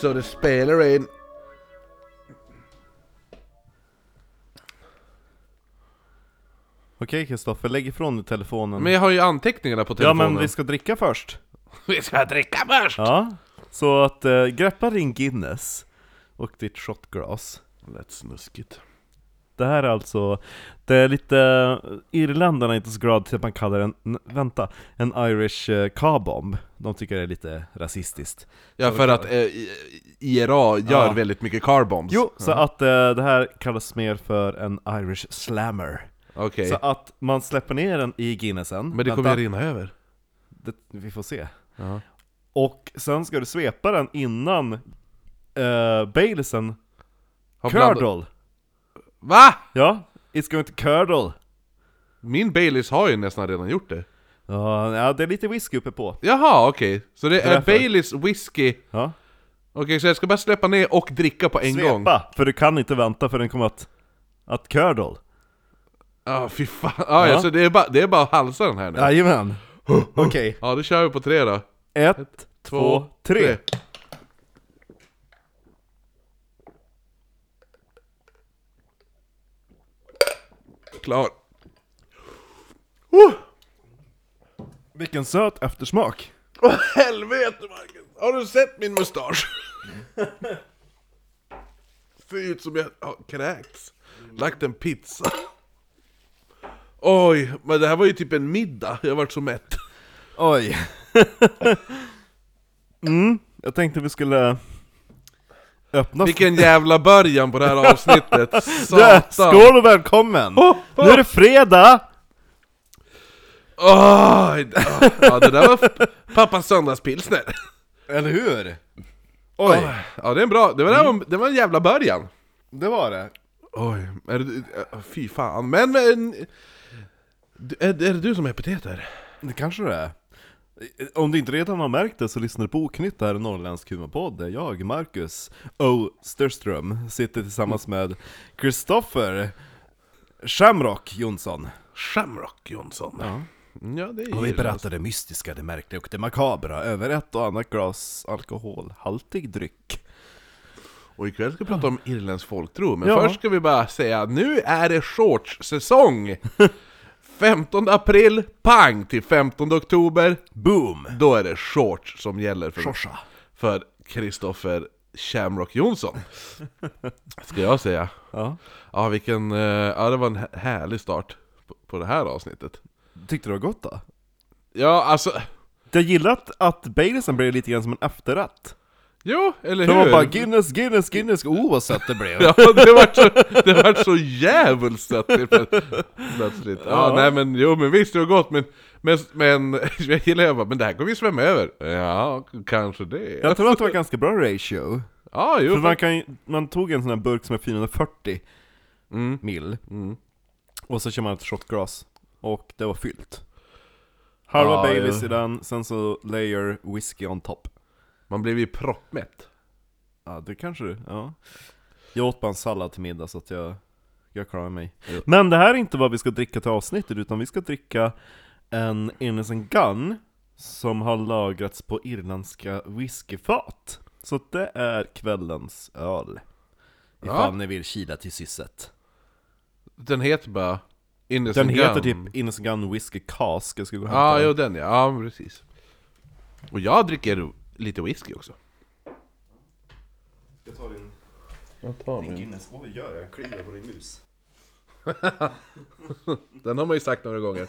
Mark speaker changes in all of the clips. Speaker 1: Så det spelar in.
Speaker 2: Okej Kristoffer, lägg ifrån telefonen.
Speaker 1: Men jag har ju anteckningarna på
Speaker 2: ja
Speaker 1: telefonen.
Speaker 2: men vi ska dricka först.
Speaker 1: Vi ska dricka först!
Speaker 2: Ja. Så att eh, greppa din Guinness och ditt shotglas.
Speaker 1: Lät snuskigt.
Speaker 2: Det här är alltså, det är lite, eh, Irländarna är inte så glada till att man kallar den, n- vänta, en Irish eh, car bomb. De tycker det är lite rasistiskt.
Speaker 1: Ja, för att eh, I- IRA gör
Speaker 2: Ja.
Speaker 1: väldigt mycket carbombs.
Speaker 2: Jo, så att eh, det här kallas mer för en Irish slammer.
Speaker 1: Okej.
Speaker 2: Så att man släpper ner den i Guinnessen.
Speaker 1: Men det kommer
Speaker 2: Vänta,
Speaker 1: ju rinna över.
Speaker 2: det, Vi får se.
Speaker 1: Ja.
Speaker 2: Och sen ska du svepa den innan uh, Baileysen
Speaker 1: Har blandat-
Speaker 2: Curdle!
Speaker 1: Va?
Speaker 2: Ja, it's going to curdle!
Speaker 1: Min Baileys har ju nästan redan gjort det.
Speaker 2: Ja, ja, det är lite whisky uppe på.
Speaker 1: Jaha, okej. Så det är
Speaker 2: Därför.
Speaker 1: Baileys whisky. Okej,
Speaker 2: Ja.
Speaker 1: så jag ska bara släppa ner och dricka på en gång.
Speaker 2: Svepa, för du kan inte vänta för den kommer att... Att curdle.
Speaker 1: Ja, fy fan. Ah, ja.
Speaker 2: Ja.
Speaker 1: så det är, bara, det är bara att halsa den här nu. Ja,
Speaker 2: Jajamän! Okej,
Speaker 1: då kör vi på tre då.
Speaker 2: ett, två, tre!
Speaker 1: Klar. Oh,
Speaker 2: Vilken söt eftersmak!
Speaker 1: oh, helvete Marcus! Har du sett min mustasch? Ser ut som jag har kräkts. Lagt en pizza. Oj, men det här var ju typ en middag. Jag vart så mätt.
Speaker 2: Oj! mm, jag tänkte vi skulle öppna...
Speaker 1: Vilken jävla början på det här avsnittet.
Speaker 2: Du,
Speaker 1: Satan.
Speaker 2: skål och välkommen! Nu är det fredag!
Speaker 1: Oj! Ja, det där var f- pappas söndagspilsner.
Speaker 2: Eller hur? Oj,
Speaker 1: Ja, det är en bra. Det var, det var, det var en jävla början.
Speaker 2: det var det.
Speaker 1: Mm. Oj, är det, äh, fy fan. Men... men du- är, är det du som är epiteter?
Speaker 2: Det kanske det är. Om du inte redan har märkt det så lyssnar du på Oknytt, det här är en norrländsk humorpodd där jag, Marcus Osterström, sitter tillsammans med Kristoffer Shamrock Jonsson.
Speaker 1: Shamrock Jonsson. Ja, det är
Speaker 2: Och vi
Speaker 1: ju-
Speaker 2: berättar det mystiska, det märkliga och det makabra över ett och annat glas alkoholhaltig dryck.
Speaker 1: Och ikväll ska vi prata om irländsk folktro, men
Speaker 2: Ja.
Speaker 1: först ska vi bara säga att nu är det shortssäsong! 15 april, pang! Till 15 oktober,
Speaker 2: Boom!
Speaker 1: då är det shorts som gäller för
Speaker 2: Shortsa.
Speaker 1: för Kristoffer Shamrock Jonsson. Ska jag säga.
Speaker 2: Ja.
Speaker 1: Ja, vilken, eh, ja, det var en hä- härlig start på- på det här avsnittet.
Speaker 2: Tyckte du det var gott då?
Speaker 1: Ja, alltså,
Speaker 2: Jag gillar att, att Baileysen blev lite grann som en efterrätt.
Speaker 1: jo, eller
Speaker 2: Det
Speaker 1: hur?
Speaker 2: var bara Guinness, Guinness, Guinness, oh vad sött det blev!
Speaker 1: Ja, det var så, det var så jävligt sött helt plö- plötsligt. Ja,
Speaker 2: Ja.
Speaker 1: nej men jo, men visst det var gott, men, men, men jag gillar ju bara, men det här kommer ju svämma över. Ja, k- kanske det. Ja,
Speaker 2: Jag tror att det var ganska bra ratio.
Speaker 1: jo.
Speaker 2: För man, kan, ju- man tog en sån här burk som är 440
Speaker 1: Mm.
Speaker 2: mil,
Speaker 1: Mm.
Speaker 2: och så kör man ett shotglas, och det var fyllt. Halva
Speaker 1: Ja,
Speaker 2: Baileys
Speaker 1: ja.
Speaker 2: i den, sen så layer whisky on top.
Speaker 1: Man blev ju proppmätt.
Speaker 2: Ja, det kanske du, ja. Jag åt bara en sallad till middag så att jag, jag klarar mig.
Speaker 1: Ja.
Speaker 2: Men det här är inte vad vi ska dricka till avsnittet, utan vi ska dricka en Innocent Gun som har lagrats på irländska whiskyfat. Så att det är kvällens öl. Ifall ni vill kila till sysset.
Speaker 1: Den heter bara Innocent
Speaker 2: Den heter
Speaker 1: Gun.
Speaker 2: typ Innocent Gun Whiskey Cask, jag ska gå och
Speaker 1: Ja,
Speaker 2: hämta den.
Speaker 1: jo den ja. ja, men precis. Och jag dricker lite whisky också.
Speaker 2: Jag tar din,
Speaker 1: Jag tar
Speaker 2: din Guinness, vad gör jag? Jag kliar på din mus.
Speaker 1: Den har man ju sagt några gånger.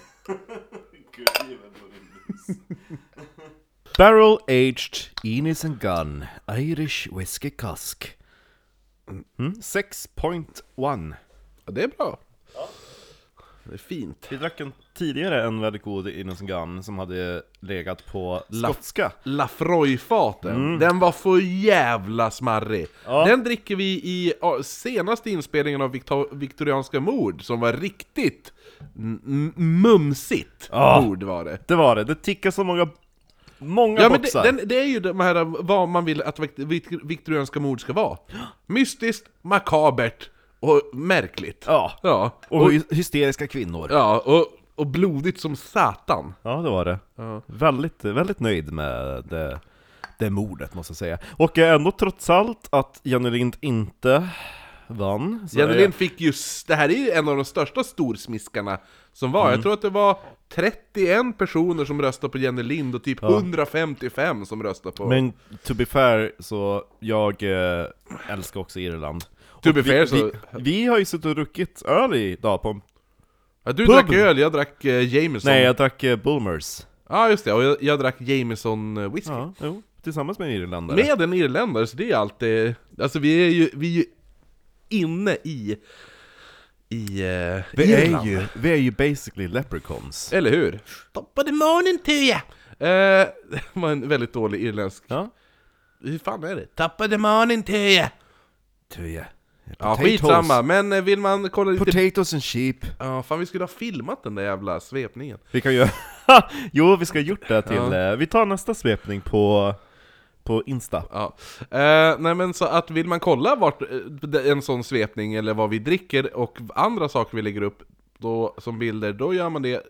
Speaker 2: Barrel aged Enis and Gun Irish Whiskey Cask. Mm, 6.1
Speaker 1: Ja, det är bra. Det är fint.
Speaker 2: Vi drack en tidigare en väldigt god Enis and Gun som hade legat på skotska.
Speaker 1: Lafroy-faten, den var för jävla smarrig!
Speaker 2: Ja.
Speaker 1: Den dricker vi i ja, senaste inspelningen av Victor- Viktorianska mord, som var riktigt n- n- mumsigt
Speaker 2: Ja.
Speaker 1: mord var det.
Speaker 2: Det var det, det tickar så många, många
Speaker 1: Ja men det,
Speaker 2: boxar.
Speaker 1: den, det är ju de här, vad man vill att vikt- vikt- viktorianska mord ska vara. Mystiskt, makabert och märkligt.
Speaker 2: Ja,
Speaker 1: Ja,
Speaker 2: och,
Speaker 1: och,
Speaker 2: hy- hysteriska kvinnor.
Speaker 1: ja, och, och blodigt som satan.
Speaker 2: Ja, det var det.
Speaker 1: Ja.
Speaker 2: Väldigt, väldigt nöjd med det, mordet måste jag säga. Och eh, ändå trots allt att Jenny Lind inte vann. så
Speaker 1: Jenny
Speaker 2: är-
Speaker 1: Lind fick ju, s- det här är ju en av de största storsmiskarna som var,
Speaker 2: Mm.
Speaker 1: jag tror att det var 31 personer som röstade på Jenny Lind och typ 155 som röstade på...
Speaker 2: Men to be fair, så jag eh, älskar också Irland.
Speaker 1: To
Speaker 2: Och
Speaker 1: be
Speaker 2: vi,
Speaker 1: fair, så-
Speaker 2: Vi, vi har ju suttit och druckit öl idag på...
Speaker 1: ja, du
Speaker 2: pub.
Speaker 1: drack öl, jag drack eh, Jameson.
Speaker 2: Nej, jag drack eh, Boomers.
Speaker 1: Ja just det, och jag, jag drack Jameson eh, whisky.
Speaker 2: Ja, jo. Tillsammans med en irländare.
Speaker 1: Med en irländare, så det är alltid... Alltså vi är ju, vi är ju inne i... I eh,
Speaker 2: vi, är
Speaker 1: Irland.
Speaker 2: ju, vi är ju basically leprechauns.
Speaker 1: Eller hur? Top of the morning to ya! Eh, det var en väldigt dålig irländsk...
Speaker 2: Ja.
Speaker 1: Hur fan är det? Top of the morning to ya!
Speaker 2: Tuja.
Speaker 1: Ja, skitsamma, men eh, vill man kolla lite...
Speaker 2: Potatoes and sheep.
Speaker 1: Ja, fan vi skulle ha filmat den där jävla svepningen.
Speaker 2: Vi kan göra... jo, vi ska ha gjort det till...
Speaker 1: Ja.
Speaker 2: eh, Vi tar nästa svepning på, på Insta.
Speaker 1: Ja. Eh, nej men så att vill man kolla vart eh, d- en sån svepning eller vad vi dricker och andra saker vi lägger upp då, som bilder, då gör man det,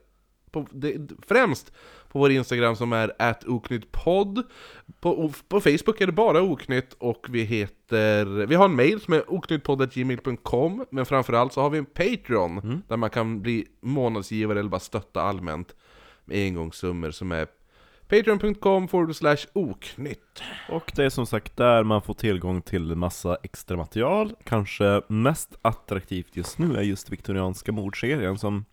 Speaker 1: på, det främst på vår Instagram som är oknyttpodd. På, på Facebook är det bara oknytt och vi heter... Vi har en mail som är oknyttpodd.gmail.com men framförallt så har vi en Patreon där man kan bli månadsgivare eller bara stötta allmänt med engångssummor som är patreon.com forward slash oknytt.
Speaker 2: Och det är som sagt där man får tillgång till massa extra material. Kanske mest attraktivt just nu är just viktorianska mordserien som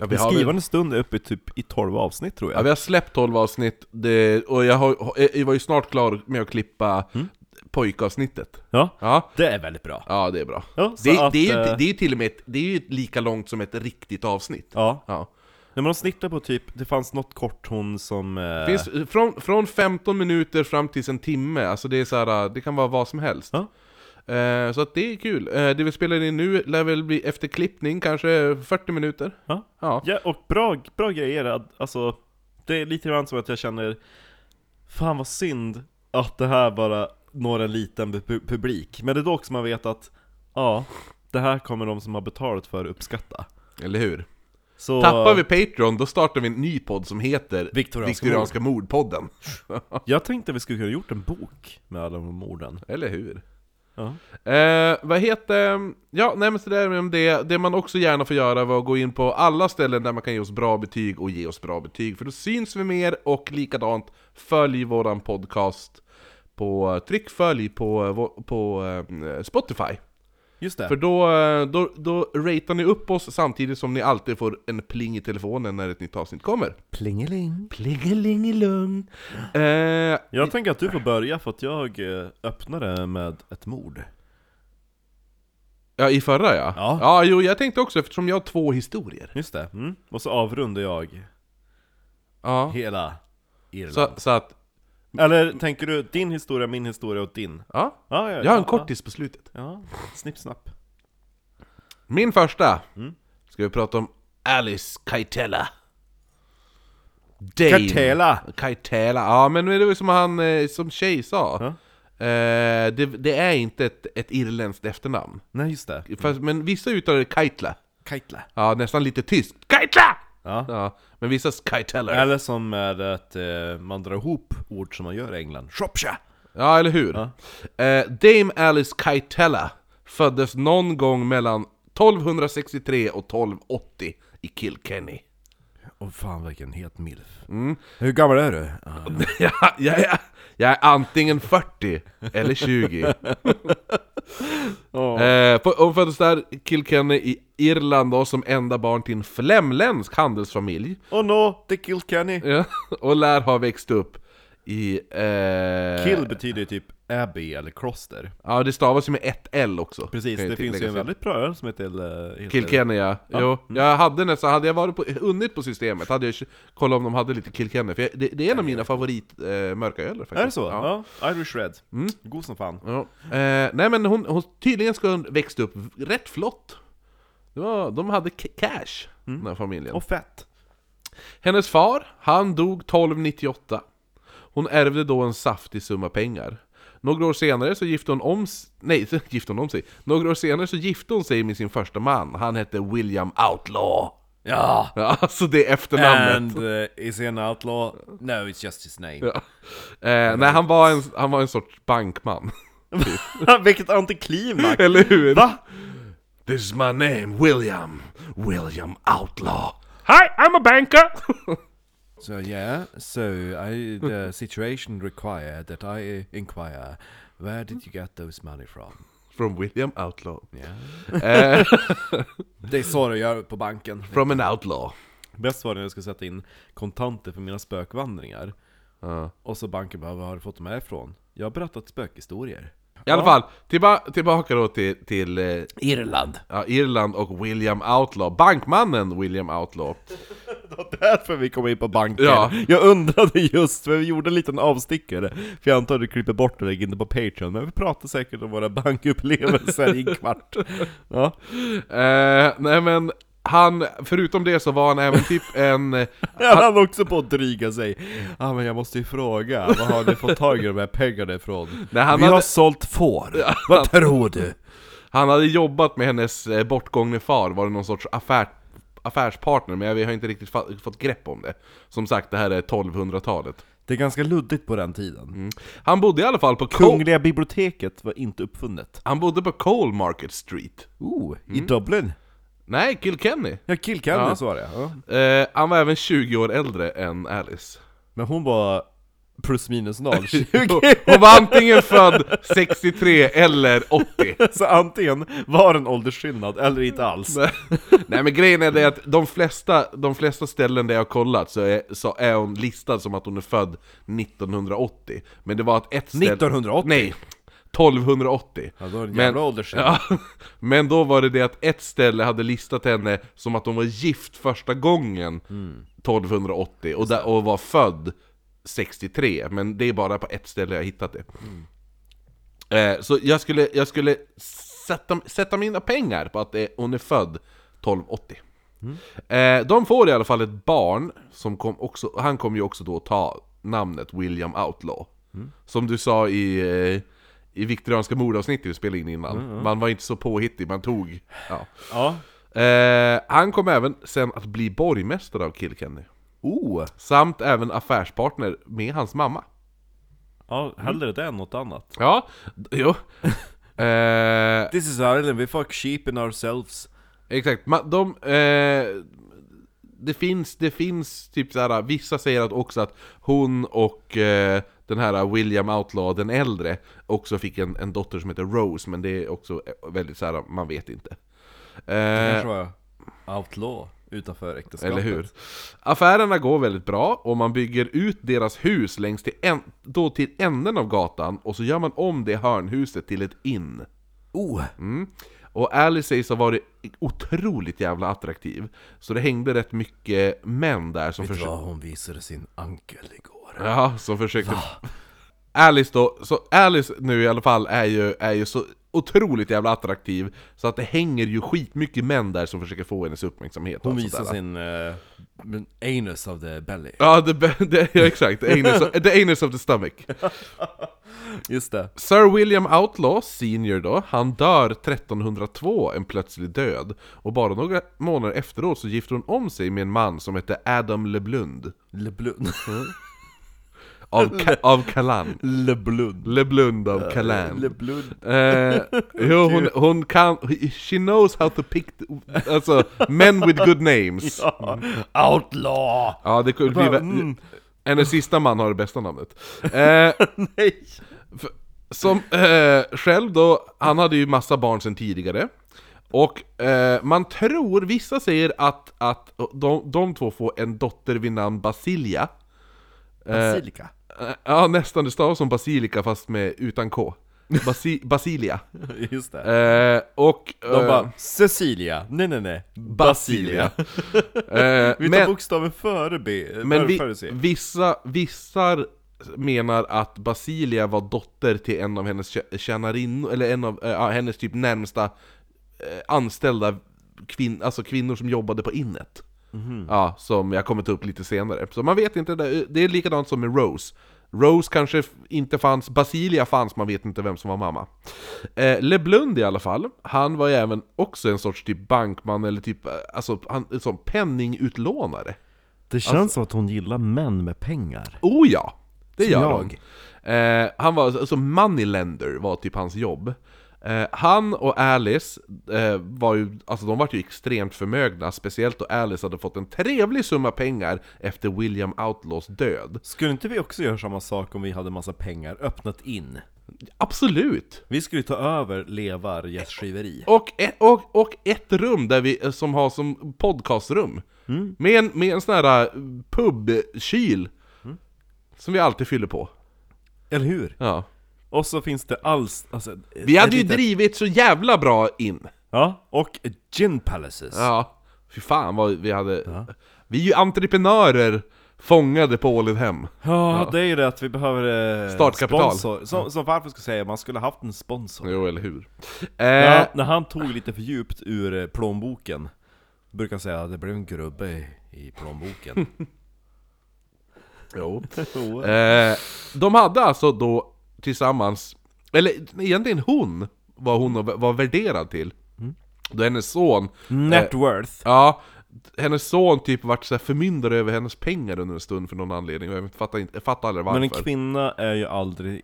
Speaker 1: Ja,
Speaker 2: i
Speaker 1: har väl-
Speaker 2: skrivande stund är uppe typ i 12 avsnitt tror
Speaker 1: Ja,
Speaker 2: jag.
Speaker 1: vi har släppt 12 avsnitt, det, och jag, har, jag var ju snart klar med att klippa
Speaker 2: Mm.
Speaker 1: pojkavsnittet.
Speaker 2: Ja,
Speaker 1: Ja,
Speaker 2: det är väldigt bra.
Speaker 1: ja det är bra.
Speaker 2: Ja, så
Speaker 1: det,
Speaker 2: att,
Speaker 1: det, är ju,
Speaker 2: eh,
Speaker 1: det är ju till och med ett, det är ju lika långt som ett riktigt avsnitt.
Speaker 2: Ja,
Speaker 1: Ja.
Speaker 2: när man snittar på typ, det fanns något kort hon som... Eh,
Speaker 1: Finns, från, från 15 minuter fram till en timme, alltså det är så här, det kan vara vad som helst.
Speaker 2: Ja.
Speaker 1: Eh, Så att det är kul. Eh, Det vi spelar in nu lär väl bli efter klippning kanske 40 minuter.
Speaker 2: Ja.
Speaker 1: Ja.
Speaker 2: Ja, och bra, bra grejer. Ad- Alltså, det är lite grann som att jag känner, fan vad synd att det här bara når en liten pu- publik. Men det är då också man vet att, ja, det här kommer de som har betalat för uppskatta.
Speaker 1: Eller hur?
Speaker 2: Så,
Speaker 1: Tappar vi Patreon, då startar vi en ny podd som heter
Speaker 2: Viktorianska
Speaker 1: Viktorianska mordpodden.
Speaker 2: Jag tänkte vi skulle kunna gjort en bok med alla de morden.
Speaker 1: Eller hur?
Speaker 2: Ja.
Speaker 1: Eh, vad heter... Ja, nej men så där om det. Det man också gärna får göra var att gå in på alla ställen där man kan ge oss bra betyg och ge oss bra betyg. För då syns vi mer och likadant följ våran podcast på... Tryck följ på, på, eh, Spotify.
Speaker 2: Just det.
Speaker 1: För då, eh, då, då ratear ni upp oss samtidigt som ni alltid får en pling i telefonen när ett nytt avsnitt kommer.
Speaker 2: Plingeling.
Speaker 1: Plingelingelung! Eh,
Speaker 2: Jag tänker att du får börja för att jag eh, öppnade med ett mord.
Speaker 1: ja, i förra ja.
Speaker 2: Ja.
Speaker 1: ja, jo jag tänkte också eftersom jag har två historier.
Speaker 2: Just det. Mm. Och så avrundar jag
Speaker 1: Ja.
Speaker 2: hela Irland.
Speaker 1: Så, så att,
Speaker 2: Eller tänker du din historia, min historia och din?
Speaker 1: ja.
Speaker 2: Ja, ja,
Speaker 1: Jag har en
Speaker 2: ja,
Speaker 1: kortis på slutet.
Speaker 2: Ja, snipp snapp.
Speaker 1: Min första. Ska vi prata om Alice Kaitella. Dame.
Speaker 2: Kartela!
Speaker 1: Kaitella. Ja, men det var ju som han eh, som tjej sa.
Speaker 2: Ja.
Speaker 1: Eh, det, det är inte ett, ett irländskt efternamn.
Speaker 2: Nej, just det.
Speaker 1: Fast, men vissa uttalar det Kaitla.
Speaker 2: Kaitla.
Speaker 1: Ja, nästan lite tyskt. Kaitla!
Speaker 2: Ja.
Speaker 1: Ja, men vissa Kaiteller.
Speaker 2: Eller som är att eh, man drar ihop ord som man gör i England. Shopsha!
Speaker 1: Ja, eller hur? Eh, Dame Alice Kaitella föddes någon gång mellan 1263 och 1280 i Kilkenny.
Speaker 2: Åh fan vilken het milf. Hur gammal är du?
Speaker 1: jag, jag, är- jag är antingen 40 eller 20.
Speaker 2: Ja.
Speaker 1: eh, på- hon föddes där i Kilkenny i Irland då, som enda barn till en flämländsk handelsfamilj.
Speaker 2: Oh no, det är Kilkenny!
Speaker 1: Ja, och lär ha växt upp i... Eh,
Speaker 2: Kill betyder ju typ abbey eller kloster.
Speaker 1: Ja, det stavas ju med ett L också.
Speaker 2: Precis,
Speaker 1: Kan ju
Speaker 2: det finns ju
Speaker 1: tilläggas.
Speaker 2: en väldigt bra öl som heter... eh, heter-
Speaker 1: Kilkenny ja. Jo,
Speaker 2: Mm.
Speaker 1: jag hade nästan, hade jag varit på, hunnit på systemet hade jag k- kollat om de hade lite Kilkenny, för jag, det, det är en av mina favorit eh, mörka öler faktiskt.
Speaker 2: Är det så?
Speaker 1: Ja.
Speaker 2: Ja. Irish Red. God som fan.
Speaker 1: ja. Eh, nej men hon, hon, tydligen ska hon växt upp rätt flott. Det var, de hade ca- cash, den här familjen.
Speaker 2: Mm. Och fett.
Speaker 1: Hennes far, han dog 1298. Hon ärvde då en saftig summa pengar. Några år senare så gifte hon om s- Nej, så gifte hon om sig. Några år senare så gifte hon sig med sin första man. Han hette William Outlaw.
Speaker 2: Ja!
Speaker 1: Ja, alltså det är efternamnet.
Speaker 2: And uh, is he an outlaw? No, it's just his name.
Speaker 1: Ja. Eh, nej, han var, en, han var en sorts bankman.
Speaker 2: Vilket antiklimax!
Speaker 1: Eller hur?
Speaker 2: Va?
Speaker 1: This is my name, William. William Outlaw. Hi, I'm a banker!
Speaker 2: So yeah, so I the situation required that I inquire, where did you get those money from?
Speaker 1: From William Outlaw.
Speaker 2: Yeah. det är så du gör på banken.
Speaker 1: From an outlaw.
Speaker 2: Bäst var det när jag skulle sätta in kontanter för mina spökvandringar. Och så banken bara, var har du fått dem här ifrån? Jag har berättat spökhistorier.
Speaker 1: I alla fall, tillba tillbaka då till, till eh,
Speaker 2: Irland.
Speaker 1: ja, Irland och William Outlaw. Bankmannen William Outlaw.
Speaker 2: Det var därför vi kom in på banken.
Speaker 1: Ja.
Speaker 2: Jag undrade just, för vi gjorde en liten avstickare. För jag antar att du klipper bort och lägger in det på Patreon. Men vi pratar säkert om våra bankupplevelser i en kvart. Ja.
Speaker 1: Eh, nej men, han, förutom det så var han även typ en... eh,
Speaker 2: Jag hann också på att dryga sig. Ja ah, men jag måste ju fråga, vad har ni fått tag i de här pengarna ifrån?
Speaker 1: Nej, han
Speaker 2: vi
Speaker 1: hade-
Speaker 2: har sålt får, vad tror du?
Speaker 1: Han hade jobbat med hennes eh, bortgångne far, var det någon sorts affär, affärspartner, men jag har inte riktigt fa- fått grepp om det. Som sagt, det här är 1200-talet.
Speaker 2: Det är ganska luddigt på den tiden. Oh.
Speaker 1: Han bodde i alla fall på Cole,
Speaker 2: Kungliga biblioteket var inte uppfunnet.
Speaker 1: han bodde på Cole Market Street.
Speaker 2: Oh, i Dublin?
Speaker 1: Nej, Kilkenny.
Speaker 2: Ja, Kilkenny
Speaker 1: Ja.
Speaker 2: så var det. Ja.
Speaker 1: Eh, han var även 20 år äldre än Alice.
Speaker 2: Men hon var plus minus noll, 20.
Speaker 1: Hon- Hon var antingen född 63 eller 80.
Speaker 2: Så antingen var det en åldersskillnad eller inte alls.
Speaker 1: Nej men grejen är det att de flesta, de flesta ställen där jag har kollat så är, så är hon listad som att hon är född 1980 Men det var att ett ställe...
Speaker 2: 1980?
Speaker 1: Nej! 1280
Speaker 2: Ja, då är det en
Speaker 1: Men-
Speaker 2: jävla åldersskillnad.
Speaker 1: Ja, men då var det det att ett ställe hade listat henne som att hon var gift första gången 1280 och, där, och var född 63, men det är bara på ett ställe jag hittat det. Eh, så jag skulle, jag skulle sätta, sätta mina pengar på att det, hon är född 1280. Eh, de får i alla fall ett barn, som kom också, han kommer ju också då ta namnet William Outlaw. Som du sa i, eh, i viktorianska mordavsnittet vi spelade in innan, man var inte så påhittig, man tog... Ja.
Speaker 2: Ja.
Speaker 1: Eh, han kom även sen att bli borgmästare av Kilkenny.
Speaker 2: Oh,
Speaker 1: Samt även affärspartner med hans mamma.
Speaker 2: ja, hellre det än något annat.
Speaker 1: Ja, d- jo. eh,
Speaker 2: This is Ireland, we fuck sheep in ourselves.
Speaker 1: Exakt, man, de... Eh, det finns, det finns typ såhär, vissa säger att också att hon och eh, den här William Outlaw, den äldre, också fick en, en dotter som heter Rose, men det är också eh, väldigt såhär, man vet inte. Eh,
Speaker 2: Kanske var jag outlaw utanför äktenskapet.
Speaker 1: Eller hur? Affärerna går väldigt bra och man bygger ut deras hus längs till, en, då till änden av gatan och så gör man om det hörnhuset till ett inn.
Speaker 2: Oh,
Speaker 1: Mm. Och Alice sägs ha varit otroligt jävla attraktiv, så det hängde rätt mycket män där som,
Speaker 2: vet du
Speaker 1: försö-
Speaker 2: vad hon visade sin ankel igår?
Speaker 1: ja, som försökte... Alice då, så Alice nu i alla fall är ju, är ju så otroligt jävla attraktiv så att det hänger ju skitmycket män där som försöker få hennes uppmärksamhet och
Speaker 2: Hon
Speaker 1: allt
Speaker 2: visade
Speaker 1: sånt där.
Speaker 2: sin eh, men anus of the belly.
Speaker 1: Ja, the, be- the, ja exakt, the anus, of, the anus of the stomach
Speaker 2: Just det.
Speaker 1: Sir William Outlaw senior då, han dör 1302 en plötslig död Och bara några månader efteråt så gifter hon om sig med en man som hette Adam LeBlund
Speaker 2: Leblund.
Speaker 1: Av, Ka- av Calan
Speaker 2: Leblund.
Speaker 1: LeBlund av Calan
Speaker 2: Leblund.
Speaker 1: eh, Jo, hon, hon kan... She knows how to pick... the- Alltså, men with good names
Speaker 2: Ja. Outlaw!
Speaker 1: Ja, det kunde bli...
Speaker 2: Mm.
Speaker 1: Hennes sista man har det bästa namnet eh,
Speaker 2: Nej!
Speaker 1: F- Som eh, själv då, han hade ju massa barn sedan tidigare. Och eh, man tror, vissa säger att, att de, de två får en dotter vid namn Basilia.
Speaker 2: Basilika.
Speaker 1: Eh, ja, nästan, det stavas som Basilika fast med utan K. Basi, Basilia.
Speaker 2: Just det.
Speaker 1: Eh, och...
Speaker 2: De
Speaker 1: eh,
Speaker 2: bara, Cecilia, nej nej nej, Basilia.
Speaker 1: Basilia. eh,
Speaker 2: Vi tar
Speaker 1: men-
Speaker 2: bokstaven före B,
Speaker 1: Men
Speaker 2: före,
Speaker 1: vi,
Speaker 2: före C.
Speaker 1: vissa, vissa menar att Basilia var dotter till en av hennes tjä- tjänarinnor, eller en av eh, ja, hennes typ närmsta eh, anställda kvin, alltså kvinnor som jobbade på innet. Ja, som jag kommer ta upp lite senare. Så man vet inte, det, där. det är likadant som med Rose. Rose kanske f- inte fanns, Basilia fanns, man vet inte vem som var mamma. Eh, LeBlund i alla fall, han var ju även också en sorts typ bankman eller typ, eh, alltså han, en sån penningutlånare.
Speaker 2: Det känns
Speaker 1: Alltså-
Speaker 2: som att hon gillar män med pengar.
Speaker 1: Oh ja! Det
Speaker 2: Som
Speaker 1: gör
Speaker 2: jag.
Speaker 1: hon. Eh, han var, alltså moneylender var typ hans jobb. Eh, han och Alice eh, var ju, alltså de var ju extremt förmögna, speciellt då Alice hade fått en trevlig summa pengar efter William Outlaws död.
Speaker 2: Skulle inte vi också göra samma sak om vi hade massa pengar öppnat in?
Speaker 1: Absolut!
Speaker 2: Vi skulle ta över levar gästgiveri.
Speaker 1: Och ett, och, och ett rum där vi, eh, som har som podcastrum.
Speaker 2: Mm.
Speaker 1: Med, en, med en sån här eh, pubkyl.
Speaker 2: Mm.
Speaker 1: Som vi alltid fyller på.
Speaker 2: Eller hur?
Speaker 1: Ja.
Speaker 2: Och så finns det alls... Alltså,
Speaker 1: Vi
Speaker 2: ett
Speaker 1: hade ju
Speaker 2: litet-
Speaker 1: drivit så jävla bra in.
Speaker 2: Ja, och gin palaces.
Speaker 1: Ja, fy fan vad vi hade... Vi är ju entreprenörer fångade på Ålidhem.
Speaker 2: Ja, det är ju det att vi behöver eh,
Speaker 1: Startkapital.
Speaker 2: Sponsor. Som, som varför skulle säga, man skulle haft en sponsor.
Speaker 1: Jo, eller hur?
Speaker 2: Ja,
Speaker 1: Eh,
Speaker 2: när han tog lite för djupt ur eh, plånboken, brukar han säga att det blev en grubbe i, i plånboken.
Speaker 1: jo.
Speaker 2: Jo.
Speaker 1: Eh, de hade alltså då tillsammans, eller egentligen hon var hon var värderad till.
Speaker 2: Mm.
Speaker 1: Då hennes son, eh,
Speaker 2: Net worth.
Speaker 1: ja, hennes son typ vart så här förmyndare över hennes pengar under en stund för någon anledning. Jag fattar, inte, jag fattar aldrig varför.
Speaker 2: Men en kvinna är ju aldrig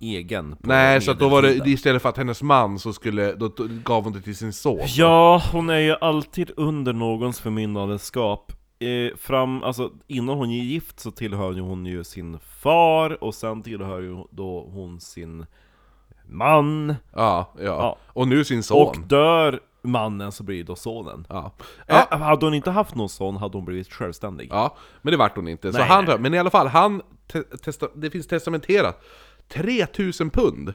Speaker 2: egen. på
Speaker 1: Nej, så att då var det
Speaker 2: medeltiden.
Speaker 1: istället för att hennes man så skulle, då då gav hon det till sin son.
Speaker 2: Ja, hon är ju alltid under någons förmyndarskap. Eh, fram, alltså, innan hon är gift så tillhör ju hon ju sin far, och sen tillhör ju då hon sin man.
Speaker 1: Ja, ja.
Speaker 2: Ja.
Speaker 1: Och nu sin son.
Speaker 2: Och dör mannen så blir det då sonen.
Speaker 1: Ja.
Speaker 2: Eh, hade hon inte haft någon son hade hon blivit självständig.
Speaker 1: ja, men det vart hon inte. Så
Speaker 2: Nej.
Speaker 1: han, men i alla fall, han te- testa, det finns testamenterat 3000 pund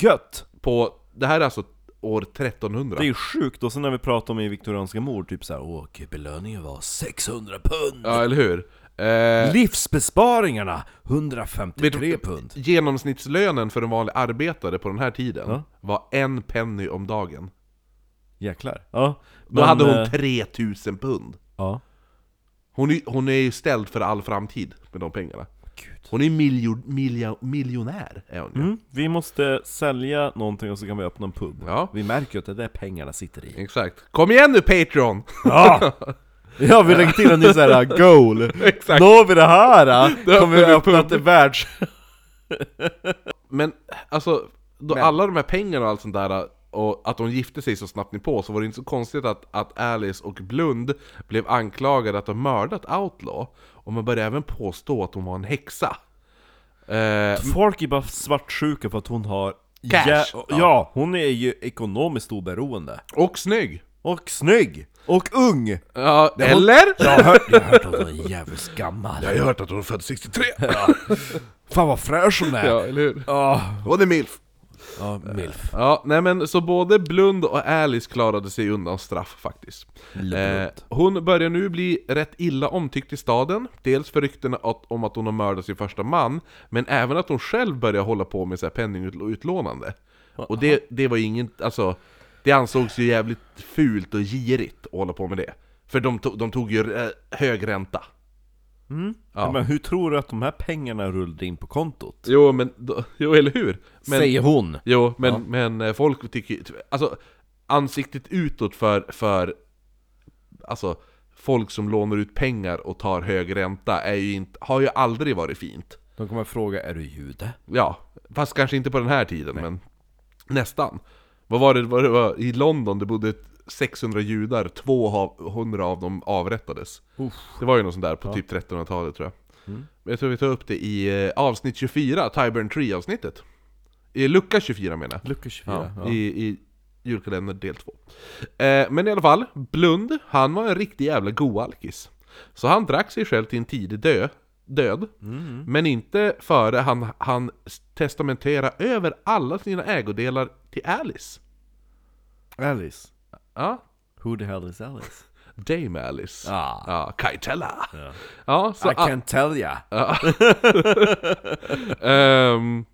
Speaker 2: Gött!
Speaker 1: på, det här är alltså år 1300.
Speaker 2: Det är ju sjukt, och sen när vi pratar om i viktorianska mord, typ såhär Åh, okej, belöningen var 600 pund!
Speaker 1: Ja, eller hur? Eh,
Speaker 2: Livsbesparingarna,
Speaker 1: Vet
Speaker 2: 153 pund!
Speaker 1: genomsnittslönen för en vanlig arbetare på den här tiden
Speaker 2: Ja.
Speaker 1: var en penny om dagen.
Speaker 2: Jäklar. Ja.
Speaker 1: Då hade hon
Speaker 2: eh,
Speaker 1: 3000 pund.
Speaker 2: Ja.
Speaker 1: Hon är, hon är ju ställd för all framtid med de pengarna.
Speaker 2: Gud.
Speaker 1: Hon är miljo, milja, miljonär, är hon ju.
Speaker 2: Mm, vi måste sälja någonting och så kan vi öppna en pub.
Speaker 1: Ja.
Speaker 2: Vi märker ju att det är där pengarna sitter i.
Speaker 1: Exakt. Kom igen nu Patreon!
Speaker 2: Ja! Ja, vi lägger till en ny sån här uh, goal!
Speaker 1: Exakt.
Speaker 2: Når vi det här, uh,
Speaker 1: Då
Speaker 2: kommer vi
Speaker 1: öppnar vi
Speaker 2: öppna ett världs...
Speaker 1: Men alltså, då alla de här pengarna och allt sånt där och att de gifte sig så snabbt på så var det inte så konstigt att, att Alice och Blund blev anklagade att ha mördat Outlaw och man började även påstå att hon var en häxa. Eh,
Speaker 2: Folk är bara svartsjuka för att hon har...
Speaker 1: Cash.
Speaker 2: Ja, ja, hon är ju ekonomiskt oberoende.
Speaker 1: och snygg!
Speaker 2: Och snygg! Och ung!
Speaker 1: Ja,
Speaker 2: var-
Speaker 1: eller?
Speaker 2: Jag har hört, jag har hört att hon är jävligt gammal.
Speaker 1: Jag har hört att hon är född 63!
Speaker 2: Fan vad fräsch hon är! Ah.
Speaker 1: ja, eller hur?
Speaker 2: Ja,
Speaker 1: Hon är milf!
Speaker 2: ja milf.
Speaker 1: Ja, nej men så både Blund och Alice klarade sig undan straff faktiskt. Eh, hon börjar nu bli rätt illa omtyckt i staden, dels för ryktena att, om att hon har mördat sin första man, men även att hon själv börjar hålla på med så här penningutlånande. Och det, det var ju inget, alltså, det ansågs ju jävligt fult och girigt att hålla på med det. För de, to, de tog ju eh, hög ränta. Ja.
Speaker 2: Men hur tror du att de här pengarna rullade in på kontot?
Speaker 1: Jo, men, då, jo eller hur? Men,
Speaker 2: Säger hon!
Speaker 1: Jo, men, men eh, folk tycker ju- Alltså, ansiktet utåt för, för alltså, folk som lånar ut pengar och tar hög ränta är ju inte, har ju aldrig varit fint.
Speaker 2: De kommer fråga, är du jude?
Speaker 1: Ja, fast kanske inte på den här tiden, men nästan. Vad var det, var det var, i London, det bodde 600 judar, 200 av dem avrättades. Det var ju något sånt där på typ 1300-talet tror jag. Men Jag tror vi tar upp det i eh, avsnitt 24, Tyburn Tree-avsnittet. I lucka 24 menar jag.
Speaker 2: Lucka 24.
Speaker 1: Ja,
Speaker 2: Ja.
Speaker 1: I, i julkalender del 2. Eh, men i alla fall, Blund, han var en riktig jävla goalkis. Så han drack sig själv till en tidig dö, död, men inte före han, han testamenterade över alla sina ägodelar till Alice.
Speaker 2: Alice.
Speaker 1: Ja,
Speaker 2: Who the hell is Alice?
Speaker 1: Dame Alice.
Speaker 2: Ah.
Speaker 1: Ja, Kajtella. Ja. så
Speaker 2: I can tell ya!
Speaker 1: Ehm,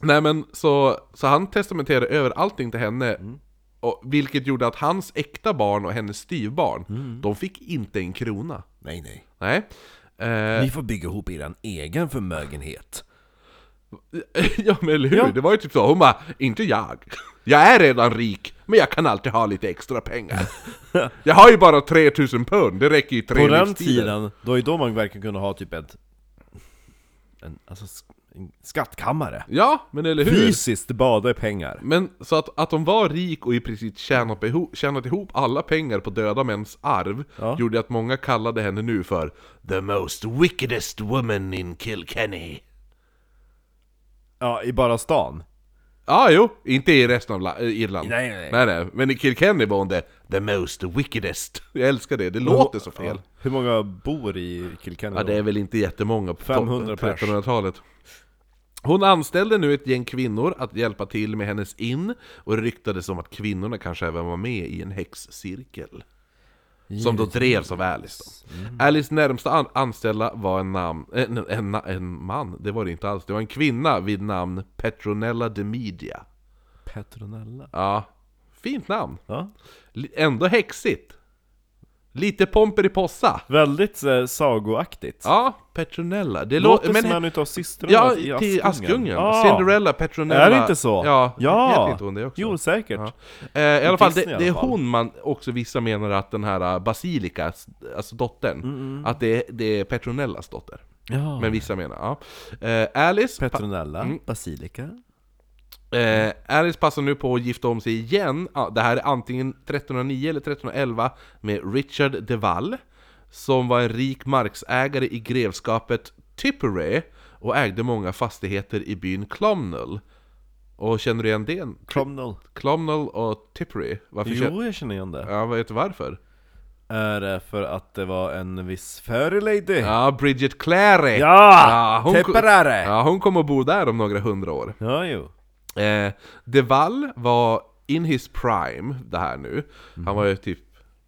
Speaker 1: nej men så, så han testamenterade över allting till henne,
Speaker 2: Mm.
Speaker 1: och, vilket gjorde att hans
Speaker 2: Mm.
Speaker 1: äkta barn och hennes styvbarn, de fick inte en krona.
Speaker 2: Nej nej.
Speaker 1: Nej. Eh, Eh,
Speaker 2: Ni får bygga ihop er egen förmögenhet.
Speaker 1: ja men eller hur?
Speaker 2: Ja.
Speaker 1: Det var ju typ så, hon bara, inte jag. Jag är redan rik, men jag kan alltid ha lite extra pengar. jag har ju bara 3000 pund, det räcker ju i tre
Speaker 2: På den
Speaker 1: livstider.
Speaker 2: tiden, då är då man verkar kunna ha typ ett... En, alltså, sk- en skattkammare.
Speaker 1: Ja, men eller hur?
Speaker 2: Fysiskt bada i pengar.
Speaker 1: Men så att, att de var rik och i princip tjänat, beho- tjänat ihop alla pengar på döda mäns arv
Speaker 2: Ja.
Speaker 1: gjorde att många kallade henne nu för The most wickedest woman in Kilkenny.
Speaker 2: Ja, i bara stan.
Speaker 1: Ja, ah, jo, inte i resten av la- eh, Irland.
Speaker 2: Nej, nej,
Speaker 1: nej,
Speaker 2: nej.
Speaker 1: nej. Men i Kilkenny var hon det The most wickedest. Jag älskar det, det låter så fel.
Speaker 2: Ja. Hur många bor i Kilkenny?
Speaker 1: Ja, det är väl inte jättemånga på
Speaker 2: 500 pers.
Speaker 1: 1300-talet. Hon anställde nu ett gäng kvinnor att hjälpa till med hennes inn och ryktades om att kvinnorna kanske även var med i en häxcirkel. Som då drevs av Alice då.
Speaker 2: Mm.
Speaker 1: Alice närmsta an- anställda var en, namn, en, en, en man, det var det inte alls. Det var en kvinna vid namn Petronella de Media.
Speaker 2: Petronella.
Speaker 1: Ja, fint namn.
Speaker 2: Ja.
Speaker 1: Li- Ändå häxigt. Lite Pomperipossa.
Speaker 2: Väldigt eh, sagoaktigt.
Speaker 1: Ja, Petronella. Det
Speaker 2: Låter
Speaker 1: lå- men
Speaker 2: som en utav systrarna
Speaker 1: Ja,
Speaker 2: alltså i
Speaker 1: till Askungen.
Speaker 2: Ja.
Speaker 1: Cinderella, Petronella.
Speaker 2: Är det inte så?
Speaker 1: Ja,
Speaker 2: ja.
Speaker 1: heter inte hon det också?
Speaker 2: Jo, säkert.
Speaker 1: Ja. Eh, I alla fall, det,
Speaker 2: Disney i
Speaker 1: det är
Speaker 2: alla fall.
Speaker 1: hon man också, vissa menar att den här eh, Basilika, s- alltså dottern,
Speaker 2: Mm,
Speaker 1: att det är, det är Petronellas dotter.
Speaker 2: Ja.
Speaker 1: Men vissa menar, ja. Eh, Alice, pa- Mm.
Speaker 2: Petronella, basilika.
Speaker 1: eh, Alice passar nu på att gifta om sig igen, Ja, det här är antingen 1309 eller 1311, med Richard de Wall, som var en rik marksägare i grevskapet Tipperary, och ägde många fastigheter i byn Clomnell. Och känner du igen det?
Speaker 2: Cromnell.
Speaker 1: Clomnell och Tipperary, varför känner...
Speaker 2: Jo, jag känner igen det.
Speaker 1: Ja, vet du varför?
Speaker 2: Är det för att det var en viss fairy lady?
Speaker 1: Ja, Bridget Clary! Ja,
Speaker 2: Ja!
Speaker 1: hon-
Speaker 2: Temperare! Ja.
Speaker 1: Ja, hon kommer att bo där om några hundra år.
Speaker 2: jo.
Speaker 1: Eh, De Wall var in his prime, det här nu. Han var ju typ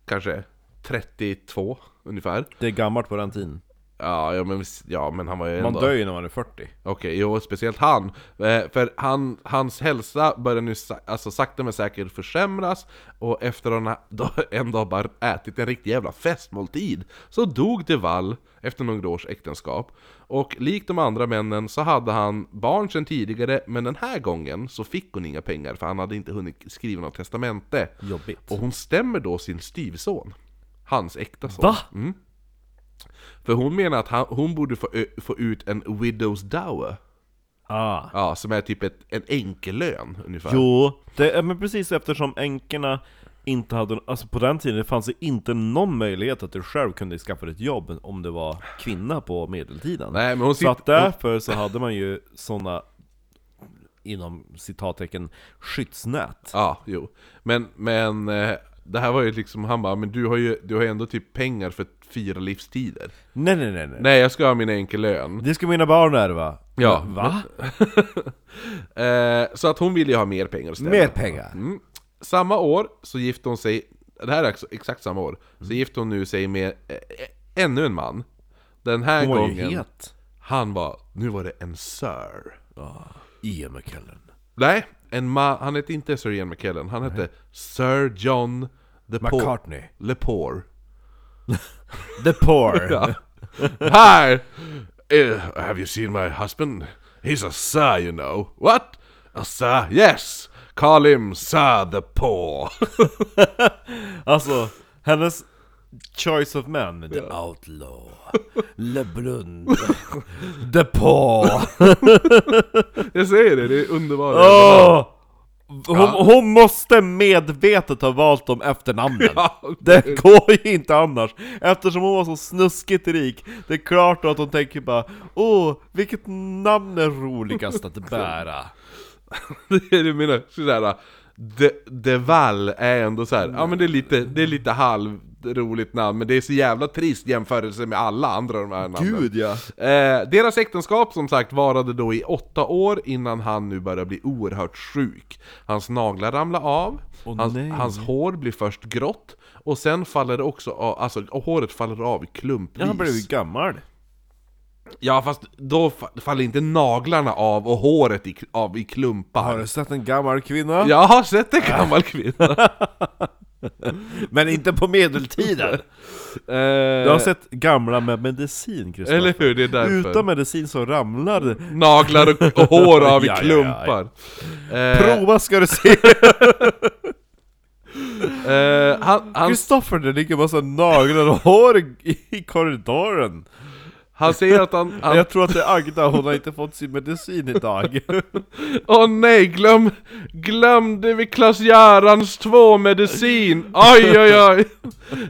Speaker 1: kanske 32 ungefär.
Speaker 2: Det är gammalt på den tiden.
Speaker 1: Ja, ja, men, visst- ja men han var ju
Speaker 2: Man
Speaker 1: ändå...
Speaker 2: dör ju när man är 40.
Speaker 1: Okej, jo, speciellt han. Eh, för han, hans hälsa börjar nu sa- alltså, sakta men säkert försämras och efter att han ha- då, en dag bara ätit en riktig jävla festmåltid så dog de Wall efter några års äktenskap. Och likt de andra männen så hade han barn sedan tidigare men den här gången så fick hon inga pengar för han hade inte hunnit skriva något testamente.
Speaker 2: Jobbigt.
Speaker 1: Och hon stämmer då sin styvson. Hans äkta son.
Speaker 2: Va?
Speaker 1: Mm. För hon menar att han, hon borde få, ö, få ut en widow's dower.
Speaker 2: Ah.
Speaker 1: Ja, som är typ ett, en enkelön ungefär.
Speaker 2: Jo, det är, men precis eftersom änkorna inte hade, alltså på den tiden det fanns ju inte någon möjlighet att du själv kunde skaffa dig ett jobb om du var kvinna på medeltiden.
Speaker 1: Nej, men hon
Speaker 2: så
Speaker 1: sitter...
Speaker 2: att därför så hade man ju sådana, inom citattecken, skyddsnät.
Speaker 1: Ja, jo. Men, men eh, det här var ju liksom, han bara, men du har ju du har ju ändå typ pengar för fyra livstider.
Speaker 2: Nej nej nej nej.
Speaker 1: Nej, jag ska ha min enkelön.
Speaker 2: Det ska mina barn ärva.
Speaker 1: Ja.
Speaker 2: Va?
Speaker 1: Eh, så att hon ville ju ha mer pengar att ställa.
Speaker 2: Mer pengar.
Speaker 1: Mm. Samma år så gifte hon sig, det här är ex- exakt samma år, så
Speaker 2: Mm.
Speaker 1: gifte hon nu sig med eh, ännu en man. Den här
Speaker 2: Hon var ju
Speaker 1: gången,
Speaker 2: het.
Speaker 1: han var, nu var det en sir.
Speaker 2: Ian McKellen.
Speaker 1: Nej, en ma- han hette inte Sir Ian McKellen, han hette Sir John the Poor-
Speaker 2: McCartney.
Speaker 1: Lepore.
Speaker 2: The poor.
Speaker 1: Hi! Eh, have you seen my husband? He's a sir, you know. What? A sir? Yes! Call him Sir the Poor.
Speaker 2: Alltså, hennes choice of men. The outlaw. Le blund. The poor.
Speaker 1: Jag säger det, det är underbart.
Speaker 2: Åh! Ah! Hon, hon måste medvetet ha valt de efternamnen. Det går ju inte annars. Eftersom hon var så snuskigt rik, det är klart då att hon tänker bara Åh, vilket namn är roligast att bära?
Speaker 1: Det är det jag menar, sådär, de, de Val är ändå så här. ja men det är lite, det är lite halvroligt namn, men det är så jävla trist jämförelse med alla andra de här namnen.
Speaker 2: ja.
Speaker 1: Eh, deras äktenskap som sagt varade då i åtta år innan han nu började bli oerhört sjuk. Hans naglar ramlade av,
Speaker 2: Åh,
Speaker 1: hans,
Speaker 2: nej.
Speaker 1: hans hår blir först grått, och sen faller det också av, alltså och håret faller av i klumpvis.
Speaker 2: Han blev ju gammal.
Speaker 1: Ja fast då fa- faller inte naglarna av och håret i, av i klumpar.
Speaker 2: Har du sett en gammal kvinna?
Speaker 1: Jag har sett en gammal kvinna.
Speaker 2: Men inte på medeltiden! Du har
Speaker 1: Eh,
Speaker 2: sett gamla med medicin Kristoffer.
Speaker 1: eller hur, det är därför. Eh.
Speaker 2: Utan medicin så ramlar
Speaker 1: Naglar och, och hår av i
Speaker 2: Ja, ja, ja,
Speaker 1: klumpar. Eh,
Speaker 2: Prova ska du se!
Speaker 1: eh, han, han,
Speaker 2: Kristoffer, det ligger massa naglar och hår i i korridoren.
Speaker 1: han säger att han... han
Speaker 2: Jag tror att det är Agda, hon har inte fått sin medicin idag.
Speaker 1: Åh nej, glöm, glömde vi Klas Gerans två medicin Oj oj oj!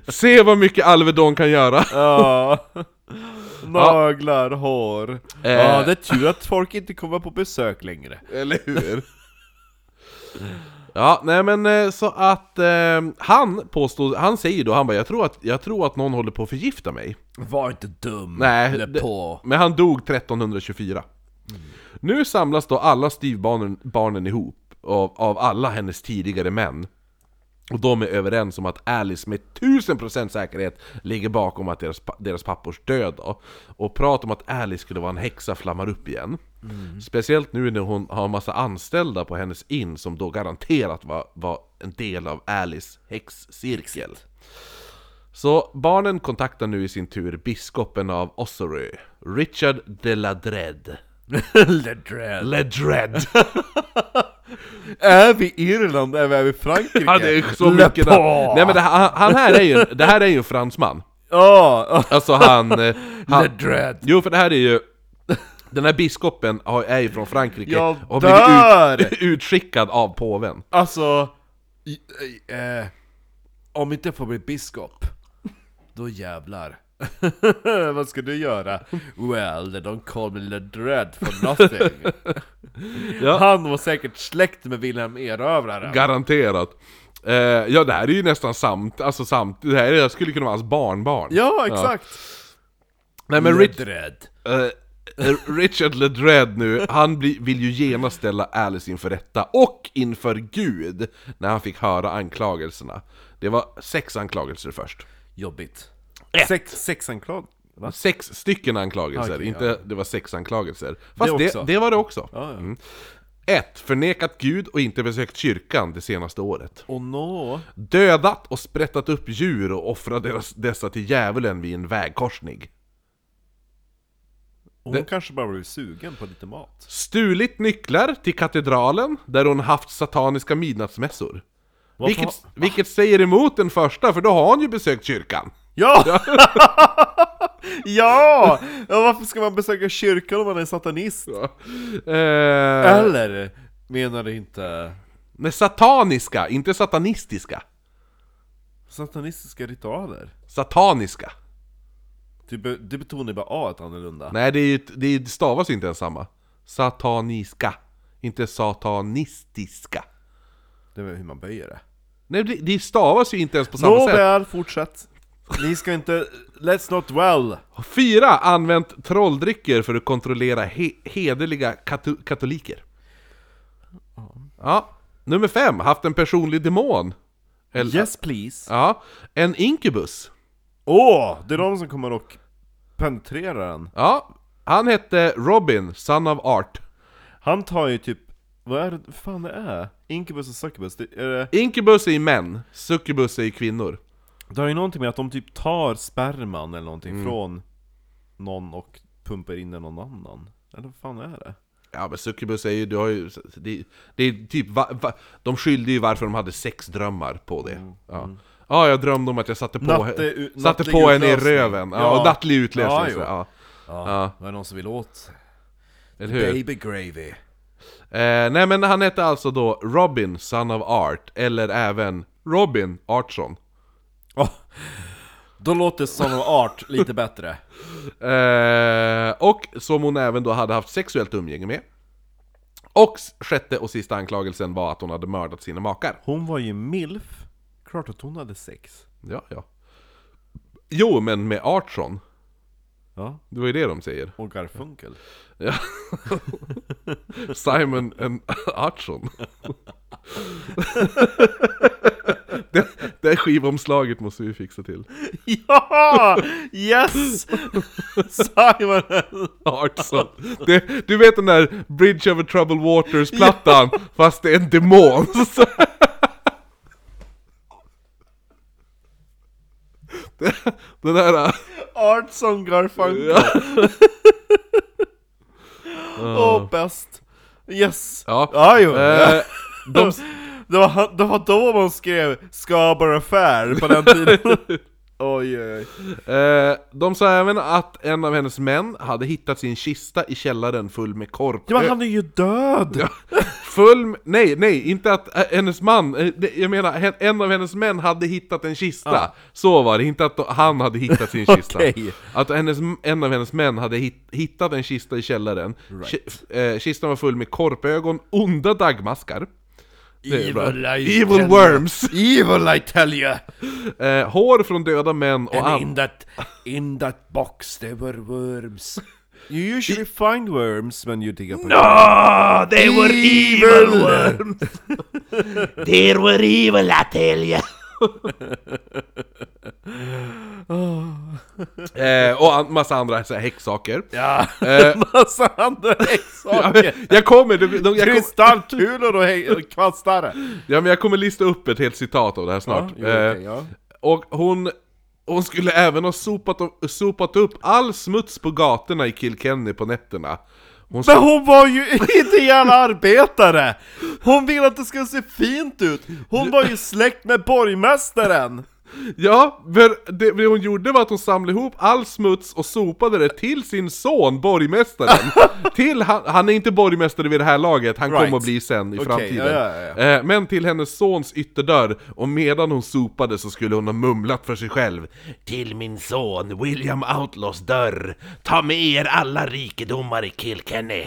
Speaker 1: Se vad mycket Alvedon kan göra!
Speaker 2: Ja. Naglar, hår.
Speaker 1: Eh.
Speaker 2: Ja, det är tur att folk inte kommer på besök längre.
Speaker 1: Eller hur? Ja, nej men eh, så att eh, han påstod, han säger då, han bara jag tror, att, jag tror att någon håller på att förgifta mig
Speaker 2: Var inte dum.
Speaker 1: Nej,
Speaker 2: Eller
Speaker 1: det-
Speaker 2: på.
Speaker 1: Men han dog 1324 Nu samlas då alla styvbarnen barnen ihop av, av alla hennes tidigare män Och de är överens om att Alice med 1000% säkerhet ligger bakom att deras, pa- deras pappors död då. Och prat om att Alice skulle vara en häxa flammar upp igen Speciellt nu när hon har en massa anställda på hennes inn som då garanterat var, var en del av Alice häxcirkel så barnen kontaktar nu i sin tur biskopen av Ossory, Richard de la Dredd.
Speaker 2: Le dread.
Speaker 1: La Dredd!
Speaker 2: Är vi i Irland eller är vi i Frankrike?
Speaker 1: Han är så
Speaker 2: Le
Speaker 1: mycket
Speaker 2: på.
Speaker 1: namn. Nej men det, han, han här är ju, det här är ju en fransman.
Speaker 2: Ja, ja.
Speaker 1: Alltså han... eh,
Speaker 2: Le
Speaker 1: han
Speaker 2: dread.
Speaker 1: jo för det här är ju... Den här biskopen har- är ju från Frankrike
Speaker 2: Jag
Speaker 1: och
Speaker 2: dör!
Speaker 1: ut, utskickad av påven.
Speaker 2: Alltså, i- i- eh, om inte jag får bli biskop, då jävlar. Vad ska du göra? Well, they don't call me the dread for nothing.
Speaker 1: Ja.
Speaker 2: Han var säkert släkt med Wilhelm Erövraren.
Speaker 1: Garanterat. Eh, ja det här är ju nästan samt, alltså samt, det här är- skulle kunna vara hans barnbarn.
Speaker 2: ja, exakt.
Speaker 1: Nej men Rich,
Speaker 2: The dread.
Speaker 1: Eh, Richard Ledred nu, han blir, vill ju genast ställa Alice inför rätta och inför Gud när han fick höra anklagelserna. Det var sex anklagelser först.
Speaker 2: Jobbigt. Sex, sex anklag. Va?
Speaker 1: Sex stycken anklagelser,
Speaker 2: Okej,
Speaker 1: inte det var sex anklagelser. Fast
Speaker 2: Det
Speaker 1: det,
Speaker 2: också.
Speaker 1: det var det också.
Speaker 2: Ja, ja.
Speaker 1: Mm. Ett, Förnekat Gud och inte besökt kyrkan det senaste året.
Speaker 2: Oh no.
Speaker 1: Dödat och sprättat upp djur och offrat deras, dessa till djävulen vid en vägkorsning.
Speaker 2: Hon kanske bara blev sugen på lite mat.
Speaker 1: Stulit nycklar till katedralen där hon haft sataniska midnattsmässor.
Speaker 2: Varför
Speaker 1: Vilket,
Speaker 2: har-
Speaker 1: vilket säger emot den första, för då har han ju besökt kyrkan.
Speaker 2: Ja! ja! ja! Varför ska man besöka kyrkan om man är satanist?
Speaker 1: Eh,
Speaker 2: Eller menar du inte
Speaker 1: nej, sataniska, inte satanistiska.
Speaker 2: satanistiska ritualer?
Speaker 1: Sataniska.
Speaker 2: Du, be, du betonar bara A ett annorlunda.
Speaker 1: Nej, det, är ju, det är- det stavas ju inte ens samma. Sataniska. Inte satanistiska.
Speaker 2: Det är väl hur man böjer det.
Speaker 1: Nej, det, det stavas ju inte ens på samma sätt.
Speaker 2: Nåväl, fortsätt. Ni ska inte... Let's not well.
Speaker 1: Fyra, använt trolldrycker för att kontrollera he, hederliga kato, katoliker. Ja. Nummer fem, haft en personlig demon. Eller,
Speaker 2: Yes please.
Speaker 1: Ja. En inkubus.
Speaker 2: Åh! det är de som kommer och penetrerar den.
Speaker 1: Ja, han hette Robin, son of art.
Speaker 2: Han tar ju typ... Vad är det vad fan det är? Incubus och succubus. Det, är det,
Speaker 1: Inkubus är ju män, succubus är ju kvinnor.
Speaker 2: det har ju någonting med att de typ tar sperman eller någonting
Speaker 1: Mm.
Speaker 2: från någon och pumpar in den någon annan. Eller vad fan är det?
Speaker 1: Ja men succubus är ju, du har ju, det, det är typ, va, va, de skyllde ju varför de hade sexdrömmar på det. Ja. ja, jag drömde om att jag satte på,
Speaker 2: Mm, Natte- u-
Speaker 1: satte
Speaker 2: nattlig
Speaker 1: på en i
Speaker 2: utlösning.
Speaker 1: röven. Ja,
Speaker 2: Ja.
Speaker 1: och nattlig utlösning.
Speaker 2: Ja,
Speaker 1: så,
Speaker 2: jo.
Speaker 1: ja.
Speaker 2: Ja, det är någon som vill åt
Speaker 1: Eller hur?
Speaker 2: gravy.
Speaker 1: Eh, nej men han hette alltså då Robin, son of art, eller även Robin Artson.
Speaker 2: Då låter Son of Art lite bättre.
Speaker 1: Eh, och som hon även då hade haft sexuellt umgänge med. Och s- sjätte och sista anklagelsen var att hon hade mördat sina makar.
Speaker 2: Hon var ju milf. Klart att hon hade sex.
Speaker 1: Ja, ja. Jo, men med Artson.
Speaker 2: Ja.
Speaker 1: Det var ju det de säger.
Speaker 2: Och Garfunkel.
Speaker 1: Ja. Simon and Artson. det, det här skivomslaget måste vi fixa till.
Speaker 2: Ja! Yes! Simon!
Speaker 1: Artson. Det, du vet den där Bridge over Troubled Waters-plattan, fast det är en demon. Den här...
Speaker 2: Arts on Garfunkel!
Speaker 1: Ja.
Speaker 2: Åh, bäst! Yes!
Speaker 1: Ja.
Speaker 2: Ja, jo.
Speaker 1: Eh, de,
Speaker 2: Det, var, han- det var då man skrev 'Scarborough Fair' på den tiden. oj, oj, oj.
Speaker 1: eh, de sa även att en av hennes män hade hittat sin kista i källaren full med korp.
Speaker 2: Ja, men han är ju död!
Speaker 1: Full, m- nej, nej, inte att eh, hennes man, eh, det- jag menar hen- en av hennes män hade hittat en kista. Så var det, inte att då- han hade hittat sin kista.
Speaker 2: Okej.
Speaker 1: Att hennes, en av hennes män hade hit, hittat en kista i källaren. Ki- f- eh, kistan var full med korpögon, onda dagmaskar. Det är bra.
Speaker 2: I
Speaker 1: Evil
Speaker 2: tell
Speaker 1: worms.
Speaker 2: you. Evil I tell you!
Speaker 1: Eh, hår från döda män och
Speaker 3: And
Speaker 1: an-
Speaker 3: in that in that box there were worms.
Speaker 2: You usually find worms when you dig up a
Speaker 3: Oh, they were
Speaker 2: Evil
Speaker 3: worms. there were evil, I tell you.
Speaker 1: eh, och an- massa andra så här, häxsaker.
Speaker 2: Ja,
Speaker 1: Eh.
Speaker 2: massa andra
Speaker 1: Jag,
Speaker 2: häxsaker!
Speaker 1: jag kommer, de, de, jag, kom,
Speaker 2: Kristallkulor och hä- och kvastare!
Speaker 1: ja, men jag kommer lista upp ett helt citat av det här snart.
Speaker 2: jo,
Speaker 1: Eh,
Speaker 2: okej, ja.
Speaker 1: Och hon, hon skulle även ha sopat, sopat upp all smuts på gatorna i Kilkenny på nätterna. Hon
Speaker 2: Men hon var ju ideell arbetare! Hon ville att det skulle se fint ut! Hon var ju släkt med borgmästaren!
Speaker 1: Ja, för det, det hon gjorde var att hon samlade ihop all smuts och sopade det till sin son, borgmästaren. till han, han är inte borgmästare vid det här laget, han
Speaker 2: Right.
Speaker 1: kommer att bli sen i
Speaker 2: Okej,
Speaker 1: framtiden.
Speaker 2: ja, ja,
Speaker 1: Eh, Men till hennes sons ytterdörr, och medan hon sopade så skulle hon ha mumlat för sig själv.
Speaker 3: Till min son William Outlaws dörr. Ta med er alla rikedomar i Kilkenny.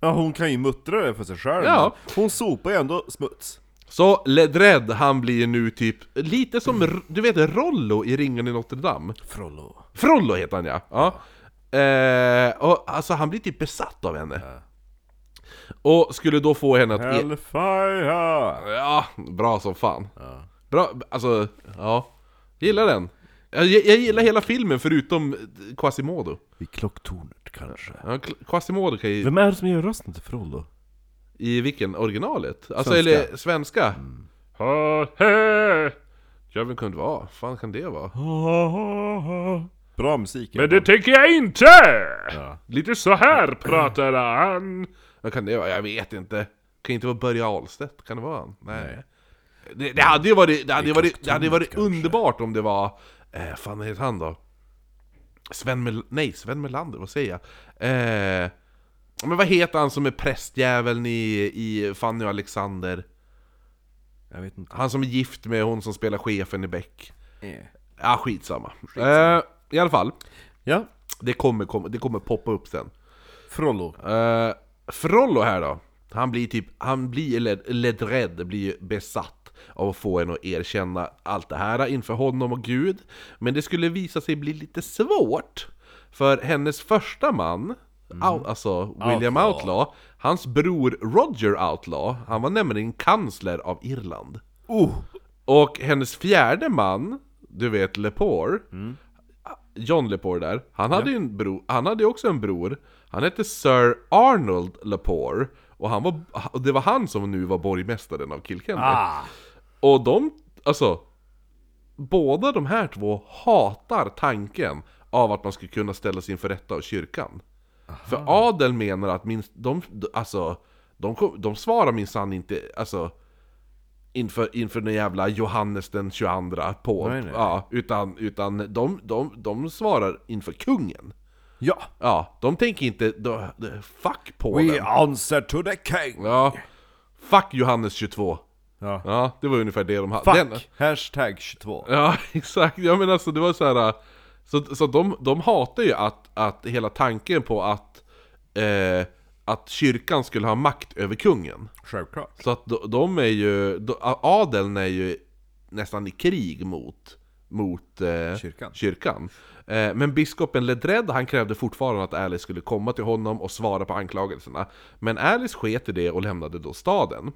Speaker 2: Ja, hon kan ju muttra det för sig själv.
Speaker 1: Ja.
Speaker 2: men Hon sopar ju ändå smuts.
Speaker 1: Så Ledred, han blir nu typ lite som,
Speaker 2: Mm.
Speaker 1: R- du vet Rollo i Ringen i Notre Dame.
Speaker 2: Frollo.
Speaker 1: Frollo heter han ja! ja. Eh, och, alltså han blir typ besatt av henne. Och skulle då få henne att... E-
Speaker 2: Hellfire!
Speaker 1: ja, bra som fan. Bra, alltså, ja. Gillar den. Jag, jag gillar hela filmen förutom eh, Quasimodo.
Speaker 2: I klocktornet kanske.
Speaker 1: Ja, Qu- Quasimodo kan ju...
Speaker 2: Vem är det som gör rösten till Frollo?
Speaker 1: I vilken? Originalet? Alltså,
Speaker 2: Svenska. Mm.
Speaker 1: eller svenska? Ha, he. Ja, vem kunde det vara? fan kan det vara?
Speaker 2: Bra musik.
Speaker 4: Men Eh, det tycker jag inte! Lite så här pratar han.
Speaker 1: Vad kan det vara? Jag vet inte. Kan inte vara Börje Ahlstedt? Kan det vara han? Nej. Det, det hade ju varit, det hade ju varit, det hade ju varit underbart om det var... Eh, fan, vad heter han då? Sven Mel Nej, Sven Melander, vad säger jag? Eh, men vad heter han som är prästjäveln i, i Fanny och Alexander?
Speaker 2: Jag vet inte.
Speaker 1: Han som är gift med hon som spelar chefen i Beck.
Speaker 2: Eh.
Speaker 1: Ja, skitsamma. Eh, I alla fall,
Speaker 2: Ja,
Speaker 1: det kommer, komma- det kommer poppa upp sen.
Speaker 2: Frollo.
Speaker 1: Eh, Frollo här då, han blir typ, han blir led, ledrädd, blir ju besatt av att få en att erkänna allt det här inför honom och Gud. Men det skulle visa sig bli lite svårt, för hennes första man, Au- alltså William Outlaw.
Speaker 2: Outlaw.
Speaker 1: hans bror Roger Outlaw, han var nämligen kansler av Irland.
Speaker 2: Oh!
Speaker 1: Och hennes fjärde man, du vet Lepore, John Lepore där, han hade ju en bro, han hade ju också en bror, han hette Sir Arnold Lepore, och han var, och det var han som nu var borgmästaren av Kilkenny.
Speaker 2: Ah.
Speaker 1: Och de, alltså, båda de här två hatar tanken av att man skulle kunna ställa sig inför rätta av kyrkan. För adeln menar att minst, de, alltså, de, kom- de svarar minsann inte, alltså, inför, inför den jävla Johannes den 22 på,
Speaker 2: Nej, nej.
Speaker 1: Ja, utan, utan de, de, de svarar inför kungen.
Speaker 2: Ja!
Speaker 1: Ja, de tänker inte, de, de, fuck påven.
Speaker 2: We answer to the king!
Speaker 1: Ja, fuck Johannes 22.
Speaker 2: Ja.
Speaker 1: Ja, det var ungefär det de hade.
Speaker 2: Fuck!
Speaker 1: Den-
Speaker 2: Hashtag 22.
Speaker 1: Ja, exakt. Ja, men alltså det var så här. äh, Så, så de, de hatar ju att, att hela tanken på att, eh, att kyrkan skulle ha makt över kungen.
Speaker 2: Självklart.
Speaker 1: Så att de, de är ju, de, adeln är ju nästan i krig mot, mot eh,
Speaker 2: Kyrkan.
Speaker 1: kyrkan. Eh, men biskopen Ledred, han krävde fortfarande att Alice skulle komma till honom och svara på anklagelserna. Men Alice sket i det och lämnade då staden.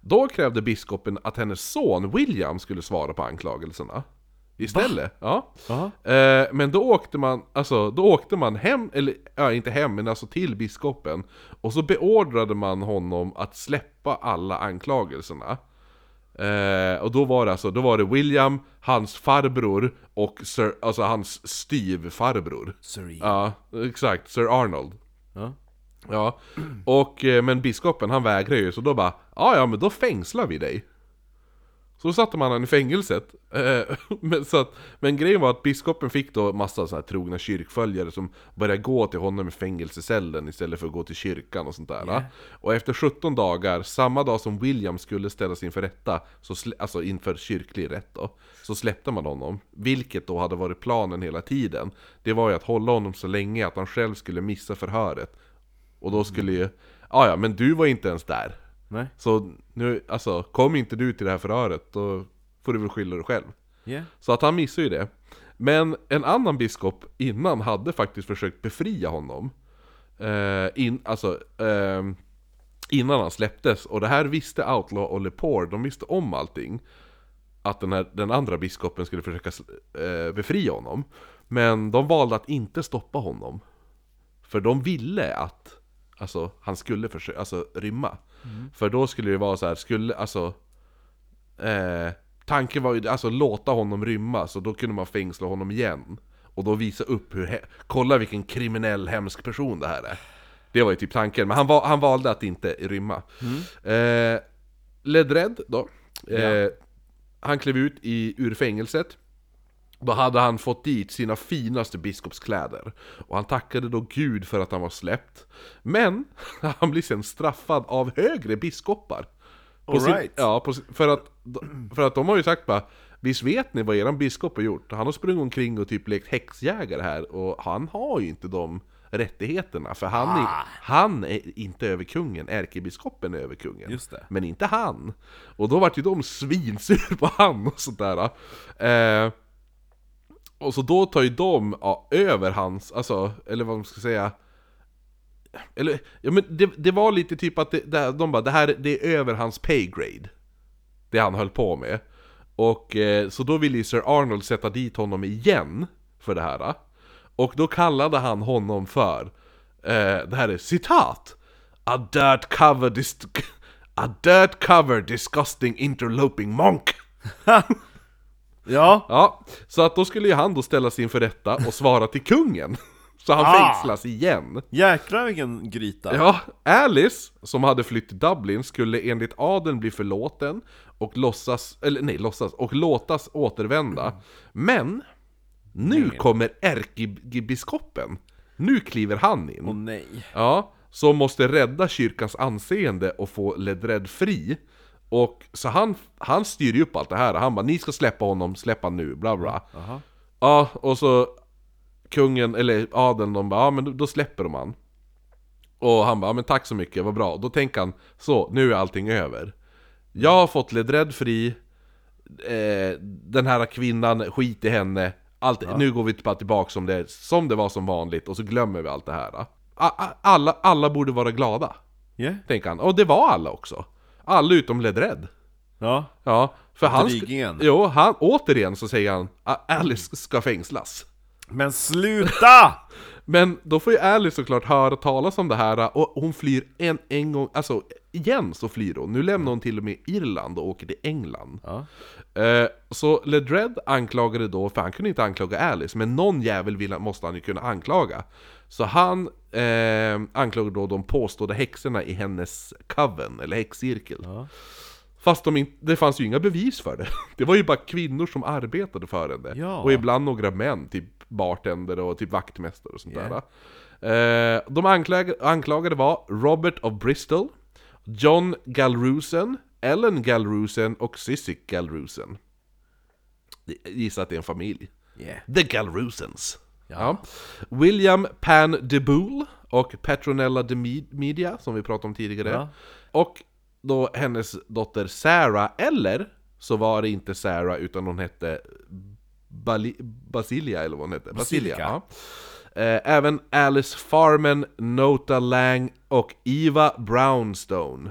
Speaker 1: Då krävde biskopen att hennes son William skulle svara på anklagelserna. Istället. Ja. Eh, men då åkte man, alltså, då åkte man hem, eller ja, inte hem, men alltså till biskopen. Och så beordrade man honom att släppa alla anklagelserna. Eh, och då var det alltså, då var det William, hans farbror och Sir, alltså hans styvfarbror.
Speaker 2: Sorry.
Speaker 1: Ja, exakt. Sir Arnold.
Speaker 2: Ja.
Speaker 1: Ja, och, eh, men biskopen han vägrar ju så då bara ja ja men då fängslar vi dig. Så då satte man honom i fängelset. Eh, Men, så att, men grejen var att biskopen fick då massa så här trogna kyrkföljare som började gå till honom i fängelsecellen istället för att gå till kyrkan och sånt där. va? Och efter 17 dagar, samma dag som William skulle ställas inför rätta, så slä, alltså inför kyrklig rätt då, så släppte man honom. Vilket då hade varit planen hela tiden. Det var ju att hålla honom så länge att han själv skulle missa förhöret. Och då skulle ju, ja ja men du var inte ens där.
Speaker 2: Nej.
Speaker 1: Så nu, alltså kom inte du till det här förhöret, då får du väl skylla dig själv.
Speaker 2: Yeah.
Speaker 1: Så att han missar ju det. Men en annan biskop innan hade faktiskt försökt befria honom. Eh, in, alltså, ehm, innan han släpptes. Och det här visste Outlaw och Lepore, de visste om allting. Att den, här, den andra biskopen skulle försöka sl- eh, befria honom. Men de valde att inte stoppa honom. För de ville att alltså, han skulle försöka, alltså, rymma. För då skulle det vara så här, skulle, alltså, Eh, tanken var ju alltså låta honom rymma, så då kunde man fängsla honom igen. Och då visa upp hur, he- kolla vilken kriminell hemsk person det här är. Det var ju typ tanken, men han, va- han valde att inte rymma. Eh, Ledred då, eh, han klev ut i, ur fängelset. Då hade han fått dit sina finaste biskopskläder Och han tackade då Gud för att han var släppt Men han blir sen straffad av högre biskopar På
Speaker 2: All
Speaker 1: sin-
Speaker 2: right.
Speaker 1: Ja, på, sin- för, att, för att de har ju sagt bara Visst vet ni vad eran biskop har gjort? Han har sprungit omkring och typ lekt häxjägare här Och han har ju inte de rättigheterna För han är,
Speaker 2: Ah.
Speaker 1: han är inte över kungen, ärkebiskopen är över kungen
Speaker 2: Just det.
Speaker 1: men inte han. Och då vart ju de svinsur på han och sådär. Eh, och så då tar ju de ja, över hans, alltså, eller vad man ska säga. Eller, ja men det, det var lite typ att det, det, de bara, det här det är över hans paygrade. Det han höll på med. Och eh, så då ville ju Sir Arnold sätta dit honom igen för det här. Och då kallade han honom för, eh, det här är citat! A dirt cover dis- A dirt cover disgusting interloping monk!
Speaker 2: Ja.
Speaker 1: Ja, så att då skulle ju han då ställas inför rätta och svara till kungen. Så han fängslas igen.
Speaker 2: Jäklar vilken gryta.
Speaker 1: Ja, Alice, som hade flytt till Dublin, skulle enligt adeln bli förlåten och låtsas, eller nej, låtsas, och låtas återvända. Men, nu kommer ärkebiskopen. Nu kliver han in.
Speaker 2: Åh nej.
Speaker 1: Ja, som måste rädda kyrkans anseende och få Ledred fri. Och så han, han styr ju upp allt det här, han bara 'Ni ska släppa honom, släpp han nu' bla bla. Ja, och så kungen, eller adeln, de bara 'Ja men då- då släpper de han' Och han bara "Ja, 'Men tack så mycket, vad bra' Då tänker han 'Så, nu är allting över' Jag har fått Ledred fri eh, Den här kvinnan, skit i henne allt, Nu går vi bara tillbaka som det, som det var som vanligt och så glömmer vi allt det här A- a- alla, alla borde vara glada,
Speaker 2: Yeah.
Speaker 1: tänker han. Och det var alla också. Alla utom Ledred.
Speaker 2: Ja.
Speaker 1: Ja, för han... sk-
Speaker 2: Drygingen.
Speaker 1: Jo, han, återigen så säger han "A- Alice ska fängslas.
Speaker 2: Men sluta!
Speaker 1: Men då får ju Alice såklart höra talas om det här och hon flyr en, en gång, alltså igen så flyr hon. Nu lämnar hon till och med Irland och åker till England.
Speaker 2: Ja.
Speaker 1: Eh, så Ledred anklagade då, för han kunde inte anklaga Alice, men någon jävel vill, han- måste han ju kunna anklaga. Så han eh, anklagade då de påstådda häxorna i hennes coven, eller häxcirkel. Fast de in, det fanns ju inga bevis för det. Det var ju bara kvinnor som arbetade för henne.
Speaker 2: Ja.
Speaker 1: Och ibland några män, typ bartender och typ vaktmästare och sånt där. Eh, de anklag, anklagade var Robert of Bristol, John Galrusen, Ellen Galrusen och Sissy Galrusen. Gissa att det är en familj.
Speaker 2: Yeah.
Speaker 1: The Galrusens.
Speaker 2: Ja.
Speaker 1: Ja. William Pan de Boule och Petronella de Med- Media, som vi pratade om tidigare.
Speaker 2: Ja.
Speaker 1: Och då hennes dotter Sarah, eller så var det inte Sarah utan hon hette Bali- Basilia, eller vad hon hette. Basilia.
Speaker 2: Basilica.
Speaker 1: ja. Eh, Även Alice Farman, Nota Lang och Eva Brownstone.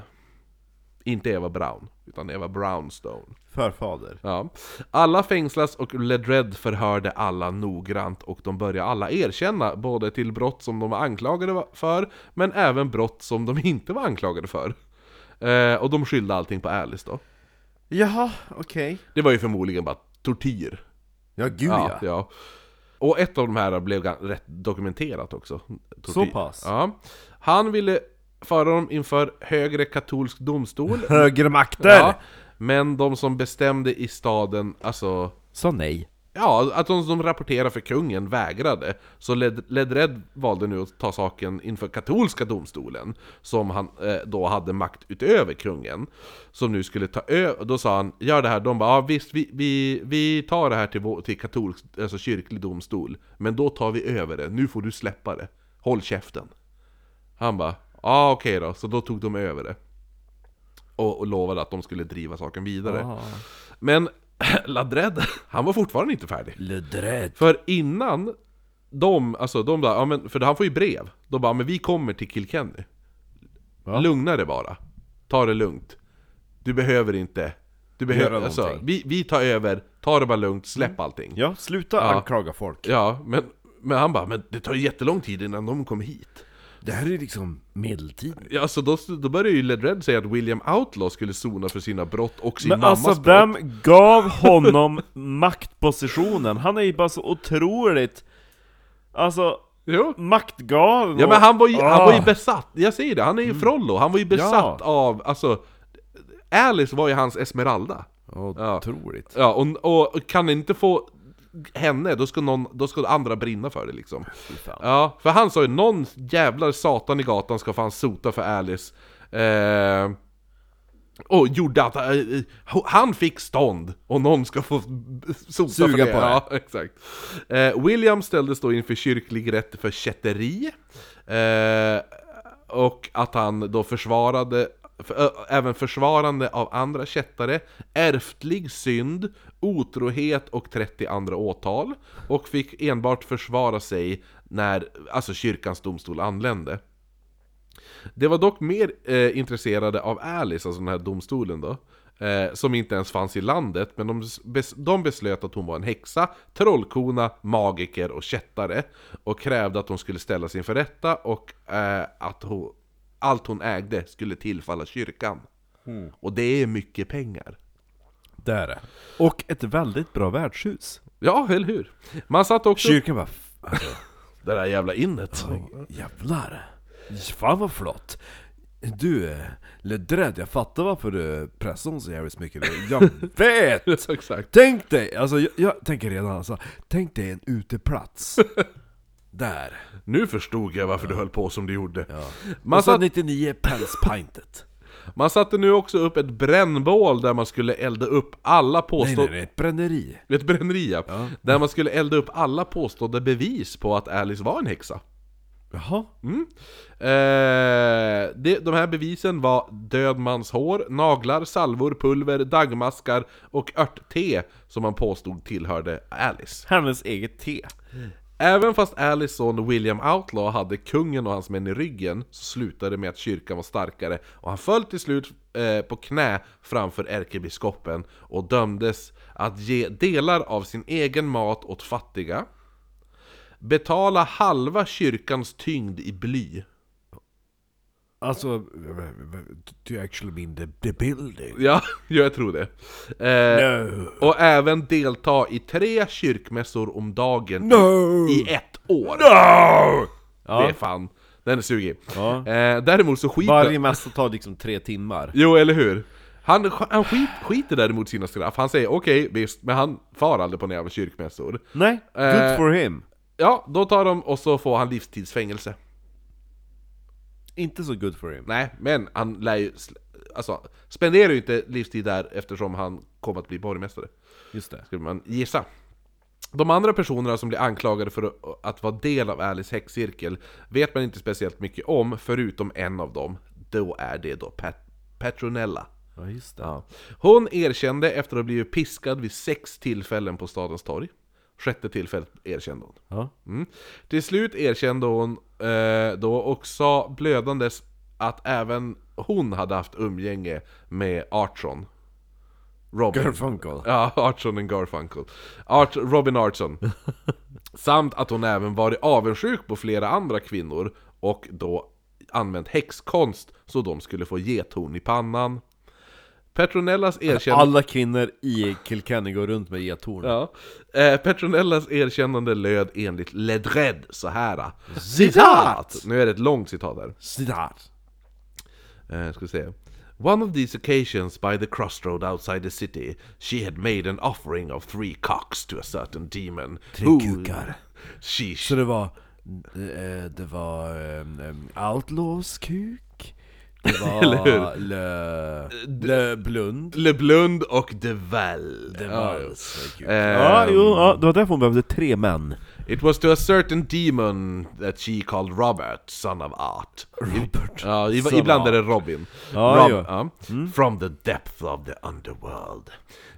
Speaker 1: Inte Eva Brown, utan Eva Brownstone.
Speaker 2: Förfader.
Speaker 1: Ja. Alla fängslas och Ledred förhörde alla noggrant och de började alla erkänna både till brott som de var anklagade för men även brott som de inte var anklagade för. Eh, och de skyllde allting på Alice då.
Speaker 2: Jaha, okej.
Speaker 1: Det var ju förmodligen bara tortyr.
Speaker 2: Ja, gud
Speaker 1: Ja,
Speaker 2: ja.
Speaker 1: ja. Och ett av de här blev gan- rätt dokumenterat också. Tortyr.
Speaker 2: Så pass.
Speaker 1: Ja. Han ville föra dem inför högre katolsk domstol.
Speaker 2: Högre makter!
Speaker 1: ja. Men de som bestämde i staden, alltså...
Speaker 2: Sa nej.
Speaker 1: Ja, att de som rapporterade för kungen vägrade. Så Led, Ledred valde nu att ta saken inför katolska domstolen. Som han eh, då hade makt utöver kungen. Som nu skulle ta över. Då sa han, gör det här. De bara, ja visst, vi, vi, vi tar det här till, vår, till katolsk, alltså kyrklig domstol. Men då tar vi över det. Nu får du släppa det. Håll käften. Han bara, ja okej då. Så då tog de över det. Och, och lovade att de skulle driva saken vidare. Men Ladred, han var fortfarande inte färdig.
Speaker 2: Ludrädd.
Speaker 1: För innan de, alltså de bara, ja men, för han får ju brev. De bara, men vi kommer till Kilkenny. Lugna dig bara. Ta det lugnt. Du behöver inte, du behöver,
Speaker 2: Göra
Speaker 1: alltså,
Speaker 2: någonting. Mm.
Speaker 1: vi, vi tar över, ta det bara lugnt, släpp allting.
Speaker 2: Ja, sluta anklaga folk.
Speaker 1: Ja, men, men han bara, men det tar ju jättelång tid innan de kommer hit.
Speaker 2: Det här är liksom medeltiden.
Speaker 1: Ja, alltså då, då började ju Ledred säga att William Outlaw skulle sona för sina brott och sin
Speaker 2: Men
Speaker 1: mammas
Speaker 2: alltså
Speaker 1: brott.
Speaker 2: vem gav honom maktpositionen? Han är ju bara så otroligt... Alltså,
Speaker 1: Jo.
Speaker 2: maktgalen
Speaker 1: Ja men han var, ju, han
Speaker 2: Ah. Mm.
Speaker 1: var ju besatt, jag säger det, han är ju Frollo, han var ju besatt
Speaker 2: Ja.
Speaker 1: av, alltså Alice var ju hans Esmeralda
Speaker 2: Otroligt.
Speaker 1: Ja, och, och, och kan inte få henne, då ska, någon, då ska andra brinna för det liksom Ja, för han sa ju någon jävlar satan i gatan ska fan sota för Alice eh, Och gjorde att eh, eh, han fick stånd och någon ska få sota för
Speaker 2: Suga
Speaker 1: det.
Speaker 2: på det.
Speaker 1: Ja, exakt. Eh, William ställdes då inför kyrklig rätt för kätteri. Eh, och att han då försvarade, för, ö, även försvarande av andra kättare, ärftlig synd, otrohet och 30 andra åtal. Och fick enbart försvara sig när alltså kyrkans domstol anlände. Det var dock mer eh, intresserade av Alice, alltså den här domstolen då. Eh, som inte ens fanns i landet, men de, bes- de beslöt att hon var en häxa, trollkona, magiker och kättare. Och krävde att hon skulle ställas inför rätta och eh, att hon, allt hon ägde skulle tillfalla kyrkan. Och det är mycket pengar.
Speaker 2: Det är det. Och ett väldigt bra värdshus.
Speaker 1: Ja, eller hur? Man satt också...
Speaker 2: Kyrkan bara,
Speaker 1: det där jävla innet.
Speaker 2: Jävlar! Fan vad flott! Du, eh, Ledred, jag fattar varför du pressar hon så jävligt mycket nu. Jag vet!
Speaker 1: Exakt.
Speaker 2: Tänk dig! Alltså jag, jag tänker redan alltså, tänk dig en uteplats. Där.
Speaker 1: Nu förstod jag varför du höll på som du gjorde. Man
Speaker 2: Och så
Speaker 1: satt
Speaker 2: 99 pälspintet.
Speaker 1: Man satte nu också upp ett brännbål där man skulle elda upp alla
Speaker 2: Nej nej
Speaker 1: påstådda...
Speaker 2: nej, ett bränneri.
Speaker 1: Ett bränneri ja. Där man skulle elda upp alla påstådda bevis på att Alice var en häxa.
Speaker 2: Jaha?
Speaker 1: Eh, det, de här bevisen var död mans hår, naglar, salvor, pulver, dagmaskar och örtte som man påstod tillhörde Alice.
Speaker 2: Hennes eget te.
Speaker 1: Även fast Alice son William Outlaw hade kungen och hans män i ryggen så slutade det med att kyrkan var starkare och han föll till slut eh, på knä framför ärkebiskopen och dömdes att ge delar av sin egen mat åt fattiga betala halva kyrkans tyngd i bly.
Speaker 2: Alltså, do you actually mean the, the building?
Speaker 1: Ja, jag tror det. Eh,
Speaker 2: No!
Speaker 1: och även delta i tre kyrkmässor om dagen
Speaker 2: No!
Speaker 1: i ett år.
Speaker 2: No!
Speaker 1: Det är
Speaker 2: Ja,
Speaker 1: fan, den är sugig.
Speaker 2: Ja.
Speaker 1: Eh, däremot så skiter...
Speaker 2: varje mässa tar liksom tre timmar.
Speaker 1: Jo, eller hur? Han, han skit, skiter däremot sina straff. Han säger okej, visst, men han far aldrig på några jävla kyrkmässor.
Speaker 2: Nej,
Speaker 1: Eh,
Speaker 2: good for him.
Speaker 1: Ja, då tar de och så får han livstidsfängelse.
Speaker 2: Inte så good for him.
Speaker 1: Nej, men han lär ju... sl- Alltså, spenderar ju inte livstid där eftersom han kommer att bli borgmästare.
Speaker 2: Just det.
Speaker 1: skulle man gissa. De andra personerna som blir anklagade för att vara del av Alice häxcirkel vet man inte speciellt mycket om, förutom en av dem. Då är det då Pat Petronella.
Speaker 2: Ja, just det.
Speaker 1: Hon erkände efter att ha blivit piskad vid sex tillfällen på stadens torg. Sjätte tillfället erkände hon.
Speaker 2: Ja.
Speaker 1: Mm. Till slut erkände hon eh, då och sa blödandes att även hon hade haft umgänge med Artson. Robin.
Speaker 2: Garfunkel.
Speaker 1: Ja, Artson and Garfunkel. Art, Robin Artson. Samt att hon även varit avundsjuk på flera andra kvinnor och då använt häxkonst så de skulle få gethorn i pannan. Petronellas erkännande...
Speaker 2: Alla kvinnor i Kilkenny går runt med gethorn.
Speaker 1: Ja. Eh, Petronellas erkännande löd enligt Ledred så här.
Speaker 2: Citat!
Speaker 1: Nu är det ett långt citat här.
Speaker 2: Citat!
Speaker 1: Eh, ska vi se. One of these occasions by the crossroad outside the city she had made an offering of three cocks to a certain demon. who-
Speaker 2: kukar.
Speaker 1: She
Speaker 2: Så det var, eh, det var um, Outlaws kuk, det var Le, le Blund,
Speaker 1: Leblund och Devel.
Speaker 2: det
Speaker 1: Ja,
Speaker 2: var
Speaker 1: ja.
Speaker 2: så kuk.
Speaker 1: Eh,
Speaker 2: Ja, jo, ja, det var därför hon behövde tre män.
Speaker 1: It was to a certain demon that she called Robert, son of Art.
Speaker 2: Robert.
Speaker 1: Ja, i,
Speaker 2: Son of
Speaker 1: ibland är det Robin.
Speaker 2: Ja, Mm.
Speaker 1: Rob,
Speaker 2: jo.
Speaker 1: ja. From the depth of the underworld.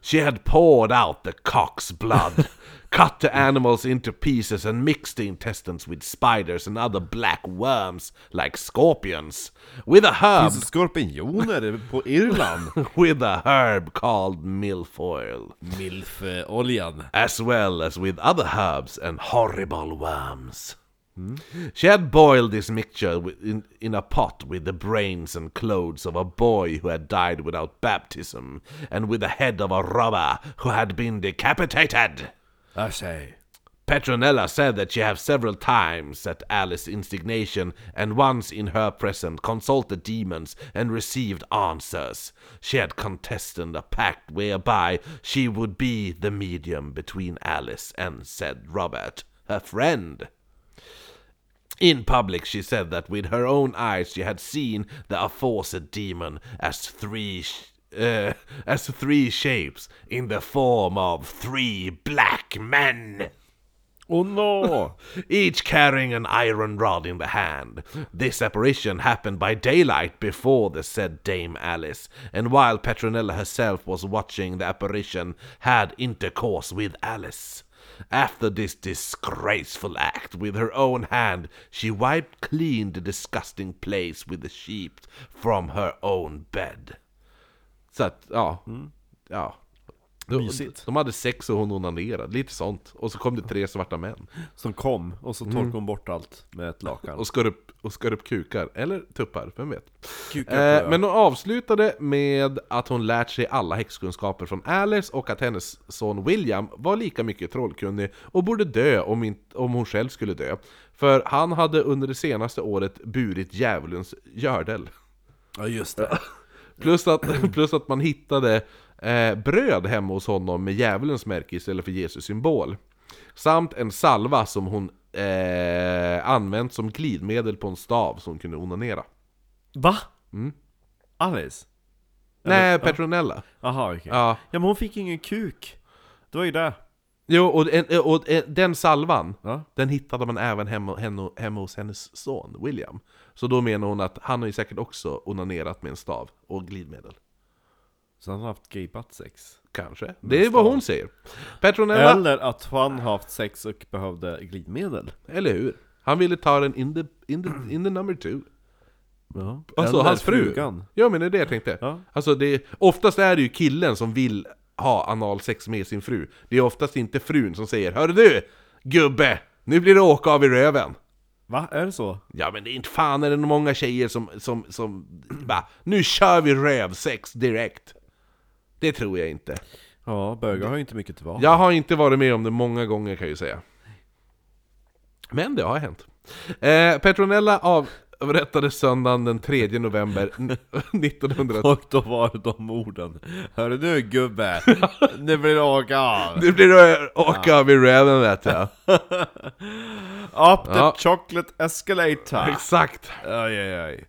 Speaker 1: She had poured out the cock's blood, cut the animals into pieces and mixed the intestines with spiders and other black worms, like scorpions, with a herb,
Speaker 2: Finns det Alltså, skorpioner på Irland?
Speaker 1: with a herb called milfoil.
Speaker 2: Milf-oljan.
Speaker 1: as well as with other herbs and horrible worms. Hmm? She had boiled this mixture wi- in, in a pot with the brains and clothes of a boy who had died without baptism, and with the head of a robber who had been decapitated.
Speaker 2: I say.
Speaker 1: Petronella said that she had several times, at Alice's instigation, and once in her presence, consulted demons and received answers. She had contested a pact whereby she would be the medium between Alice and said Robert, her friend. In public, she said that with her own eyes she had seen the aforesaid demon as three. Sh- uh, as three shapes in the form of three black men
Speaker 2: Oh no!
Speaker 1: each carrying an iron rod in the hand. This apparition happened by daylight before the said Dame Alice, and while Petronella herself was watching, the apparition had intercourse with Alice. After this disgraceful act, with her own hand, she wiped clean the disgusting place with the sheep from her own bed. Så att, ja. ja. De,
Speaker 2: Mysigt.
Speaker 1: de hade sex och hon onanerade, lite sånt. Och så kom det tre svarta män.
Speaker 2: Som kom, och så torkade hon bort allt med ett lakan.
Speaker 1: Och skar upp, och skar upp kukar, eller tuppar, vem vet?
Speaker 2: Kukar tror jag.
Speaker 1: Eh, men hon avslutade med att hon lärt sig alla häxkunskaper från Alice och att hennes son William var lika mycket trollkunnig och borde dö om, inte, om hon själv skulle dö. För han hade under det senaste året burit djävulens gördel.
Speaker 2: Ja just det.
Speaker 1: Plus att, plus att man hittade eh, bröd hemma hos honom med djävulens märke istället för Jesus symbol. Samt en salva som hon eh, använt som glidmedel på en stav som hon kunde onanera.
Speaker 2: Va? Mm. Alice?
Speaker 1: Nej, Petronella.
Speaker 2: Aha, okej.
Speaker 1: Ja.
Speaker 2: Ja men hon fick ingen kuk. Det var ju det.
Speaker 1: Jo, och, en, och en, den salvan,
Speaker 2: Ja.
Speaker 1: den hittade man även hemma, henne, hemma hos hennes son William. Så då menar hon att han har ju säkert också onanerat med en stav och glidmedel.
Speaker 2: Så han har haft gaybutt sex.
Speaker 1: Kanske. Det är vad hon säger. Petronella,
Speaker 2: Eller att han har haft sex och behövde glidmedel.
Speaker 1: eller hur? Han ville ta den in the, in the, in the number two.
Speaker 2: Ja.
Speaker 1: Alltså
Speaker 2: Eller
Speaker 1: hans fru.
Speaker 2: frugan.
Speaker 1: Ja men det är det jag tänkte.
Speaker 2: Ja.
Speaker 1: Alltså det, är- oftast är det ju killen som vill ha analsex med sin fru. Det är oftast inte frun som säger Hör du gubbe, nu blir det åka av i röven.
Speaker 2: Va? Är det så?
Speaker 1: Ja men det är inte fan är det många tjejer som, som, som bara, nu kör vi rövsex direkt. Det tror jag inte.
Speaker 2: Ja, bögar har ju inte mycket till val.
Speaker 1: Jag har inte varit med om det många gånger kan jag ju säga. Men det har hänt. Eh, Petronella avrättades söndagen den 3 november 1910.
Speaker 2: Och då var det de orden. Hörru du gubbe, nu blir det åka av.
Speaker 1: Nu blir det åka av i räven vet jag.
Speaker 2: Up the
Speaker 1: Ja.
Speaker 2: chocolate escalator.
Speaker 1: Exakt.
Speaker 2: Aj, aj, aj.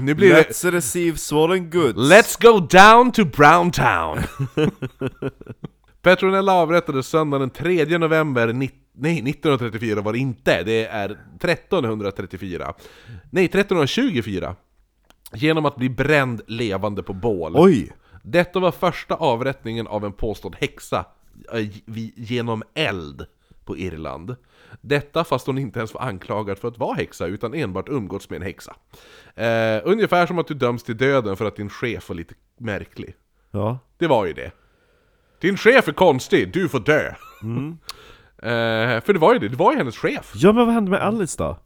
Speaker 1: Nu blir det...
Speaker 2: Let's receive swollen goods.
Speaker 1: Let's go down to Browntown! Petronella avrättades söndagen den 3 november ni- Nej, 1934 var det inte. Det är 1334. Nej, 1324. Genom att bli bränd levande på bål.
Speaker 2: Oj!
Speaker 1: Detta var första avrättningen av en påstådd häxa eh, vi- genom eld på Irland. Detta fast hon inte ens var anklagad för att vara häxa, utan enbart umgåtts med en häxa. Eh, ungefär som att du döms till döden för att din chef var lite märklig.
Speaker 2: Ja.
Speaker 1: Det var ju det. Din chef är konstig, du får dö. eh, för det var ju det, det var ju hennes chef.
Speaker 2: Ja men vad hände med Alice då?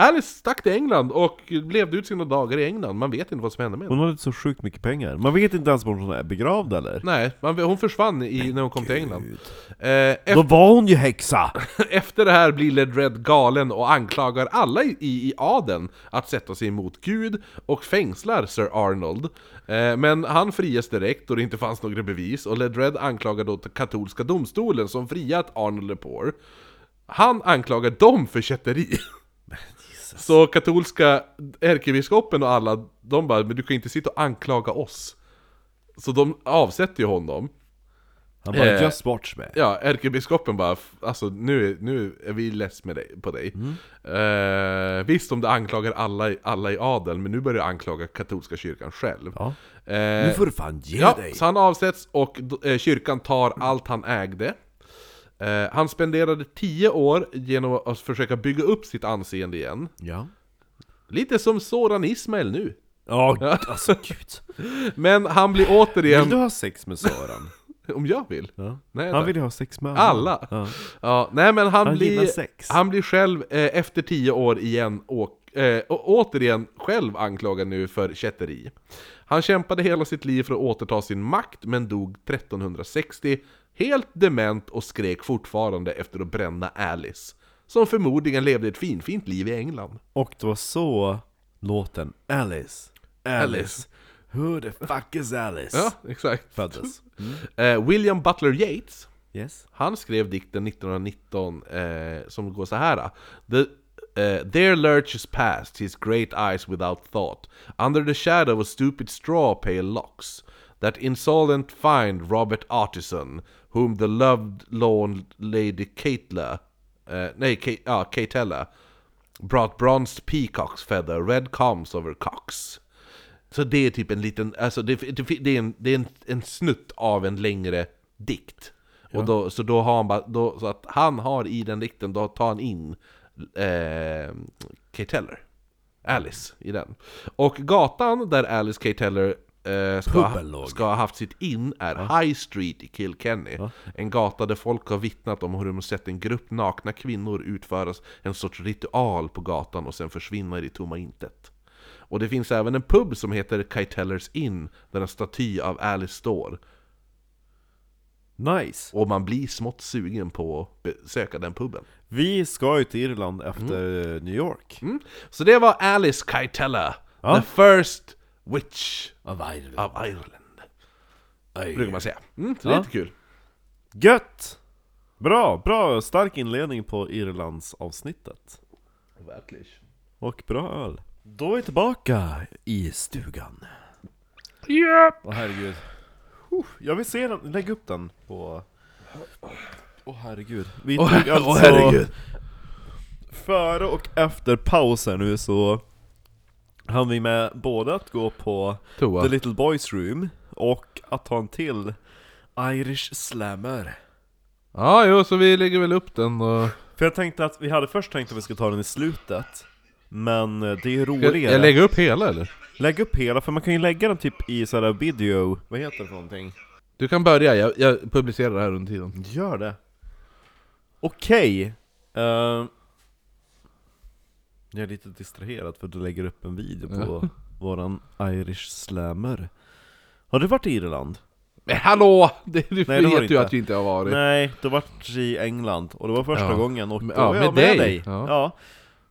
Speaker 1: Alice stack till England och levde ut sina dagar i England. Man vet inte vad som hände med henne.
Speaker 2: Hon hade så sjukt mycket pengar. Man vet inte ens om hon är begravd eller?
Speaker 1: Nej, man, vet- hon försvann i, när hon kom till England. Eh,
Speaker 2: Då var hon ju häxa!
Speaker 1: Efter det här blir Led Red galen och anklagar alla i, i adeln att sätta sig emot Gud och fängslar Sir Arnold. Eh, men han frias direkt då det inte fanns några bevis och Led Red anklagar då katolska domstolen som friat Arnold Lepore. Han anklagar dem för kätteri. Så katolska ärkebiskopen och alla, de bara 'Men du kan inte sitta och anklaga oss' Så de avsätter ju honom.
Speaker 2: Han bara
Speaker 1: Eh.
Speaker 2: 'Just watch me'
Speaker 1: Ja, ärkebiskopen bara, "F- alltså nu, är- nu är vi less med dig, på dig.
Speaker 2: Mm.
Speaker 1: Eh, visst, om du anklagar alla, i- alla i adeln, men nu börjar du anklaga katolska kyrkan själv.
Speaker 2: Ja.
Speaker 1: Eh,
Speaker 2: Nu får du fan ge
Speaker 1: ja,
Speaker 2: dig!
Speaker 1: så han avsätts och d- eh, kyrkan tar allt han ägde. Eh, han spenderade tio år genom att försöka bygga upp sitt anseende igen.
Speaker 2: Ja.
Speaker 1: Lite som Soran Ismail nu.
Speaker 2: Ja, alltså gud.
Speaker 1: Men han blir
Speaker 2: Vill du
Speaker 1: återigen...
Speaker 2: ha sex med Soran?
Speaker 1: Om jag vill?
Speaker 2: Ja.
Speaker 1: Nej,
Speaker 2: Han
Speaker 1: tack.
Speaker 2: vill ju ha sex med
Speaker 1: Alla! Ja.
Speaker 2: Ja.
Speaker 1: nej men han,
Speaker 2: Han gillar
Speaker 1: blir,
Speaker 2: sex.
Speaker 1: han blir själv eh, efter tio år igen och, eh, och återigen själv anklagad nu för kätteri. Han kämpade hela sitt liv för att återta sin makt men dog 1360 helt dement och skrek fortfarande efter att bränna Alice. Som förmodligen levde ett finfint liv i England.
Speaker 2: Och det var så låten Alice, Alice, who the fuck is Alice?
Speaker 1: Ja, exakt.
Speaker 2: Föddes.
Speaker 1: Eh, William Butler Yeats
Speaker 2: Yes.
Speaker 1: Han skrev dikten 1919 eh, som går så här. The, eh, There lurches past his great eyes without thought Under the shadow of stupid straw pale locks That insolent find Robert Artisan Whom the loved lorn lady Catella eh, Nej, Ca- ja, Catella Brought bronzed peacock's feather Red combs over cocks Så det är typ en liten, alltså det, det, det är, en, det är en, en snutt av en längre dikt. Och då, så då har han bara, då, så att han har i den dikten, då tar han in eh, Kate Teller. Alice i den. Och gatan där Alice Kate Teller eh, ska,
Speaker 2: Puben låg.
Speaker 1: ska ha haft sitt in är High Street i Kilkenny. En gata där folk har vittnat om hur de har sett en grupp nakna kvinnor utföras en sorts ritual på gatan och sen försvinna i tomma intet. Och det finns även en pub som heter Kitellers Inn, där en staty av Alice står.
Speaker 2: Nice.
Speaker 1: Och man blir smått sugen på att besöka den puben.
Speaker 2: Vi ska ju till Irland efter eh, New York.
Speaker 1: Mm. Så det var Alice Kitella, the first witch
Speaker 2: Av Irland.
Speaker 1: of Ireland, brukar man säga. Mm, så det är
Speaker 2: Ja.
Speaker 1: lite kul.
Speaker 2: Gött! Bra, bra, stark inledning på Irlands avsnittet.
Speaker 1: Verkligen.
Speaker 2: Och bra öl. Då är vi tillbaka i stugan.
Speaker 4: Japp!
Speaker 2: Åh herregud. Uff, Jag vill se den, lägg upp den på... Åh herregud. Vi tog alltså... Före och efter pausen nu så hann vi med både att gå på
Speaker 1: Toa.
Speaker 2: The Little Boys Room och att ha en till Irish Slammer.
Speaker 1: Ja, jo, så vi lägger väl upp den och...
Speaker 2: För jag tänkte att vi hade först tänkt att vi skulle ta den i slutet Men eh, det är
Speaker 1: Jag,
Speaker 2: roligare
Speaker 1: jag lägger upp hela eller?
Speaker 2: Lägg upp hela, för man kan ju lägga den typ i sådär video Vad heter det för någonting?
Speaker 1: Du kan börja, jag, jag publicerar det här under tiden.
Speaker 2: Gör det! Okej! Eh, jag är lite distraherad för du lägger upp en video på våran Irish Slammer Har du varit i Irland?
Speaker 1: Men hallå! Det, du
Speaker 2: Nej, det
Speaker 1: vet
Speaker 2: har du
Speaker 1: ju
Speaker 2: inte.
Speaker 1: att du inte har varit.
Speaker 2: Nej, du har varit i England och det var första
Speaker 1: Ja.
Speaker 2: gången och då
Speaker 1: Men- ja,
Speaker 2: var jag
Speaker 1: med
Speaker 2: med,
Speaker 1: dig.
Speaker 2: dig!
Speaker 1: Ja.
Speaker 2: Ja.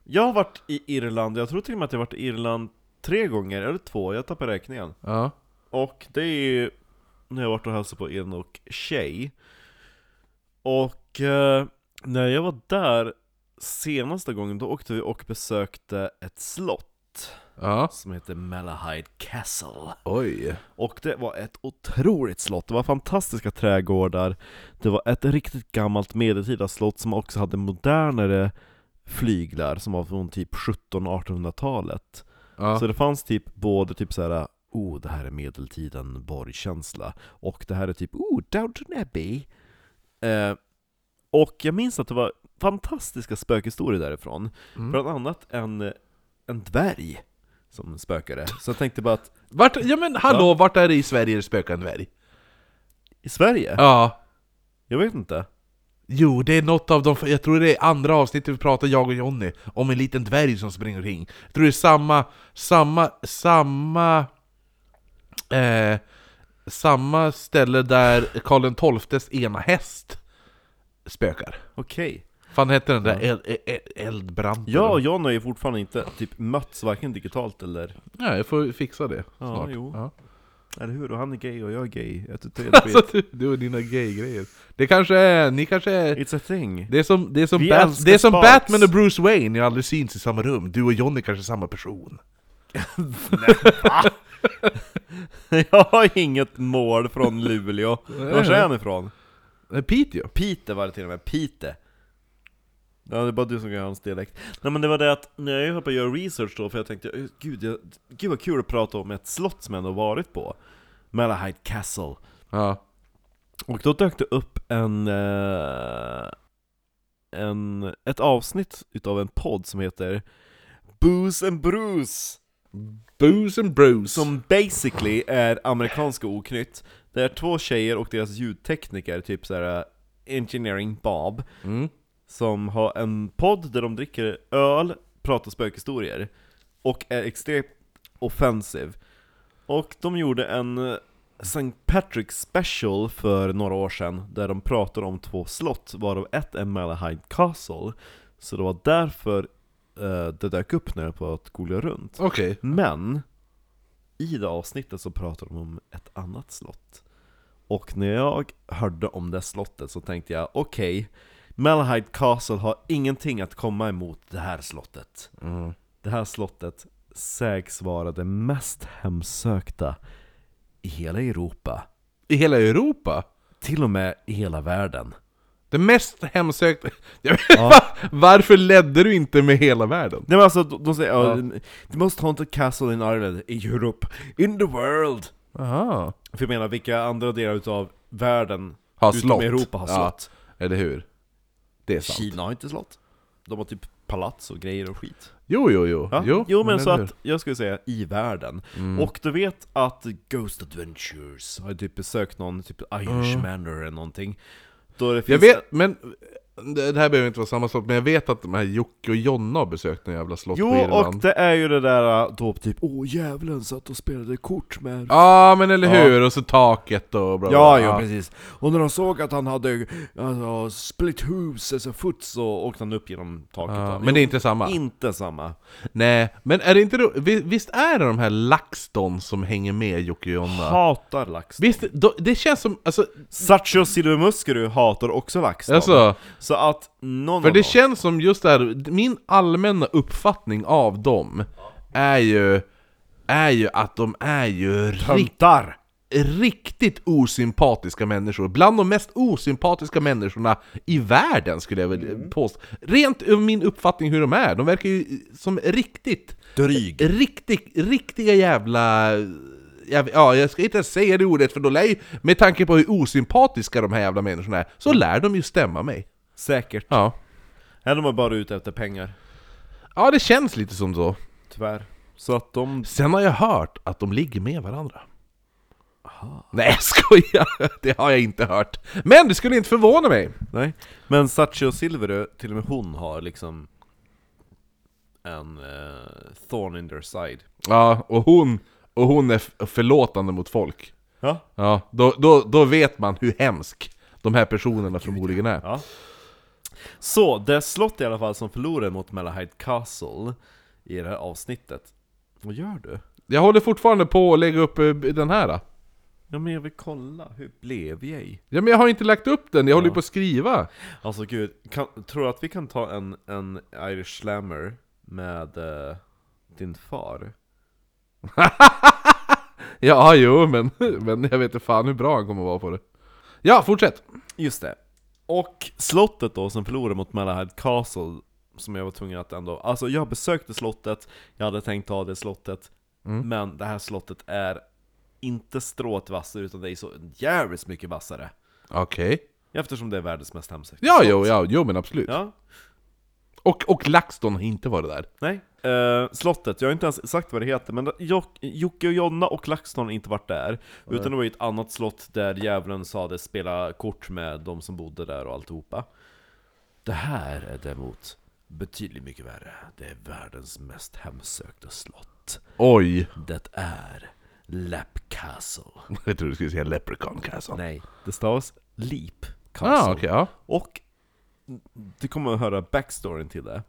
Speaker 2: Jag har varit i Irland, jag tror till och med att jag har varit i Irland tre gånger, eller två, jag tappar räkningen
Speaker 1: Ja.
Speaker 2: Och det är ju när jag varit och hälsat på en och tjej Och eh, när jag var där senaste gången, då åkte vi och besökte ett slott
Speaker 1: Ja.
Speaker 2: som heter Malahide Castle
Speaker 1: Oj.
Speaker 2: och det var ett otroligt slott, det var fantastiska trädgårdar Det var ett riktigt gammalt medeltida slott som också hade modernare flyglar som var från typ 1700-1800-talet
Speaker 1: Ja.
Speaker 2: Så det fanns typ både typ så här. oh det här är medeltiden borgkänsla och det här är typ oh Downton Abbey eh, Och jag minns att det var fantastiska spökhistorier därifrån Bland annat en, en dvärg som spökade, så jag tänkte bara att
Speaker 1: Vart, ja men hallå, vart är det i Sverige det spökar en dvärg?
Speaker 2: i Sverige?
Speaker 1: Ja.
Speaker 2: Jag vet inte
Speaker 1: Jo, det är något av de, jag tror det är andra avsnittet vi pratar, jag och Jonny, om en liten dvärg som springer omkring. Jag tror det är samma, samma, samma... Eh, samma ställe där Karl XIIs ena häst spökar.
Speaker 2: Okej.
Speaker 1: Fan hette den där e-, eld, eld, Eldbrand?
Speaker 2: Jag och John har ju fortfarande inte typ mötts varken digitalt eller...
Speaker 1: Nej, jag får fixa det
Speaker 2: Ja,
Speaker 1: snart.
Speaker 2: jo.
Speaker 1: Ja.
Speaker 2: Eller hur? Och han är gay och jag är gay. Jag tycker det är
Speaker 1: Så att du, du och dina gay-grejer. Det kanske är, ni kanske är...
Speaker 2: It's a thing.
Speaker 1: Det är som, det är som,
Speaker 2: Vi
Speaker 1: Bat,
Speaker 2: älskar
Speaker 1: det är som
Speaker 2: Sparks.
Speaker 1: Batman och Bruce Wayne, jag har aldrig syns i samma rum. Du och Johnny kanske är samma person.
Speaker 2: Jag har inget mål från Luleå. Var är han ifrån?
Speaker 1: Eh, Piteå?
Speaker 2: Pite var det till och med, Pite Ja det är bara du som kan hans dialekt Nej men det var det att, när jag höll på att göra research då, för jag tänkte "Åh, Gud, jag, gud vad kul att prata om ett slott som jag ändå varit på Malahide Castle
Speaker 1: Ja.
Speaker 2: Och då dök det upp en, eh, en ett avsnitt utav en podd som heter Booze and Bruce
Speaker 1: Booze and Bruce.
Speaker 2: Som basically är amerikanska oknytt Det är två tjejer och deras ljudtekniker, typ såhär Engineering Bob
Speaker 1: Mm.
Speaker 2: som har en podd där de dricker öl, pratar spökhistorier och är extremt offensive. Och de gjorde en eh, St. Patrick special för några år sedan där de pratar om två slott varav ett är Malahide Castle. Så det var därför eh, det dök upp när jag var på att googla runt.
Speaker 1: Okej.
Speaker 2: Men i det avsnittet så pratar de om ett annat slott. Och när jag hörde om det slottet så tänkte jag okej, Malahide Castle har ingenting att komma emot det här slottet. Det här slottet sägs vara det mest hemsökta i hela Europa.
Speaker 1: I hela Europa?
Speaker 2: Till och med i hela världen.
Speaker 1: Det mest hemsökta... Jag vet inte, Varför ledde du inte med hela världen?
Speaker 2: Nej men alltså, de, de säger ja. The most haunted castle in Ireland, in Europe, in the world'
Speaker 1: Aha.
Speaker 2: För jag menar, vilka andra delar utav världen
Speaker 1: Har
Speaker 2: utom
Speaker 1: slott.
Speaker 2: Europa har
Speaker 1: Ja,
Speaker 2: slott?
Speaker 1: Eller hur? Det är sant.
Speaker 2: Kina har inte slott. De har typ palats och grejer och skit.
Speaker 1: Jo, jo, jo.
Speaker 2: Ja? Jo, men, så
Speaker 1: eller Mm.
Speaker 2: att, jag skulle säga i världen. Och du vet att Ghost Adventures har typ besökt någon, typ Irishman eller någonting. Då det
Speaker 1: Jag
Speaker 2: finns
Speaker 1: vet, men... Det det här behöver inte vara samma slott, men jag vet att de här Jocke och Jonna har besökt några jävla slott på
Speaker 2: Jo,
Speaker 1: Irland.
Speaker 2: och det är ju det där då typ Åh djävulen satt och spelade kort med...
Speaker 1: Ja, men eller
Speaker 2: Ja.
Speaker 1: hur? Och så taket och bla bla.
Speaker 2: Ja,
Speaker 1: bla.
Speaker 2: ja, precis. Och när de såg att han hade alltså, split hus, alltså foot, så åkte han upp genom taket.
Speaker 1: Ja,
Speaker 2: då.
Speaker 1: men det är inte samma.
Speaker 2: Inte samma.
Speaker 1: Nej, men är det inte då, vi- visst är det de här LaxTon som hänger med Jocke och Jonna?
Speaker 2: Hatar lax.
Speaker 1: Visst, då, det känns som, alltså,
Speaker 2: Satcho Silvermuskuru hatar också LaxTon.
Speaker 1: alltså
Speaker 2: Så att någon
Speaker 1: För
Speaker 2: av
Speaker 1: det
Speaker 2: dem-
Speaker 1: känns som just det här, min allmänna uppfattning av dem är ju, är ju att de är ju rik,
Speaker 2: Töntar!
Speaker 1: riktigt osympatiska människor. Bland de mest osympatiska människorna i världen skulle jag väl påstå. Rent ur min uppfattning hur de är, de verkar ju som riktigt
Speaker 2: Dryg.
Speaker 1: Riktig, riktiga jävla... jäv- Ja, jag ska inte ens säga det ordet för då lär ju, med tanke på hur osympatiska de här jävla människorna är, så lär de ju stämma mig.
Speaker 2: Säkert.
Speaker 1: Ja.
Speaker 2: Eller de är bara ute efter pengar.
Speaker 1: Ja, det känns lite som så.
Speaker 2: Tyvärr. Så att de...
Speaker 1: Sen har jag hört att de ligger med varandra. Nej, jag skojar! Det har jag inte hört. Men det skulle inte förvåna mig.
Speaker 2: Nej. Men Satcho Silveru, till och med hon har liksom... En eh, thorn in their side.
Speaker 1: Ja, och hon, och hon är f- förlåtande mot folk.
Speaker 2: Ja.
Speaker 1: Ja, då, då, då vet man hur hemsk de här personerna förmodligen är.
Speaker 2: Ja. Så, det slott i alla fall som förlorade mot Malahide Castle i det här avsnittet. Vad gör du?
Speaker 1: Jag håller fortfarande på att lägga upp eh, den här. Då.
Speaker 2: Ja men jag vill kolla, hur blev jag?
Speaker 1: Ja men jag har inte lagt upp den, jag håller ju på att skriva!
Speaker 2: Alltså gud, kan, tror du att vi kan ta en, en Irish slammer med eh, din far?
Speaker 1: Ja, jo men, men jag vet inte fan hur bra han kommer vara på det. Ja, fortsätt!
Speaker 2: Just det. Och slottet då som förlorade mot Malahide Castle, som jag var tvungen att ändå... Alltså jag besökte slottet, jag hade tänkt ta det slottet, men det här slottet är inte strået vassare utan det är så jävligt mycket vassare.
Speaker 1: Okej.
Speaker 2: Eftersom det är världens mest hemsökta
Speaker 1: Ja,
Speaker 2: slott.
Speaker 1: jo, ja, jo men absolut.
Speaker 2: ja.
Speaker 1: Och, och LaxTon har inte varit där.
Speaker 2: Nej. Eh, slottet, jag har inte ens sagt vad det heter, men Jock- Jocke och Jonna och LaxTon har inte varit där. Utan det var ju ett annat slott där djävulen sade spela kort med de som bodde där och alltihopa. Det här är däremot betydligt mycket värre. Det är världens mest hemsökta slott.
Speaker 1: Oj!
Speaker 2: Det är Lap Castle.
Speaker 1: Jag trodde du skulle säga Leprechaun Castle.
Speaker 2: Nej, det stavas Leap Castle.
Speaker 1: Ah, okej, ja.
Speaker 2: Och du kommer att höra backstoryn till det. Eh,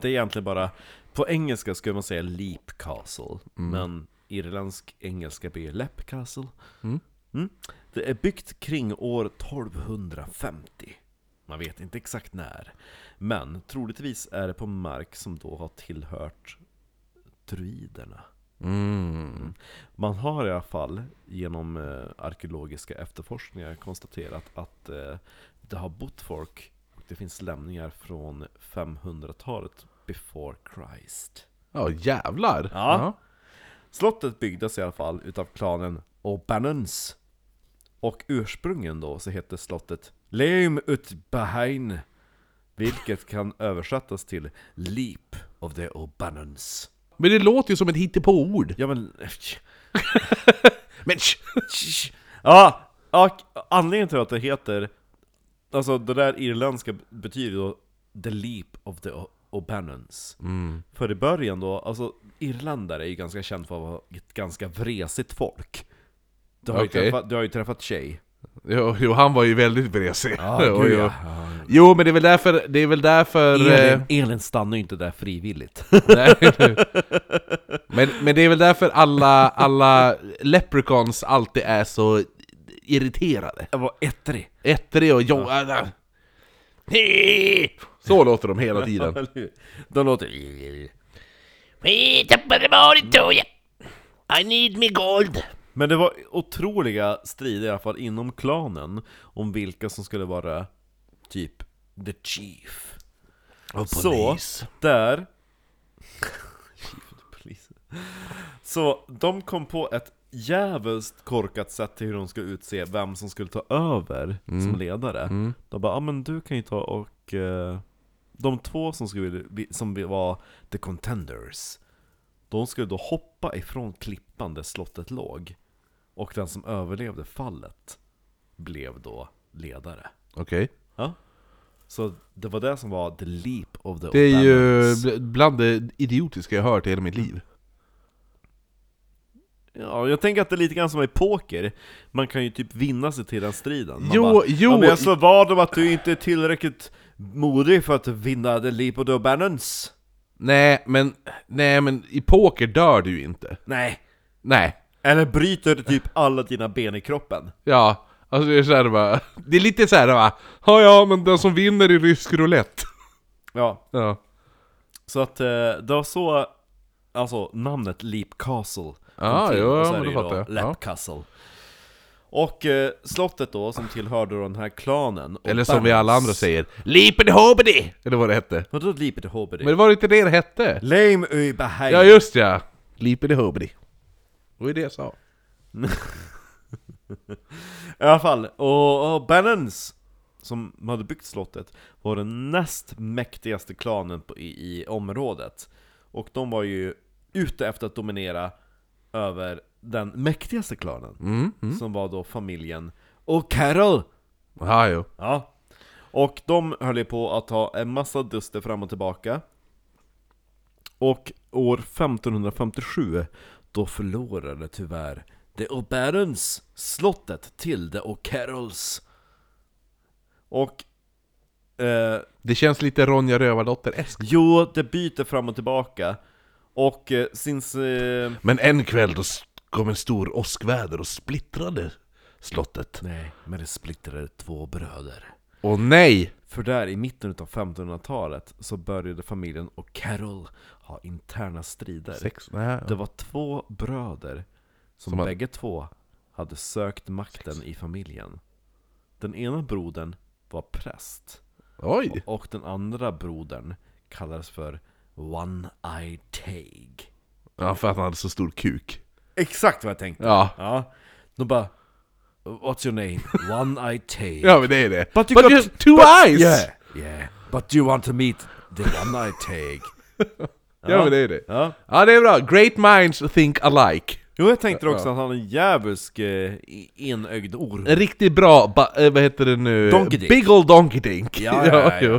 Speaker 2: Det är egentligen bara, på engelska skulle man säga Leap Castle, men irländsk engelska blir Lep Castle. Mm. Det är byggt kring år 1250. Man vet inte exakt när. Men troligtvis är det på mark som då har tillhört druiderna.
Speaker 1: Mm.
Speaker 2: Man har i alla fall genom eh, arkeologiska efterforskningar konstaterat att eh, det har bott folk och det finns lämningar från 500-talet before Christ.
Speaker 1: Ja, jävlar!
Speaker 2: Ja. Slottet byggdes i alla fall utav klanen O'Bannons. Och ursprungen då så hette slottet Leim ut Behain. Vilket kan översättas till Leap of the O'Bannons.
Speaker 1: Men det låter ju som ett hittepå-ord.
Speaker 2: Ja men... eh,
Speaker 1: Men tsch.
Speaker 2: Ja, och anledningen till att det heter Alltså det där irländska betyder då The Leap of the O- O'Bannons
Speaker 1: Mm.
Speaker 2: För i början då, alltså irländare är ju ganska känt för att vara ett ganska vresigt folk Du har,
Speaker 1: Okej.
Speaker 2: ju, träffat, du har ju träffat tjej
Speaker 1: Jo, jo, han var ju väldigt vresig. Jo,
Speaker 2: gud,
Speaker 1: jo.
Speaker 2: ja.
Speaker 1: jo, men det är väl därför... Det är väl därför... eh,
Speaker 2: Elin, Elin stannar ju inte där frivilligt
Speaker 1: Nej. men, men det är väl därför alla, alla leprechauns alltid är så irriterade.
Speaker 2: Jag var ettrig
Speaker 1: Ettrig och jo... äh, äh. Hej! Så låter de hela tiden.
Speaker 2: Eller hur? De låter...
Speaker 3: Vi tappade valet I need me gold.
Speaker 2: Men det var otroliga strider i alla fall inom klanen Om vilka som skulle vara typ the chief
Speaker 1: Och
Speaker 2: Så, där... Polis. Så de kom på ett jävligt korkat sätt till hur de skulle utse vem som skulle ta över som ledare.
Speaker 1: Mm.
Speaker 2: De bara, ja ah, men du kan ju ta och... eh, De två som skulle som var the contenders, de skulle då hoppa ifrån klippan där slottet låg. Och den som överlevde fallet blev då ledare.
Speaker 1: Okej.
Speaker 2: Ja. Så det var det som var the leap of the
Speaker 1: Det är ju
Speaker 2: O'Bannons.
Speaker 1: bl- bland det idiotiska jag hört i hela mitt liv.
Speaker 2: Ja, jag tänker att det är lite grann som i poker Man kan ju typ vinna sig till den striden Man
Speaker 1: Jo,
Speaker 2: bara,
Speaker 1: jo.
Speaker 2: Ja, men jag slår vad om att du inte är tillräckligt modig för att vinna the leap of the O'Bannons
Speaker 1: Nej, men, nej, men i poker dör du ju inte.
Speaker 2: Nej!
Speaker 1: Nej.
Speaker 2: Eller bryter typ alla dina ben i kroppen
Speaker 1: Ja. Alltså det är såhär bara... Det är lite såhär va... Ja, ja, men den som vinner i rysk roulette.
Speaker 2: Ja,
Speaker 1: Ja.
Speaker 2: så att eh, det var så Alltså namnet Leap Castle
Speaker 1: Ja,
Speaker 2: kom till.
Speaker 1: jo,
Speaker 2: Och
Speaker 1: ja,
Speaker 2: så är
Speaker 1: men
Speaker 2: det
Speaker 1: det
Speaker 2: ju då
Speaker 1: fattar jag.
Speaker 2: Lap
Speaker 1: Ja.
Speaker 2: Castle Och eh, slottet då som tillhörde då den här klanen
Speaker 1: Eller som vi alla andra säger,
Speaker 3: Leapity hoppity.
Speaker 1: eller vad det hette.
Speaker 2: Vadå Leap the Hobbit?
Speaker 1: Men det var inte det det hette?
Speaker 2: Lame Öy Bahai
Speaker 1: Ja just ja! Lipidi Hubidi. Det var ju det jag sa.
Speaker 2: I alla fall, och, och Bannons, som hade byggt slottet, var den näst mäktigaste klanen på, i, i området. Och de var ju ute efter att dominera över den mäktigaste klanen, som var då familjen O'Carroll!
Speaker 1: Jaha jo.
Speaker 2: Ja. Och de höll ju på att ha en massa duster fram och tillbaka. Och år 1557, då förlorade tyvärr The O'Barons slottet till The O'Carrolls. Och... Eh,
Speaker 1: Det känns lite Ronja Rövardotter-esk.
Speaker 2: jo, det byter fram och tillbaka. Och eh, since... Eh,
Speaker 1: Men en kväll då s- kom en stor åskväder och splittrade slottet.
Speaker 2: nej, men det splittrade två bröder.
Speaker 1: Åh nej!
Speaker 2: För där i mitten av 1500-talet så började familjen O'Carroll ha interna strider.
Speaker 1: Sex? Nej.
Speaker 2: Det var två bröder som,
Speaker 1: Som hade-
Speaker 2: bägge två hade sökt makten i familjen. Den ena brodern var präst
Speaker 1: Oj!
Speaker 2: och den andra brodern kallades för One-Eyed Tag.
Speaker 1: Ja för att han hade så stor kuk.
Speaker 2: Exakt vad jag tänkte! Ja.
Speaker 1: Ja.
Speaker 2: De bara What's your name? One-Eyed Tag.
Speaker 1: Ja men det är det.
Speaker 2: But you got-
Speaker 1: two
Speaker 2: but-
Speaker 1: eyes!
Speaker 2: Yeah, yeah.
Speaker 5: But do you want to meet the one I take?
Speaker 1: Ja, men det är det.
Speaker 2: Ja.
Speaker 1: Ja, det är bra. Great minds think alike.
Speaker 2: Jo jag tänkte också att han är en djävulsk eh, i- enögd orm.
Speaker 1: En riktigt bra, ba, eh, vad heter det nu?
Speaker 2: Donkey Dink.
Speaker 1: Big old Donkey Dink.
Speaker 2: Ja, ja, ja,
Speaker 1: jo.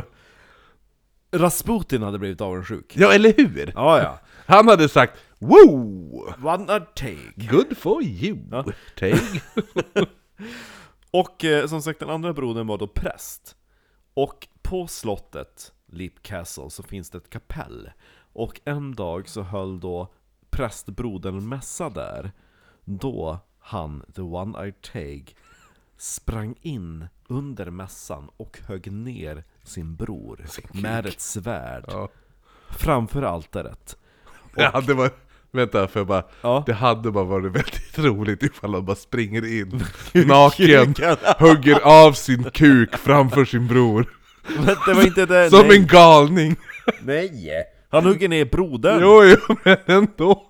Speaker 2: ja. Rasputin hade blivit avundsjuk.
Speaker 1: ja, eller hur?
Speaker 2: Ja, ja.
Speaker 1: Han hade sagt Woo!
Speaker 2: One are take.
Speaker 1: Good for you,
Speaker 2: Ja.
Speaker 1: Teg.
Speaker 2: Och eh, som sagt, den andra brodern var då präst. Och på slottet, Leap Castle, så finns det ett kapell. Och en dag så höll då prästbrodern mässa där. Då han, the one-eyed Teg, sprang in under mässan och högg ner sin bror med ett svärd.
Speaker 1: Ja.
Speaker 2: Framför altaret.
Speaker 1: Det hade varit... Vänta, för jag bara...
Speaker 2: Ja.
Speaker 1: Det hade bara varit väldigt roligt ifall han bara springer in naken, hugger av sin kuk framför sin bror.
Speaker 2: Men det var inte det,
Speaker 1: Som
Speaker 2: nej.
Speaker 1: en galning.
Speaker 2: nej! Han hugger ner brodern!
Speaker 1: Jo, jo, men ändå.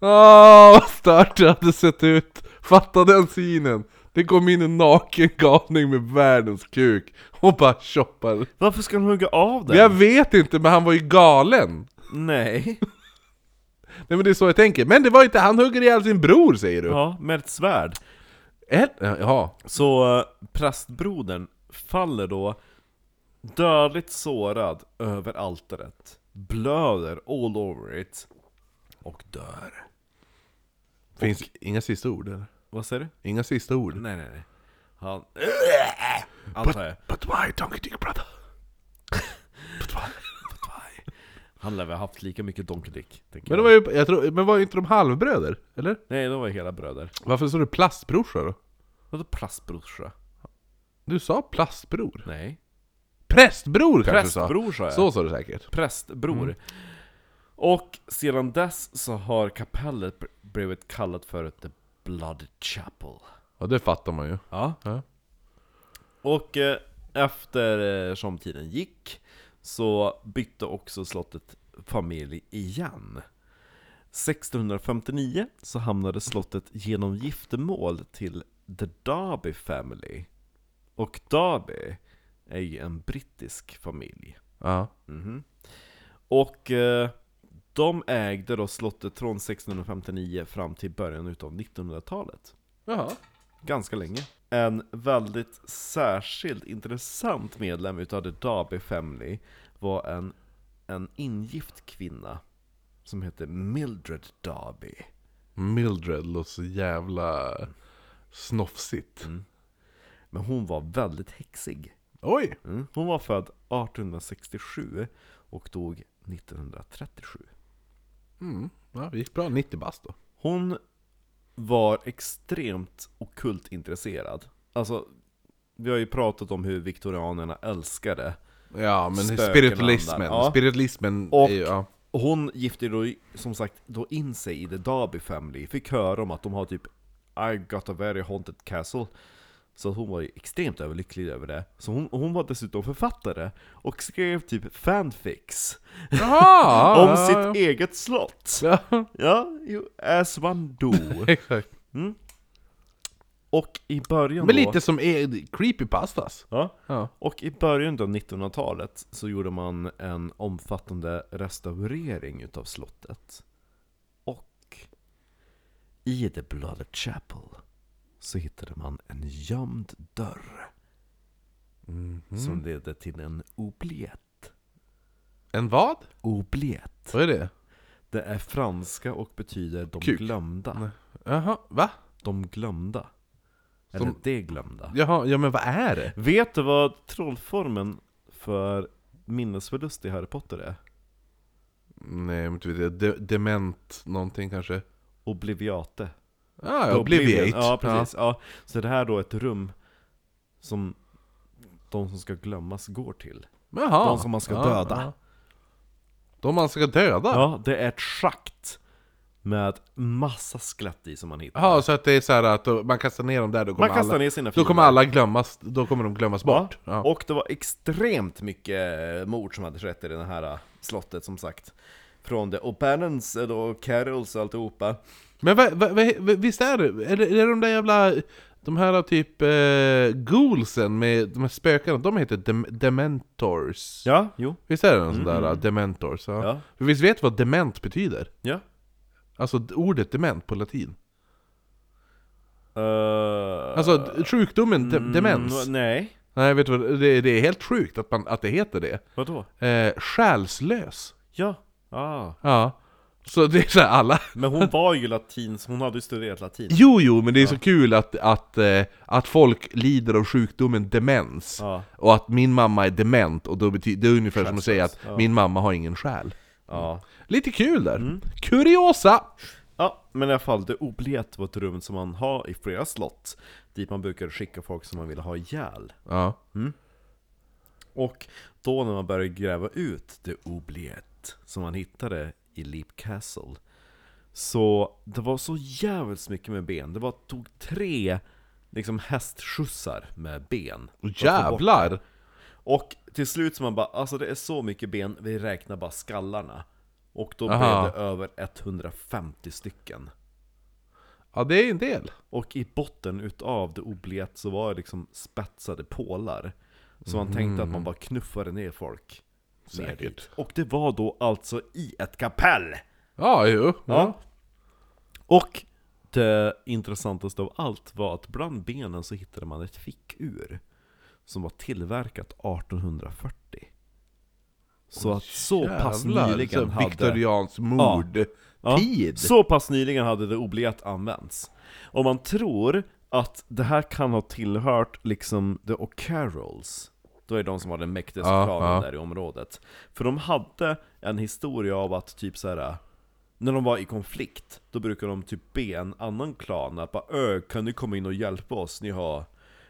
Speaker 1: Ah, vad stört det hade sett ut. Fatta den synen. Det kom in en naken galning med världens kuk och bara shoppar.
Speaker 2: Varför ska han hugga av den?
Speaker 1: Jag vet inte, men han var ju galen.
Speaker 2: Nej.
Speaker 1: Nej men det är så jag tänker. Men det var inte, han hugger ihjäl sin bror säger du?
Speaker 2: Ja, med ett svärd.
Speaker 1: Ett- eh, Jaha.
Speaker 2: Så eh, prästbrodern faller då dödligt sårad över altaret. Blöder all over it. Och dör.
Speaker 1: Finns inga sista ord eller?
Speaker 2: Vad säger du?
Speaker 1: Inga sista ord?
Speaker 2: Nej, nej, nej. Han... Antar jag.
Speaker 1: But why Donkey Dick brother?
Speaker 2: Han lär väl ha haft lika mycket Donkey Dick. tänker
Speaker 1: Men
Speaker 2: jag.
Speaker 1: de var ju, jag tror, men var inte de halvbröder? Eller?
Speaker 2: Nej, de var hela bröder.
Speaker 1: Varför sa du plastbrorsa då?
Speaker 2: Vadå plastbrorsa?
Speaker 1: Du sa plastbror?
Speaker 2: Nej.
Speaker 1: Prästbror kanske du
Speaker 2: Prästbror sa
Speaker 1: sa?
Speaker 2: jag.
Speaker 1: Så sa du säkert.
Speaker 2: prästbror. Och sedan dess så har kapellet bl- blivit kallat för The Blood Chapel.
Speaker 1: Ja det fattar man ju.
Speaker 2: Ja.
Speaker 1: Ja.
Speaker 2: Och eh, efter eh, som tiden gick så bytte också slottet familj igen. 1659 så hamnade slottet genom giftermål till The Darby Family. Och Darby är ju en brittisk familj.
Speaker 1: Ja.
Speaker 2: Och eh, de ägde då slottet från 1659 fram till början utav 1900-talet.
Speaker 1: Jaha.
Speaker 2: Ganska länge. En väldigt särskilt intressant medlem utav The Darby Family var en, en ingift kvinna som hette Mildred Darby.
Speaker 1: Mildred låter så jävla snofsigt.
Speaker 2: Mm. Men hon var väldigt häxig.
Speaker 1: Oj!
Speaker 2: Mm. Hon var född 1867 och dog 1937.
Speaker 1: Ja, det gick bra, 90 bast då.
Speaker 2: Hon var extremt ockult intresserad. Alltså, vi har ju pratat om hur viktorianerna älskade.
Speaker 1: Ja men
Speaker 2: Spöken
Speaker 1: spiritualismen,
Speaker 2: och annat. Ja.
Speaker 1: spiritualismen
Speaker 2: Och-
Speaker 1: är ju, ja.
Speaker 2: Hon gifte ju då som sagt då in sig i The Darby Family, fick höra om att de har typ I got a very haunted castle. Så hon var ju extremt överlycklig över det. Så hon, hon var dessutom författare och skrev typ fanfics
Speaker 1: Jaha!
Speaker 2: om
Speaker 1: ja,
Speaker 2: sitt
Speaker 1: ja.
Speaker 2: eget slott.
Speaker 1: Ja,
Speaker 2: Ja, you as one do.
Speaker 1: exakt.
Speaker 2: Och i början
Speaker 1: Men
Speaker 2: då-
Speaker 1: lite som e- creepypastas.
Speaker 2: Ja.
Speaker 1: Ja.
Speaker 2: Och i början av 1900-talet så gjorde man en omfattande restaurering utav slottet. Och i The Blooded Chapel så hittade man en gömd dörr.
Speaker 1: Mhm.
Speaker 2: Som ledde till en oubliette.
Speaker 1: En vad?
Speaker 2: Oubliette.
Speaker 1: Vad är det?
Speaker 2: Det är franska och betyder de
Speaker 1: Kuk.
Speaker 2: glömda.
Speaker 1: Jaha, va?
Speaker 2: De glömda. Eller
Speaker 1: Som-
Speaker 2: de glömda.
Speaker 1: Jaha, ja men vad är det?
Speaker 2: Vet du vad trollformen för minnesförlust i Harry Potter är?
Speaker 1: Nej, men inte vet jag. De- dement någonting kanske?
Speaker 2: Obliviate.
Speaker 1: Ah, Obliviate.
Speaker 2: Ja, precis. Ja. Så det här då är ett rum som de som ska glömmas går till.
Speaker 1: Ja. Jaha.
Speaker 2: De som man ska
Speaker 1: Ja,
Speaker 2: döda.
Speaker 1: ja. De man ska döda? Ja.
Speaker 2: Ja, det är ett schakt med massa skelett i som man hittar.
Speaker 1: Jaha, så att det är så här att då- man kastar ner dem där, då Ah. kommer
Speaker 2: Man kastar
Speaker 1: alla...
Speaker 2: ner sina
Speaker 1: Då
Speaker 2: fiender.
Speaker 1: kommer alla glömmas, då kommer de glömmas
Speaker 2: Ja.
Speaker 1: bort. Ja.
Speaker 2: Och det var extremt mycket mord som hade skett i det här eh, slottet som sagt. Från det O'Bannons eh, då, Carols och alltihopa.
Speaker 1: Men vad, vad, vad, visst är det? Är det, är det de där jävla... De här typ eh, ghoulsen med de här spökena, de heter dem- dementors.
Speaker 2: Ja, jo,
Speaker 1: Visst är det någon sån där? eh, Dementors? Ja.
Speaker 2: Ja.
Speaker 1: För visst vet du vad dement betyder?
Speaker 2: ja.
Speaker 1: Alltså d- ordet dement på latin.
Speaker 2: Eh,
Speaker 1: Alltså d- sjukdomen de- demens.
Speaker 2: mm, Nej,
Speaker 1: Nej, vet du vad? Det, det är helt sjukt att, man, att det heter det.
Speaker 2: vadå?
Speaker 1: Eh, själslös.
Speaker 2: Ja, ah.
Speaker 1: Ja. Så det är så här alla...
Speaker 2: men hon var ju latin, så hon hade ju studerat latin.
Speaker 1: Jo, jo, men det är så kul att, att, eh, att folk lider av sjukdomen demens.
Speaker 2: Ja.
Speaker 1: Och att min mamma är dement, och då betyder, det är ungefär som att säga att min mamma har ingen själ.
Speaker 2: Ja.
Speaker 1: Lite kul där.
Speaker 2: Mm.
Speaker 1: Kuriosa!
Speaker 2: Ja, men i alla fall, det obliet var ett rum som man har i flera slott, dit man brukar skicka folk som man vill ha ihjäl.
Speaker 1: Ja.
Speaker 2: Och då när man började gräva ut det obliet som man hittade i Leap Castle Så det var så jävligt mycket med ben, det var, tog tre liksom hästskjutsar med ben
Speaker 1: Och
Speaker 2: för att få bort det.
Speaker 1: jävlar!
Speaker 2: Och till slut så man bara, alltså det är så mycket ben, vi räknar bara skallarna Och då
Speaker 1: Aha.
Speaker 2: blev det över 150 stycken
Speaker 1: Ja, det är en del.
Speaker 2: och i botten utav det obliet så var det liksom spetsade pålar. Så man tänkte att man bara knuffade ner folk. ner
Speaker 1: Mm. Säkert.
Speaker 2: dit. Och det var då alltså i ett kapell!
Speaker 1: Ja, jo.
Speaker 2: Ja. Mm. Och det intressantaste av allt var att bland benen så hittade man ett fickur. Som var tillverkat 1840. Så att så pass
Speaker 1: Jävlar,
Speaker 2: nyligen
Speaker 1: så
Speaker 2: hade...
Speaker 1: Viktorians mord.
Speaker 2: Ja,
Speaker 1: Tid.
Speaker 2: Så pass nyligen hade det obligat använts. Och man tror att det här kan ha tillhört liksom The O'Carrolls. Då är det de som var den mäktigaste
Speaker 1: Ja,
Speaker 2: klanen
Speaker 1: ja.
Speaker 2: där i området. För de hade en historia av att typ så här. När de var i konflikt, då brukade de typ be en annan klan att bara "Ö, kan ni komma in och hjälpa oss? Ni har,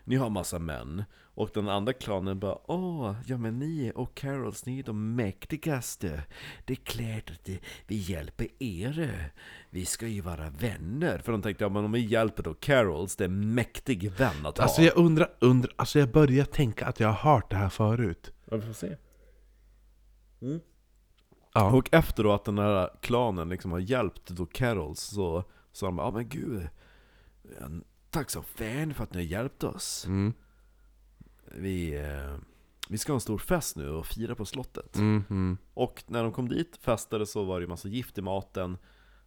Speaker 2: ni har massa män. Och den andra klanen bara Åh, ja men ni och Carols, ni är de mäktigaste. Det är klart att det- vi hjälper er. Vi ska ju vara vänner. För de tänkte, ja men om vi hjälper då Carols, det är en mäktig vän att ha.
Speaker 1: Alltså jag undrar, undrar, alltså jag börjar tänka att jag har hört det här förut.
Speaker 2: Vi får se.
Speaker 1: Ja.
Speaker 2: Mm. Och efter då att den här klanen liksom har hjälpt då Carols så sa de ja men gud, en- tack så fan för att ni har hjälpt oss.
Speaker 1: Mm.
Speaker 2: Vi, eh, vi ska ha en stor fest nu och fira på slottet.
Speaker 1: Mm-hmm.
Speaker 2: Och när de kom dit, festade, så var det ju massa gift i maten,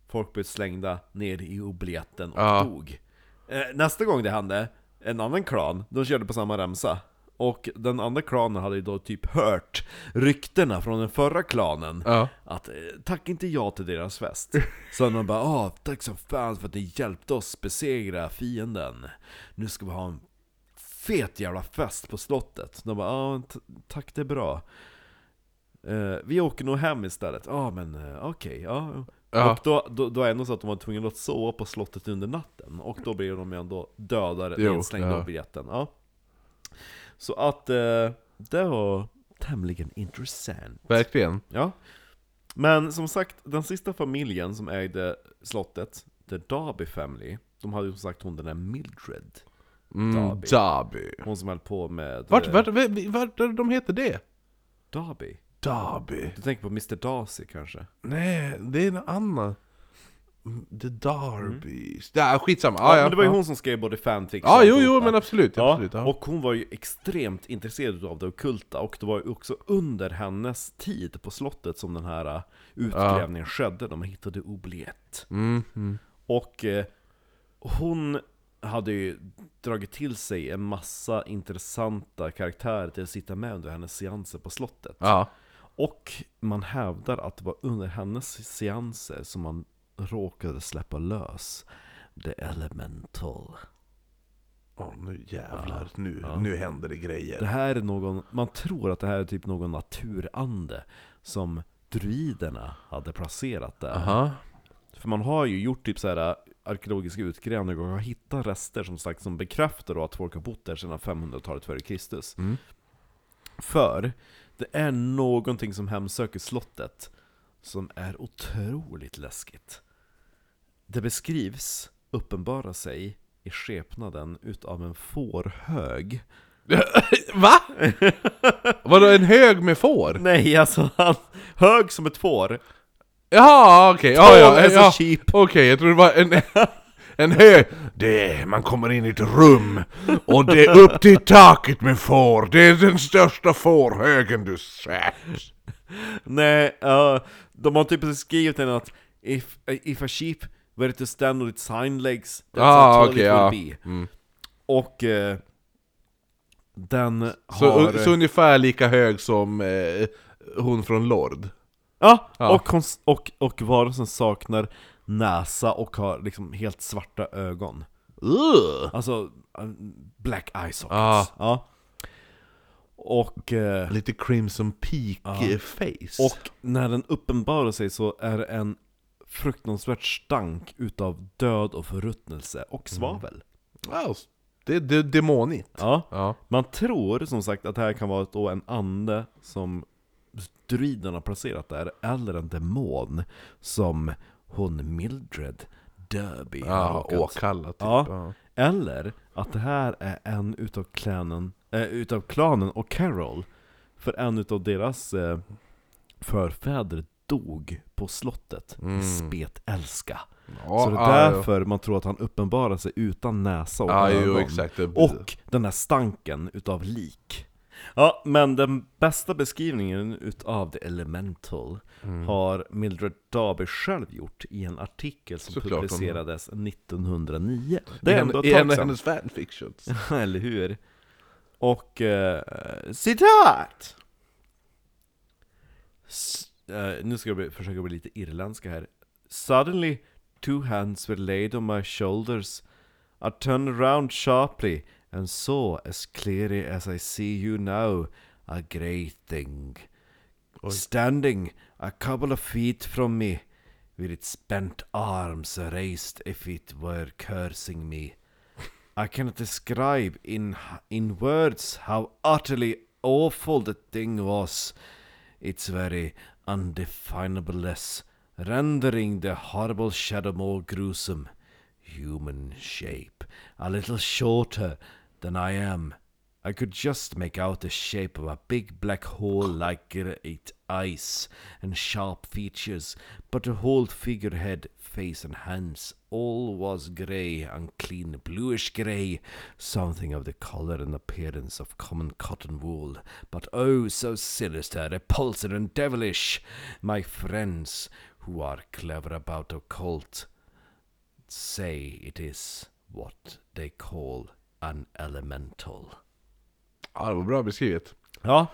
Speaker 2: folk blev slängda ner i oblietten och
Speaker 1: Ja.
Speaker 2: dog. Eh, nästa gång det hände, en annan klan, de körde på samma remsa. Och den andra klanen hade ju då typ hört ryktena från den förra klanen
Speaker 1: Ja.
Speaker 2: att eh, tack inte ja till deras fest. Så man bara ah, tack så fan för att ni hjälpte oss besegra fienden. Nu ska vi ha en fet jävla fest på slottet. De bara ah, t- tack det är bra. Eh, vi åker nog hem istället. Ja ah, men eh, okej, ja.
Speaker 1: Ja.
Speaker 2: Och då, då, då är det ändå så att de var tvungna att sova på slottet under natten. Och då blir de ju ändå dödade,
Speaker 1: Jo,
Speaker 2: nedslängda
Speaker 1: ja.
Speaker 2: av biljetten. Ja. Så att eh, det var tämligen intressant.
Speaker 1: Verkligen.
Speaker 2: Ja. Men som sagt, den sista familjen som ägde slottet, The Darby Family, de hade ju som sagt hon den där Mildred.
Speaker 1: Mm,
Speaker 2: Derby.
Speaker 1: Derby.
Speaker 2: Hon som höll på med...
Speaker 1: Vart,
Speaker 2: eh,
Speaker 1: vart, vart, vart är de heter det?
Speaker 2: Darby?
Speaker 1: Derby.
Speaker 2: Du tänker på Mr Darcy kanske?
Speaker 1: Ah, Nej, det är en annan. Mm, The Darbys. Ja, skitsamma.
Speaker 2: Ja,
Speaker 1: Mm. Ja, ja,
Speaker 2: men det var ju
Speaker 1: ja.
Speaker 2: hon som skrev både fanfiction
Speaker 1: Ja,
Speaker 2: och
Speaker 1: jo, jo,
Speaker 2: alltihopa.
Speaker 1: men absolut.
Speaker 2: Ja,
Speaker 1: absolut ja.
Speaker 2: och hon var ju extremt intresserad av det ockulta och det var ju också under hennes tid på slottet som den här eh, utgrävningen skedde, de hittade obliett.
Speaker 1: Mm,
Speaker 2: Och eh, hon hade ju dragit till sig en massa intressanta karaktärer till att sitta med under hennes seanser på slottet.
Speaker 1: ja.
Speaker 2: Och man hävdar att det var under hennes seanser som man råkade släppa lös The Elemental.
Speaker 1: Åh, nu jävlar. Nu, nu händer det
Speaker 2: Det
Speaker 1: grejer.
Speaker 2: här är någon, man tror att det här är typ någon naturande som druiderna hade placerat där.
Speaker 1: Aha.
Speaker 2: För man har ju gjort typ så här arkeologiska utgrävningar och har hittat rester som sagt som bekräftar då att folk har bott där sedan 500-talet före Kristus. För det är någonting som hemsöker slottet som är otroligt läskigt. Det beskrivs uppenbara sig i skepnaden utav en fårhög.
Speaker 1: Va? Vadå, en hög med får?
Speaker 2: Nej, alltså han, hög som ett får.
Speaker 1: Jaha, okej. Ja,
Speaker 2: Två
Speaker 1: ja,
Speaker 2: är så
Speaker 1: ja.
Speaker 2: cheap.
Speaker 1: Okej, jag tror det var en... En hö!
Speaker 3: Det, man kommer in i ett rum och det är upp till taket med får. Det är den största fårhögen du sett.
Speaker 2: Nej, ja, de har typ skrivit den att if, if a sheep were to stand on its hind legs, that's
Speaker 1: Ah,
Speaker 2: how tall
Speaker 1: okej,
Speaker 2: it
Speaker 1: ja.
Speaker 2: would be. Och eh, den
Speaker 1: Så,
Speaker 2: har...
Speaker 1: så ungefär lika hög som eh, hon från Lord.
Speaker 2: ja,
Speaker 1: Ja.
Speaker 2: Och, kons- och, och varelsen saknar näsa och har liksom helt svarta ögon.
Speaker 1: Ugh.
Speaker 2: Alltså, eh, black eye sockets.
Speaker 1: Ah.
Speaker 2: Ja. Och... Eh,
Speaker 1: Lite Crimson Peak-face.
Speaker 2: Och när den uppenbarar sig så är det en fruktansvärt stank utav död och förruttnelse och svavel.
Speaker 1: wow, det, det är demonigt.
Speaker 2: Ja.
Speaker 1: Ja.
Speaker 2: Man tror som sagt att det här kan vara då en ande som druiden har placerat där, eller en demon som hon Mildred Derby har
Speaker 1: Ja,
Speaker 2: råkat-
Speaker 1: åkalla typ.
Speaker 2: Ja.
Speaker 1: Ja.
Speaker 2: Eller att det här är en utav klanen, eh, utav klanen och Carol. För en utav deras eh, förfäder dog på slottet i spetälska.
Speaker 1: Ja,
Speaker 2: Så
Speaker 1: Mm.
Speaker 2: det är
Speaker 1: Ah, ja, jo.
Speaker 2: därför man tror att han uppenbarar sig utan näsa och
Speaker 1: Ja,
Speaker 2: ögon.
Speaker 1: jo, exakt. Det-
Speaker 2: Och den där stanken utav lik. Ja, men den bästa beskrivningen utav The Elemental har Mildred Darby själv gjort i en artikel som
Speaker 1: Såklart hon har.
Speaker 2: publicerades 1909.
Speaker 1: I
Speaker 2: Det är
Speaker 1: henne-
Speaker 2: ändå ett
Speaker 1: I
Speaker 2: tag
Speaker 1: en av
Speaker 2: sedan.
Speaker 1: hennes fanfictions.
Speaker 2: Eller hur? Och... Eh, citat! S- eh, nu ska jag bli, försöka bli lite irländska här. Suddenly two hands were laid on my shoulders. I turned around sharply and saw as clearly as I see you now a great thing. Standing a couple of feet from me, with its bent arms raised if it were cursing me. I cannot describe in in words how utterly awful the thing was. Its very undefinableness, rendering the horrible shadow more gruesome. Human shape, a little shorter than I am. I could just make out the shape of a big black hole like great eyes and sharp features, but the whole figurehead, face, and hands all was grey, unclean, bluish grey, something of the colour and appearance of common cotton wool, but oh, so sinister, repulsive, and devilish. My friends, who are clever about occult, say it is what they call an elemental.
Speaker 1: Ja, det var bra beskrivet.
Speaker 2: Ja,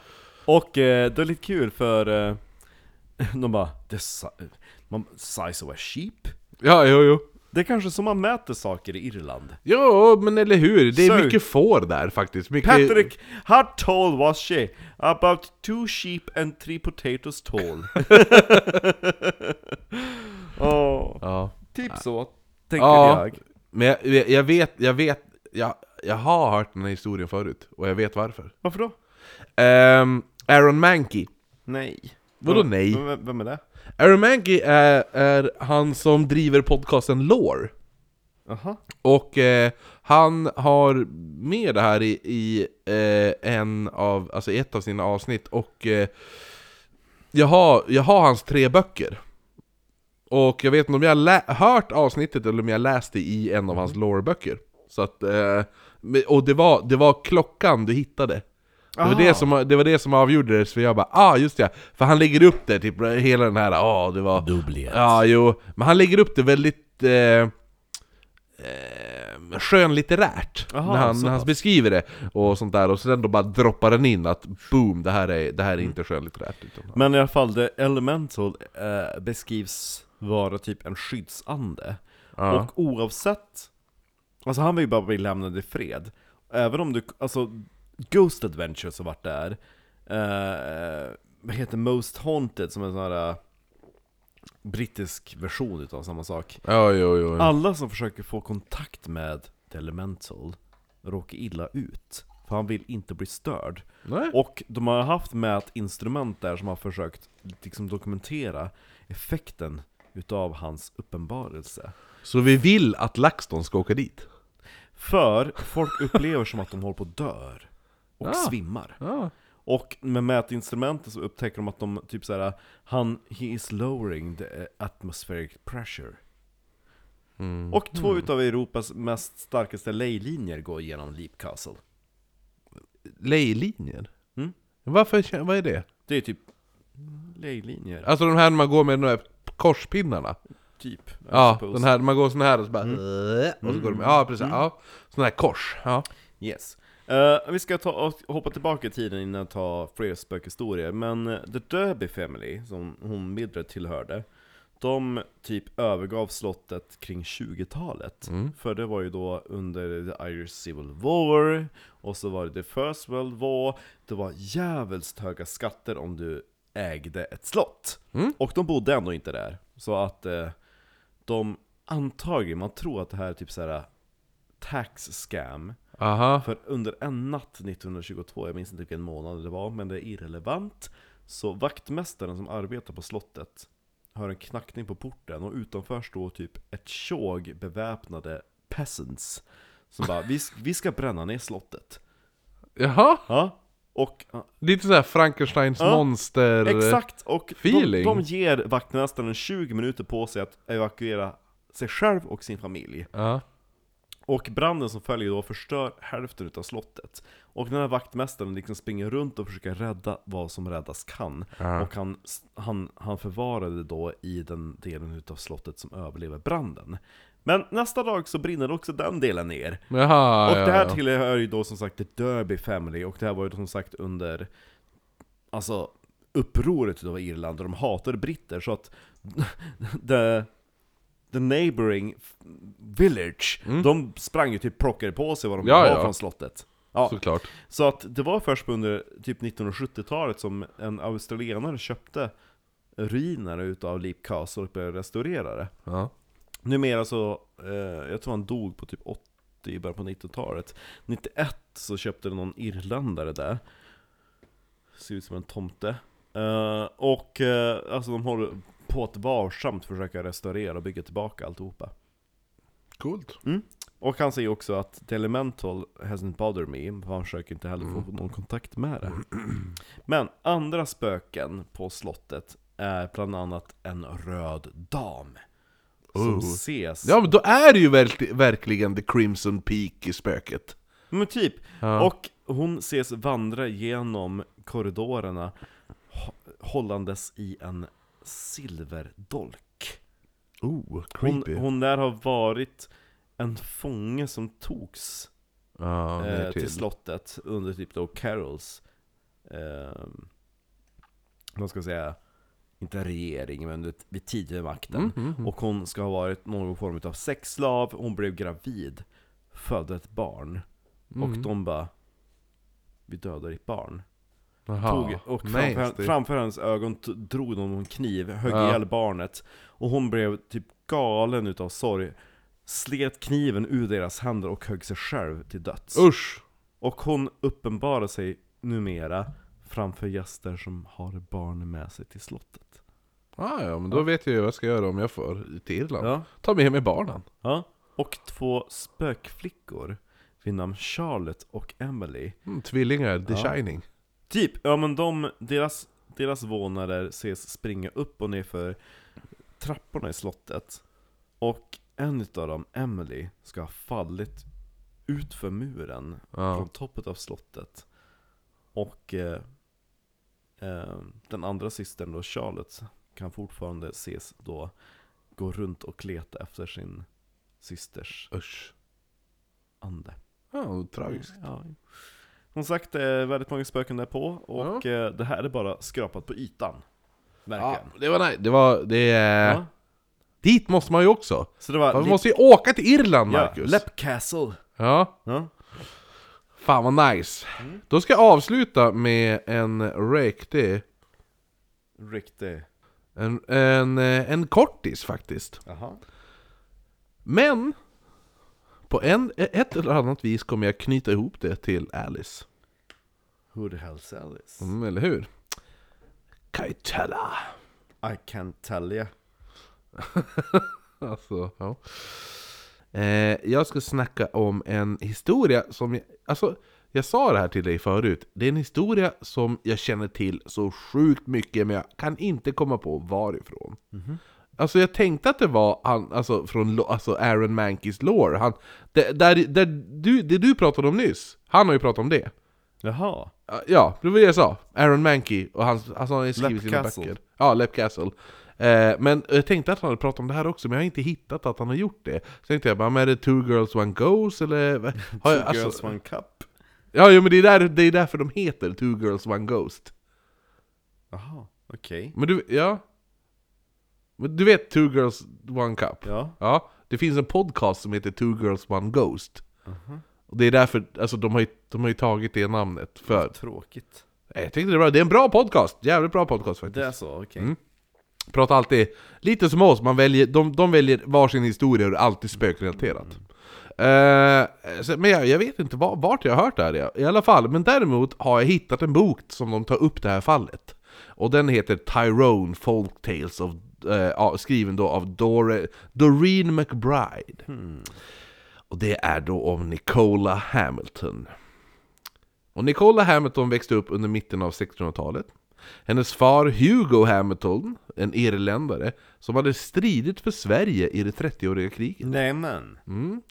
Speaker 2: och eh, det är lite kul för eh, de bara the si- man, size of a sheep?
Speaker 1: Ja, jo, jo.
Speaker 2: Det är kanske så man mäter saker i Irland.
Speaker 1: Jo, men eller hur? Det är
Speaker 2: Så-
Speaker 1: mycket får där faktiskt. Mycket...
Speaker 2: Patrick, how tall was she? About two sheep and three potatoes tall. Åh,
Speaker 1: Ja.
Speaker 2: typ så, tänker
Speaker 1: Ja.
Speaker 2: jag.
Speaker 1: Men jag- jag, jag vet, jag vet, jag, jag har hört den här historien förut. Och jag vet varför.
Speaker 2: Varför då?
Speaker 1: Ehm, Aaron Mankey.
Speaker 2: Nej.
Speaker 1: Vadå nej?
Speaker 2: Vem, vem är det?
Speaker 1: Aaron Mankey är, är han som driver podcasten Lore.
Speaker 2: Aha.
Speaker 1: Och eh, han har med det här i, i eh, en av, alltså i ett av sina avsnitt och eh, jag, har, jag har hans tre böcker. Och jag vet inte om jag har lä- hört avsnittet eller om jag läst det i en av hans lore-böcker. Så att, eh, men- och det var, det var klockan du hittade. Det var det, som, det var det som avgjorde det, så jag bara ah just det, för han lägger upp det typ hela den här, ah det var...
Speaker 5: Dubblet.
Speaker 1: Ja, jo. Men han lägger upp det väldigt eh, eh, skönlitterärt
Speaker 2: Aha,
Speaker 1: när, han,
Speaker 2: så
Speaker 1: när han
Speaker 2: pass.
Speaker 1: beskriver det och sånt där. Och sen då bara droppar den in att boom, det här är, det här är inte skönlitterärt. Utan,
Speaker 2: Men i alla fall, The Elemental eh, beskrivs vara typ en skyddsande. Och oavsett, alltså han vill ju bara bli lämnad i fred. Även om du, alltså Ghost Adventures har varit där, eh, vad heter Most Haunted som är en sån här eh, brittisk version utav samma sak.
Speaker 1: ja, jo, jo.
Speaker 2: Alla som försöker få kontakt med The Elemental råkar illa ut. För han vill inte bli störd.
Speaker 1: Nej.
Speaker 2: Och de har haft med ett instrument där som har försökt liksom dokumentera effekten utav hans uppenbarelse.
Speaker 1: Så vi vill att LaxTon ska åka dit.
Speaker 2: För folk upplever som att de håller på att dör och
Speaker 1: Ja.
Speaker 2: svimmar. Och med mätinstrumenten så upptäcker de att de typ eh, såhär, han, he is lowering the atmospheric pressure.
Speaker 1: Mm.
Speaker 2: Och två
Speaker 1: Hmm.
Speaker 2: utav Europas mest starkaste lejlinjer går genom Leap Castle.
Speaker 1: Lejlinjer?
Speaker 2: Mm.
Speaker 1: Varför, kä- vad är det?
Speaker 2: Det är typ lejlinjer,
Speaker 1: Alltså de här man går med de här korspinnarna?
Speaker 2: typ. I
Speaker 1: Ja,
Speaker 2: suppose. Mm.
Speaker 1: den här, man går sån här och så bara... Och så går de, ja precis, ja. Sån här kors, ja.
Speaker 2: Yes. Eh, vi ska ta och hoppa tillbaka i tiden innan jag tar fler spökhistorier, men eh, The Derby Family, som hon Mildred tillhörde, de typ övergav slottet kring 20-talet. För det var ju då under the Irish Civil War, och så var det the First World War, det var jävligt höga skatter om du ägde ett slott. Och de bodde ändå inte där. Så att eh, de antagligen, man tror att det här är typ såhär tax scam,
Speaker 1: Aha.
Speaker 2: för under en natt 1922, jag minns inte vilken månad det var, men det är irrelevant. Så vaktmästaren som arbetar på slottet hör en knackning på porten och utanför står typ ett tjog beväpnade peasants. Som bara, vi, sk- vi ska bränna ner slottet.
Speaker 1: Jaha?
Speaker 2: Ja, och ja,
Speaker 1: Lite såhär Frankensteins
Speaker 2: Ja,
Speaker 1: monster...
Speaker 2: exakt, och de,
Speaker 1: feeling.
Speaker 2: de ger vaktmästaren 20 minuter på sig att evakuera sig själv och sin familj.
Speaker 1: Ja.
Speaker 2: Och branden som följer då förstör hälften av slottet. Och den här vaktmästaren liksom springer runt och försöker rädda vad som räddas kan. Och han, han, han förvarade då i den delen av slottet som överlever branden. Men nästa dag så brinner också den delen ner.
Speaker 1: Jaha,
Speaker 2: och
Speaker 1: ja,
Speaker 2: det här
Speaker 1: ja.
Speaker 2: tillhör ju då som sagt The Derby Family, och det här var ju som sagt under Alltså upproret av Irland, och de hatade britter, så att the, the neighboring f- village, de sprang ju typ plockade på sig vad de
Speaker 1: Mm. Ja,
Speaker 2: ville ha
Speaker 1: ja.
Speaker 2: från slottet. Ja,
Speaker 1: Såklart.
Speaker 2: så att det var först på under typ 1970-talet som en australienare köpte ruiner utav Leap Castle och började restaurera det.
Speaker 1: Ja.
Speaker 2: Numera så, eh, jag tror han dog på typ 80 i början på 90-talet 91 så köpte någon irländare det Ser ut som en tomte eh, Och eh, alltså de håller på att varsamt försöka restaurera och bygga tillbaka alltihopa
Speaker 1: Coolt.
Speaker 2: Och han säger också att The Elemental hasn't bothered me, för han försöker inte heller få någon kontakt med det Men andra spöken på slottet är bland annat en röd dam Som ses
Speaker 1: Ja men då är det ju verk- verkligen The Crimson Peak i spöket.
Speaker 2: Men typ.
Speaker 1: Ja.
Speaker 2: Och hon ses vandra genom korridorerna hå- hållandes i en silverdolk.
Speaker 1: Oh,
Speaker 2: Hon,
Speaker 1: creepy.
Speaker 2: hon lär ha varit en fånge som togs
Speaker 1: ja, ner
Speaker 2: eh,
Speaker 1: till.
Speaker 2: till slottet under typ då Carols, eh, vad ska jag säga, inte regering men under- vid tidigare
Speaker 1: Mm,
Speaker 2: makten. Och hon ska ha varit någon form av sexslav, hon blev gravid, födde ett barn.
Speaker 1: Mm.
Speaker 2: Och de bara, vi dödar ditt barn.
Speaker 1: Jaha.
Speaker 2: Tog, och framför,
Speaker 1: Nasty.
Speaker 2: framför hennes ögon t- drog de en kniv, högg
Speaker 1: Ja.
Speaker 2: ihjäl barnet. Och hon blev typ galen utav sorg. Slet kniven ur deras händer och högg sig själv till döds.
Speaker 1: Usch!
Speaker 2: Och hon uppenbarar sig numera framför gäster som har barn med sig till slottet.
Speaker 1: Ah, ja, men då vet jag ju vad jag ska göra om jag får till Irland.
Speaker 2: Ja.
Speaker 1: Ta med mig barnen.
Speaker 2: Ja. Och två spökflickor vid namn Charlotte och Emily.
Speaker 1: Mm, tvillingar, The Shining.
Speaker 2: Typ, ja men de, deras, deras vånare ses springa upp och ner för trapporna i slottet. Och en utav dem, Emily, ska ha fallit ut för muren från toppet av slottet. Och eh, eh, den andra systern då, Charlotte, kan fortfarande ses då gå runt och leta efter sin systers
Speaker 1: Usch.
Speaker 2: ande.
Speaker 1: Ja, vad tragiskt.
Speaker 2: Ja. Som sagt, eh, väldigt många spöken där på och eh, det här är bara skrapat på ytan.
Speaker 1: Ja,
Speaker 2: Verkligen.
Speaker 1: det var nej, det var, det är...
Speaker 2: Ja.
Speaker 1: Dit måste man ju också!
Speaker 2: Så det var...
Speaker 1: Man
Speaker 2: lite-
Speaker 1: måste ju åka till Irland
Speaker 2: ja,
Speaker 1: Marcus!
Speaker 2: Lep Castle.
Speaker 1: Ja.
Speaker 2: Ja.
Speaker 1: Fan vad nice!
Speaker 2: Mm.
Speaker 1: Då ska jag avsluta med en riktig...
Speaker 2: Riktigt.
Speaker 1: En, en, eh, en kortis faktiskt.
Speaker 2: Jaha.
Speaker 1: Men! På en, ett eller annat vis kommer jag knyta ihop det till Alice.
Speaker 2: Who the hell's Alice?
Speaker 1: Mm, eller hur? Kaitella!
Speaker 2: I can tell you.
Speaker 1: Alltså, ja. eh, jag ska snacka om en historia som jag, alltså, jag sa det här till dig förut. Det är en historia som jag känner till så sjukt mycket men jag kan inte komma på varifrån. Alltså jag tänkte att det var han, alltså från lo- alltså Aaron Mankeys lore. Han, det, där, där du, det du pratade om nyss, han har ju pratat om det.
Speaker 2: Jaha.
Speaker 1: Ja, det var det jag sa. Aaron Mankey, och han, alltså han har ju skrivit
Speaker 2: Lep
Speaker 1: sina
Speaker 2: Castle.
Speaker 1: böcker. Ja, Lep Castle. Eh, men jag tänkte att han hade pratat om det här också, men jag har inte hittat att han har gjort det. Så tänkte jag bara, men är det Two Girls One Goes eller? vad- Har jag, alltså,
Speaker 2: Girls One Cup.
Speaker 1: Ja, jo, men det är, där, det är därför de heter Two Girls One Ghost.
Speaker 2: Jaha, okej.
Speaker 1: Men du, ja. Men du vet Two Girls One Cup?
Speaker 2: Ja.
Speaker 1: Ja, det finns en podcast som heter Two Girls One Ghost.
Speaker 2: Mhm.
Speaker 1: Och det är därför, alltså de har ju, de har ju tagit det namnet för...
Speaker 2: Tråkigt.
Speaker 1: Nej, Jag tyckte det var bra, det är en bra podcast! Jävligt bra podcast faktiskt.
Speaker 2: Det är så, okej.
Speaker 1: Mm. Pratar alltid, lite som oss, man väljer, de, de väljer varsin historia och det är alltid spökrelaterat. Eh, så- men jag, jag vet inte var, vart jag har hört det här i- i alla fall. Men däremot har jag hittat en bok som de tar upp det här fallet. Och den heter Tyrone Folk Tales of eh, ja, skriven då av Dore, Doreen McBride. Och det är då om Nicola Hamilton. Och Nicola Hamilton växte upp under mitten av 1600-talet. Hennes far Hugo Hamilton, en irländare, som hade stridit för Sverige i det 30-åriga kriget.
Speaker 2: Nej men.
Speaker 1: Mm.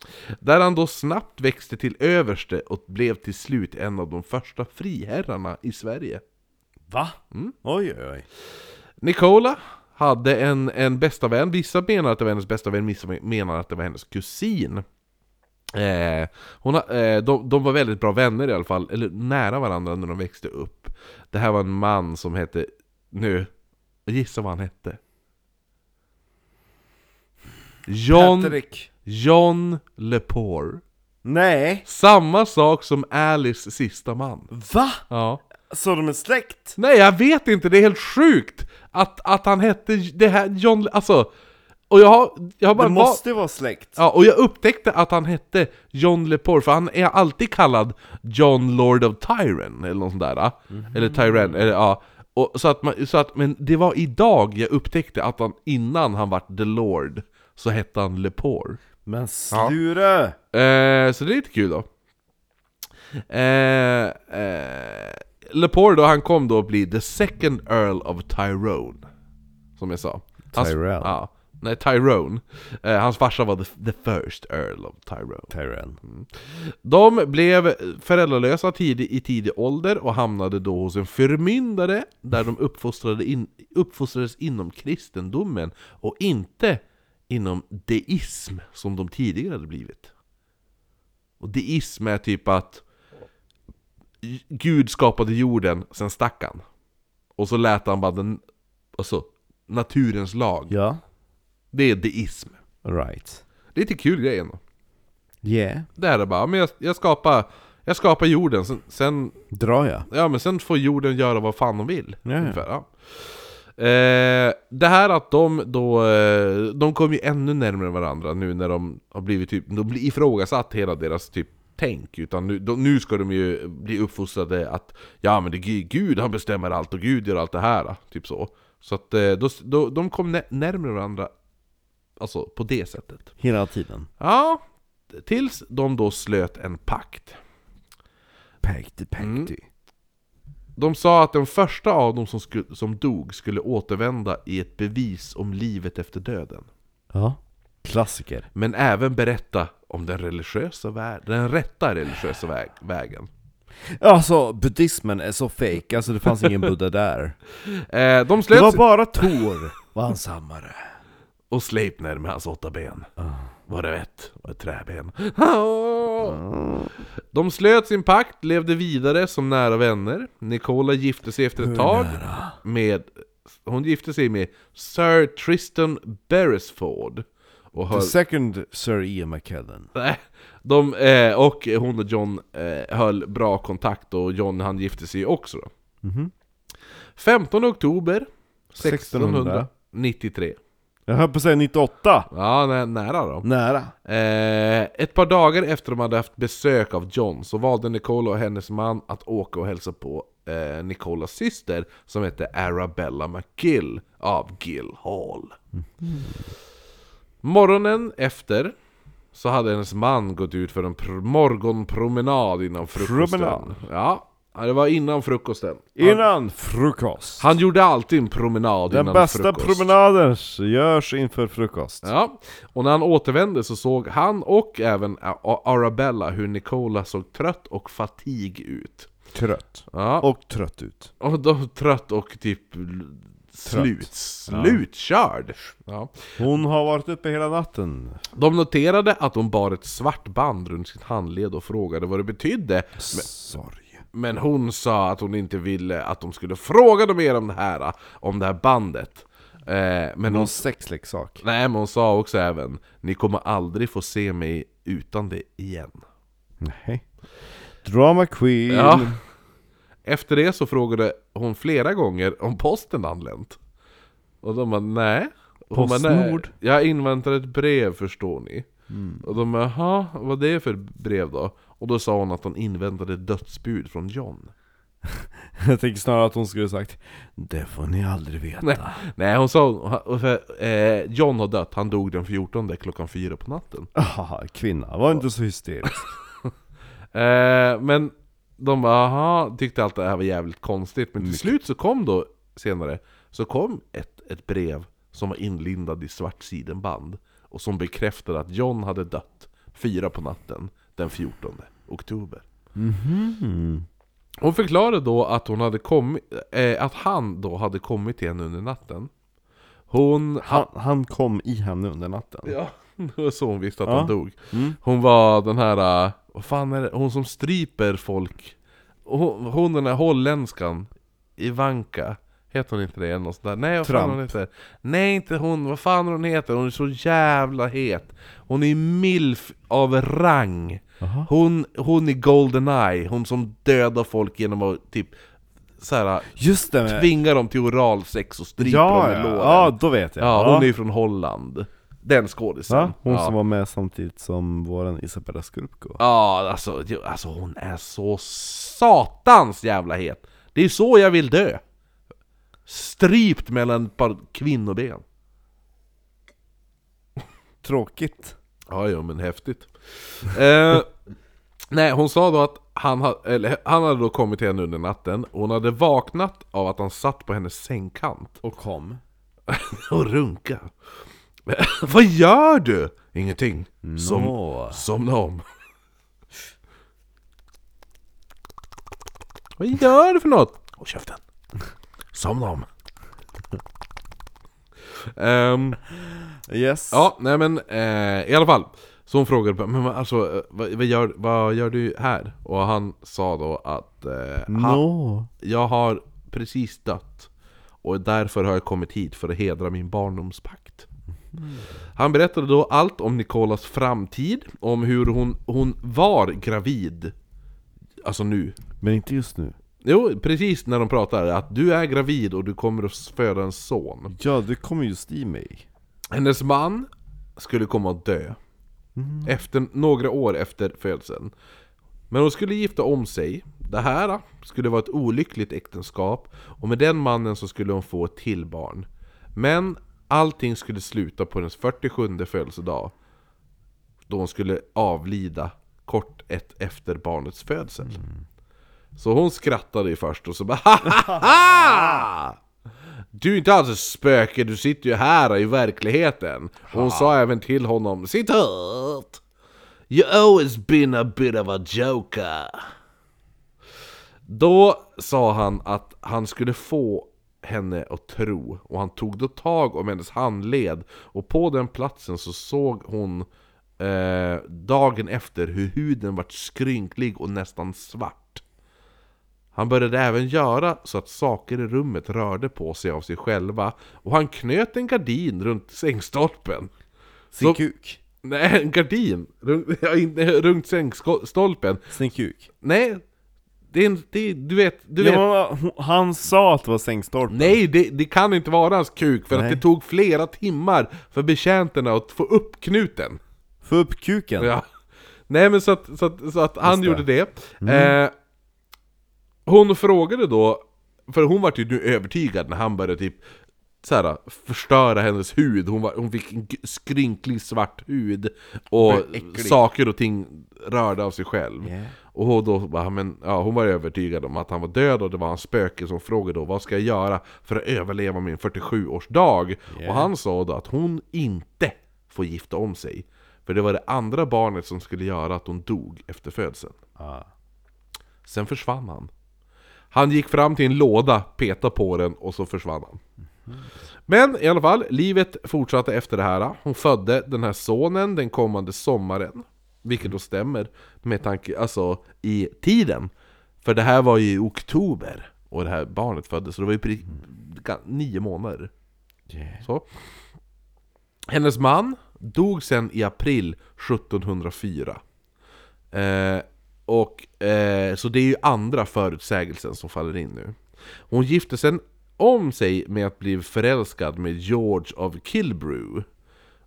Speaker 1: Där han då snabbt växte till överste och blev till slut en av de första friherrarna i Sverige.
Speaker 2: Va?
Speaker 1: Mm.
Speaker 2: Oj oj oj.
Speaker 1: Nicola hade en, en bästa vän, vissa menar att det var hennes bästa vän, vissa menar att det var hennes kusin. Eh, hon, ha- eh, de, de var väldigt bra vänner i alla fall, eller nära varandra när de växte upp. Det här var en man som hette, nu, gissa vad han hette? John,
Speaker 2: Patrick.
Speaker 1: John Lepore.
Speaker 2: Nej.
Speaker 1: Samma sak som Alice sista man.
Speaker 2: Va?
Speaker 1: Ja.
Speaker 2: Så de är släkt?
Speaker 1: Nej, jag vet inte. Det är helt sjukt att, att han hette det här John... Alltså... Och jag har, jag har bara...
Speaker 2: Det måste ju vara släkt.
Speaker 1: Ja, och jag upptäckte att han hette John Lepore, för han är alltid kallad John Lord of Tyran, eller något sånt där. ah.
Speaker 2: Mhm.
Speaker 1: Eller Tyran, eller ja. Och, så att man, så att, men det var idag jag upptäckte att han, innan han vart The Lord, så hette han Lepore.
Speaker 2: Men Sture!
Speaker 1: Eh, så det är lite kul då. Eh, eh, Lepore då, han kom då att bli the second Earl of Tyrone. Som jag sa. Hans,
Speaker 2: Tyrell.
Speaker 1: Ja, nej, Tyrone. Eh, hans farsa var the, the first Earl of Tyrone.
Speaker 2: Tyrell.
Speaker 1: De blev föräldralösa tidig, i tidig ålder och hamnade då hos en förmyndare där de uppfostrade in, uppfostrades inom kristendomen och inte inom deism som de tidigare hade blivit. Och deism är typ att Gud skapade jorden, sen stack han. Och så lät han bara den, alltså, naturens lag.
Speaker 2: Ja.
Speaker 1: Det är deism.
Speaker 2: Right.
Speaker 1: Lite kul grej ändå.
Speaker 2: Yeah.
Speaker 1: Det här är bara, ja, men jag, jag, skapar, jag skapar jorden, sen, sen
Speaker 2: Dra ja.
Speaker 1: Ja men sen får jorden göra vad fan de vill.
Speaker 2: Ja, ja.
Speaker 1: ungefär, ja. Eh, det här att de då, eh, de kom ju ännu närmare varandra nu när de har blivit typ, de blir ifrågasatt hela deras typ tänk. Utan nu, de, nu ska de ju bli uppfostrade att ja men det är Gu- Gud, han bestämmer allt och Gud gör allt det här. då, Typ så. Så att eh, då, då, de kom nä- närmare varandra, alltså på det sättet.
Speaker 2: Hela tiden.
Speaker 1: Ja, tills de då slöt en pakt.
Speaker 5: Pekti, pekti.
Speaker 2: Mm.
Speaker 1: De sa att den första av dem som, sku, som dog skulle återvända i ett bevis om livet efter döden.
Speaker 2: Ja. Klassiker.
Speaker 1: Men även berätta om den religiösa vär- den rätta religiösa väg, vägen.
Speaker 2: Alltså, buddhismen är så fake. Alltså det fanns ingen Buddha där.
Speaker 1: Eh, de
Speaker 2: Det
Speaker 1: slöt
Speaker 2: var bara Tor och hans hammare.
Speaker 1: och Sleipner med hans åtta ben.
Speaker 2: Ah.
Speaker 1: Var det ett? Var ett träben? Ah. De slöt sin pakt, levde vidare som nära vänner. Nicola gifte sig efter ett tag med... Hon gifte sig med Sir Tristan Beresford. Och
Speaker 2: The
Speaker 1: höll-
Speaker 2: second Sir Ian McKellen.
Speaker 1: Nej, de, eh, och hon och John eh, höll bra kontakt och John han gifte sig också då. 15 oktober 1693.
Speaker 2: Jag höll på att säga 98.
Speaker 1: Ja, nä, nära då.
Speaker 2: Nära.
Speaker 1: Eh, ett par dagar efter de hade haft besök av John så valde Nicola och hennes man att åka och hälsa på eh, Nicolas syster som hette Arabella McGill av Gill Hall.
Speaker 2: Mm.
Speaker 1: Morgonen efter så hade hennes man gått ut för en pr- morgonpromenad innan frukosten.
Speaker 2: Promenad.
Speaker 1: Ja, Ja, det var innan frukosten.
Speaker 2: Innan frukost.
Speaker 1: Han gjorde alltid en promenad
Speaker 2: Den
Speaker 1: innan
Speaker 2: bästa
Speaker 1: frukost.
Speaker 2: promenaden görs inför frukost.
Speaker 1: Ja, och när han återvände så såg han och även A- A- Arabella hur Nicola såg trött och fatig ut.
Speaker 2: Trött.
Speaker 1: Ja,
Speaker 2: Och trött ut.
Speaker 1: och då trött och typ l- slut, slutkörd. Ja.
Speaker 2: Hon har varit uppe hela natten.
Speaker 1: De noterade att hon bar ett svart band runt sin handled och frågade vad det betydde.
Speaker 2: Sorg.
Speaker 1: Men hon sa att hon inte ville att de skulle fråga dem mer om det här, om det här bandet. Eh, men hon,
Speaker 2: Någon sexleksak.
Speaker 1: nej, men hon sa också även, ni kommer aldrig få se mig utan det igen.
Speaker 2: Nej. Drama Queen.
Speaker 1: Ja. Efter det så frågade hon flera gånger om posten anlänt. Och de bara nej. Och hon bara, "Nej,
Speaker 2: Postnord?"
Speaker 1: Jag inväntar ett brev förstår ni. Och de bara jaha, vad det är för brev då? Och då sa hon att hon inväntade ett dödsbud från John.
Speaker 2: Jag tänker snarare att hon skulle sagt Det får ni aldrig veta.
Speaker 1: Nej, nej hon sa och för, eh, John har dött, han dog den 14 klockan fyra på natten.
Speaker 2: Haha, kvinna, var inte så hysterisk.
Speaker 1: Eh, men de bara aha, tyckte allt det här var jävligt konstigt. Men till slut så kom då senare, så kom ett, ett brev som var inlindad i svart sidenband. Och som bekräftade att John hade dött fyra på natten den 14 oktober. Hon förklarade då att, hon hade kommit, eh, att han då hade kommit till henne under natten. Hon...
Speaker 2: Han, han kom i henne under natten.
Speaker 1: Ja, det var så hon visste att
Speaker 2: Ja. Mm.
Speaker 1: han dog. Hon var den här, äh, vad fan är det, hon som stryper folk. Hon, hon den här holländskan, Ivanka. Heter hon inte det? eller något sånt där? Nej, vad fan
Speaker 2: Trump.
Speaker 1: hon heter? Nej, inte hon. Vad fan hon heter? Hon är så jävla het. Hon är milf av rang. Hon, hon är Goldeneye. Hon som dödar folk genom att typ så här, äh,
Speaker 2: Just det! Med,
Speaker 1: tvinga dem till oralsex och strypa
Speaker 2: Äh. ja,
Speaker 1: dem i
Speaker 2: ja,
Speaker 1: låren.
Speaker 2: ja, då vet jag.
Speaker 1: Ja, hon är ju från Holland. Den skådisen.
Speaker 2: ja, hon
Speaker 1: ja.
Speaker 2: som var med samtidigt som våran Isabella Skurpko.
Speaker 1: Ja, alltså, ju- alltså hon är så satans jävla het. Det är så jag vill dö. Strypt mellan ett par kvinnoben.
Speaker 2: Tråkigt.
Speaker 1: Ja, ja men häftigt. Eh, nej, hon sa då att han, ha, eller, han hade då kommit till henne under natten och hon hade vaknat av att han satt på hennes sängkant
Speaker 2: Och kom.
Speaker 1: och runka. Vad gör du? Ingenting. Som,
Speaker 2: Nå.
Speaker 1: somna om. Vad gör du för något?
Speaker 3: Håll käften. Somna om.
Speaker 1: Ehm,
Speaker 2: Yes.
Speaker 1: ja, nej men eh, i alla fall. Så hon frågade bara, men vad- alltså, eh, vad, vad, gör, vad gör du här? Och han sa då att eh, han,
Speaker 2: Nå.
Speaker 1: jag har precis dött och därför har jag kommit hit för att hedra min barndomspakt. Han berättade då allt om Nikolas framtid, om hur hon, hon var gravid, alltså nu,
Speaker 2: Men inte just nu.
Speaker 1: Jo, precis när de pratar att du är gravid och du kommer att föda en son.
Speaker 2: Ja, du kom just i mig.
Speaker 1: Hennes man skulle komma att dö. Efter, några år efter födseln. Men hon skulle gifta om sig. Det här skulle vara ett olyckligt äktenskap och med den mannen så skulle hon få ett till barn. Men allting skulle sluta på hennes 47 födelsedag. Då hon skulle avlida kort ett efter barnets födsel. Så hon skrattade ju först och så bara "Hahaha! Du är inte alls ett spöke, du sitter ju här i verkligheten. Och hon sa även till honom, citat! You always been a bit of a joker. Då sa han att han skulle få henne att tro och han tog då tag om hennes handled och på den platsen så såg hon eh, dagen efter hur huden vart skrynklig och nästan svart. Han började även göra så att saker i rummet rörde på sig av sig själva och han knöt en gardin runt sängstolpen.
Speaker 2: Sin
Speaker 1: Så-
Speaker 2: kuk.
Speaker 1: Nej, en gardin! Runt, ja, inte- runt sängstolpen.
Speaker 2: Sin kuk. Nej.
Speaker 1: Nej, det är en, det är, du vet, du vet.
Speaker 2: Ja, men, hon- han sa att det var sängstolpen.
Speaker 1: Nej, det, det kan inte vara hans kuk för
Speaker 2: Nej.
Speaker 1: att det tog flera timmar för betjänterna att få upp knuten.
Speaker 2: Få upp kuken.
Speaker 1: Ja. Nej men så att, så att, så att han
Speaker 2: Just det. Mm.
Speaker 1: gjorde det. Eh, hon frågade då, för hon var ju nu övertygad när han började typ så här, förstöra hennes hud. Hon, var, hon fick en g- skrynklig svart hud och
Speaker 5: äcklig.
Speaker 1: saker och ting rörde av sig själv.
Speaker 5: Yeah.
Speaker 1: Och hon då bara, men, ja, hon var övertygad om att han var död och det var hans spöke som frågade då vad ska jag göra för att överleva min 47-årsdag? Och han sa då att hon inte får gifta om sig. För det var det andra barnet som skulle göra att hon dog efter födseln. Sen försvann han. Han gick fram till en låda, petade på den och så försvann han. Men i alla fall, livet fortsatte efter det här. Hon födde den här sonen den kommande sommaren. Vilket då stämmer med tanke, alltså i tiden. För det här var ju i oktober och det här barnet föddes, så det var ju pre- ga- nio månader. Så. Hennes man dog sen i april 1704. Eh, och, eh, så det är ju andra förutsägelsen som faller in nu. Hon gifte sen om sig med att bli förälskad med George av Kilbrew.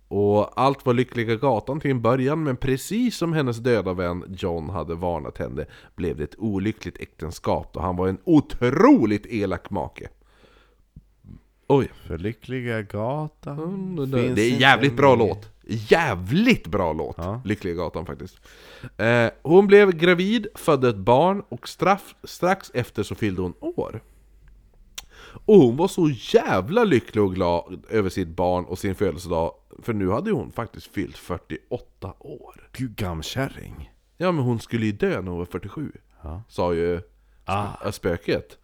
Speaker 1: Och allt var lyckliga gatan till en början, men precis som hennes döda vän John hade varnat henne blev det ett olyckligt äktenskap och han var en otroligt elak make. Oj.
Speaker 2: För Lyckliga Gatan
Speaker 1: Mm, det,
Speaker 2: finns
Speaker 1: det är en
Speaker 2: inte
Speaker 1: jävligt bra
Speaker 2: mer.
Speaker 1: låt. Jävligt bra låt!
Speaker 2: Ja.
Speaker 1: Lyckliga gatan faktiskt. Eh, hon blev gravid, födde ett barn och straff, strax efter så fyllde hon år. Och hon var så jävla lycklig och glad över sitt barn och sin födelsedag, för nu hade hon faktiskt fyllt 48 år.
Speaker 2: Gud gamkärring
Speaker 1: Ja men hon skulle ju dö när hon var 47
Speaker 2: Ja.
Speaker 1: Sa ju sp- äh, spöket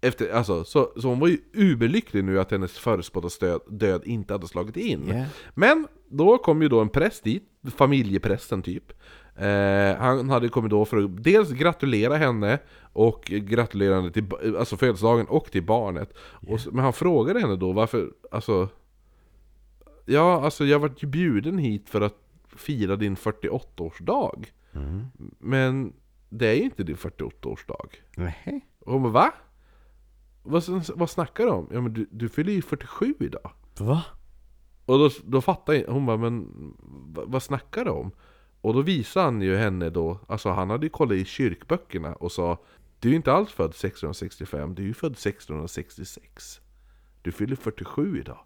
Speaker 1: Efter, alltså, så, så hon var ju uberlycklig nu att hennes förutspådda stö- död inte hade slagit in
Speaker 2: Yeah.
Speaker 1: Men då kom ju då en präst dit, familjeprästen typ eh, Han hade kommit då för att dels gratulera henne Och gratulera henne till ba- alltså födelsedagen och till barnet och, så- Men han frågade henne då varför, alltså Ja, alltså jag vart ju bjuden hit för att fira din 48-årsdag men det är ju inte din 48-årsdag.
Speaker 2: Nej.
Speaker 1: Och hon bara va? Vad, sn- vad snackar du om? Ja men du, du fyller ju 47 idag.
Speaker 2: Va?
Speaker 1: Och då, då fattar jag, hon bara men va- vad snackar du om? Och då visar han ju henne då, alltså han hade ju kollat i kyrkböckerna och sa Du är ju inte alls född 1665, du är ju född 1666. Du fyller 47 idag.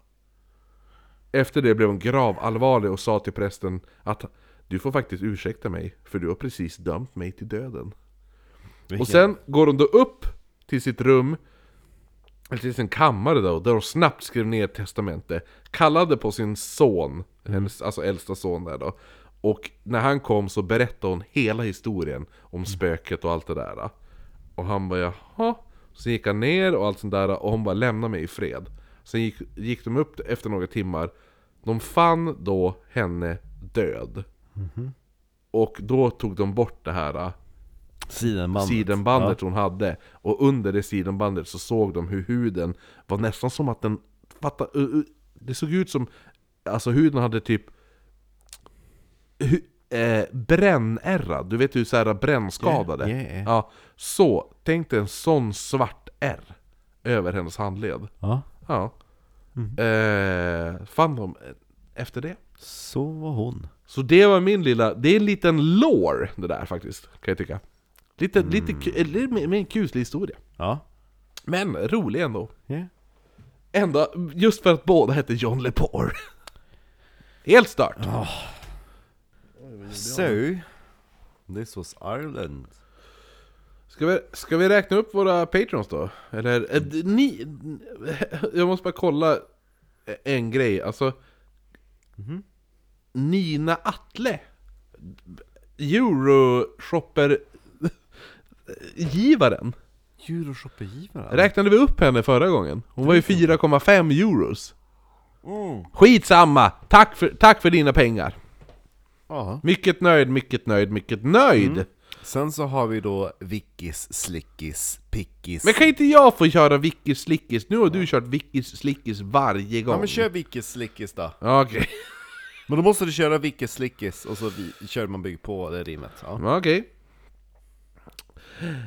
Speaker 1: Efter det blev hon gravallvarlig och sa till prästen att Du får faktiskt ursäkta mig, för du har precis dömt mig till döden. Och sen går hon då upp till sitt rum eller till sin kammare då, där hon snabbt skrev ner ett testamente Kallade på sin son, hennes, alltså äldsta son där då Och när han kom så berättade hon hela historien om spöket och allt det där då. Och han bara jaha Så gick han ner och allt sånt där och hon bara lämna mig i fred Sen gick, gick de upp efter några timmar De fann då henne död Och då tog de bort det här äh,
Speaker 2: Sidenbandet
Speaker 1: sidenbandet hon hade Och under det sidenbandet så såg de hur huden var nästan som att den... Fatta, uh, uh, det såg ut som... Alltså huden hade typ... Hu, eh, brännärrad, du vet hur såhär brännskadade?
Speaker 2: Yeah, yeah.
Speaker 1: Ja, så, tänk dig en sån svart ärr över hennes handled.
Speaker 2: Ja.
Speaker 1: Ja.
Speaker 2: Mm.
Speaker 1: Eh, fann de eh, efter det.
Speaker 2: Så var hon
Speaker 1: Så det var min lilla, det är en liten lore det där faktiskt, kan jag tycka. Lite, lite, ku- eller med, med en kuslig historia.
Speaker 2: Ja
Speaker 1: Men rolig ändå.
Speaker 2: yeah.
Speaker 1: Ändå, just för att båda hette John Lepore. Helt stört!
Speaker 2: So This was Ireland
Speaker 1: Ska vi, ska vi räkna upp våra patrons då? Eller, eh, d- ni... Jag måste bara kolla en grej, alltså... Nina Atle! Euroshopper-givaren!
Speaker 2: Euroshoppergivare
Speaker 1: Räknade vi upp henne förra gången? Hon var ju 4,5 euros.
Speaker 2: Mm.
Speaker 1: Skitsamma! Tack för, tack för dina pengar!
Speaker 2: Ja
Speaker 1: Mycket nöjd, mycket nöjd, mycket nöjd!
Speaker 2: Mm. Sen så har vi då Vickis, Slickis, Pickis
Speaker 1: Men kan inte jag få köra Vickis Slickis? Nu har du kört Vickis Slickis varje gång.
Speaker 2: Ja men kör Vickis, Slickis då
Speaker 1: Ja, Okej,
Speaker 2: Men då måste du köra Vickis, Slickis och så vi, kör man bygg på det rimmet ja.
Speaker 1: Ja, okej.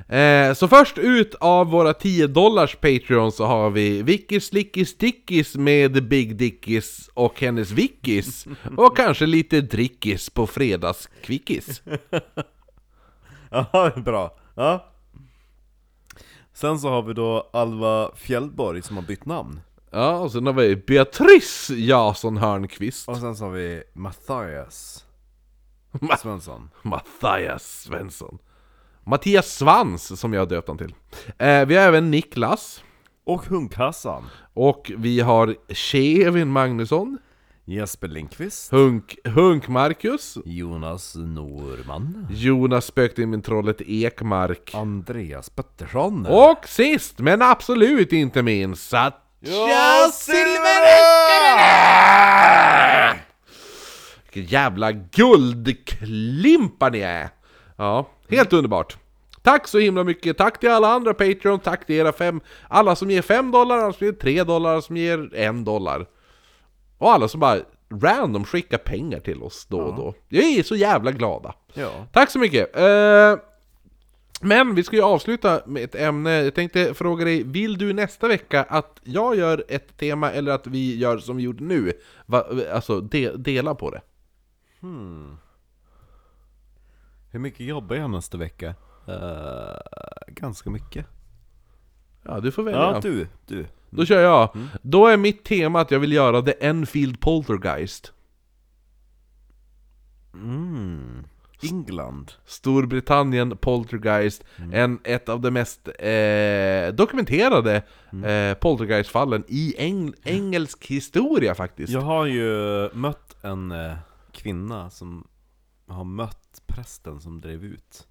Speaker 1: Eh, så först ut av våra 10 dollars Patreon så har vi Vickis Slickis Dickis med Big Dickis och hennes Vickis och kanske lite Drickis på fredagskvickis.
Speaker 2: Jaha, bra. Ja. Sen så har vi då Alva Fjällborg som har bytt namn.
Speaker 1: Ja, och sen har vi Beatrice Jason Hörnqvist.
Speaker 2: Och sen så har vi Matthias
Speaker 1: Ma-
Speaker 2: Svensson.
Speaker 1: Mattias Svensson. Mattias Svans, som jag har döpt han till. Eh, vi har även Niklas.
Speaker 2: Och Hunkhassan.
Speaker 1: Och vi har Kevin Magnusson.
Speaker 2: Jesper Lindqvist.
Speaker 1: Hunk, Hunk Marcus.
Speaker 2: Jonas Norman.
Speaker 1: Jonas spökte in min trollet Ekmark.
Speaker 2: Andreas Pettersson.
Speaker 1: Och sist, men absolut inte minst, Satya Silverhäckare! Vilka jävla guldklimpar ni är! Ja, helt underbart. Tack så himla mycket, tack till alla andra Patreon, tack till era fem, alla som ger 5 dollar, alla som ger 3 dollar, alla som ger 1 dollar. Och alla som bara random skickar pengar till oss då och då. Vi är så jävla glada.
Speaker 2: Ja.
Speaker 1: Tack så mycket! Eh, men vi ska ju avsluta med ett ämne. Jag tänkte fråga dig, vill du nästa vecka att jag gör ett tema eller att vi gör som vi gjorde nu? Va, alltså, de, dela på det.
Speaker 2: Hur mycket jobbar jag nästa vecka? Eh, ganska mycket.
Speaker 1: Ja, du får välja.
Speaker 2: Ja, typ. Mm. du. Du.
Speaker 1: Då kör jag. Då är mitt tema att jag vill göra The Enfield Poltergeist.
Speaker 2: Mm. England.
Speaker 1: Storbritannien Poltergeist,
Speaker 2: Mm.
Speaker 1: en, ett av de mest eh, dokumenterade
Speaker 2: Mm.
Speaker 1: eh, poltergeistfallen i eng, engelsk historia faktiskt.
Speaker 2: Jag har ju mött en eh, kvinna som har mött prästen som drev ut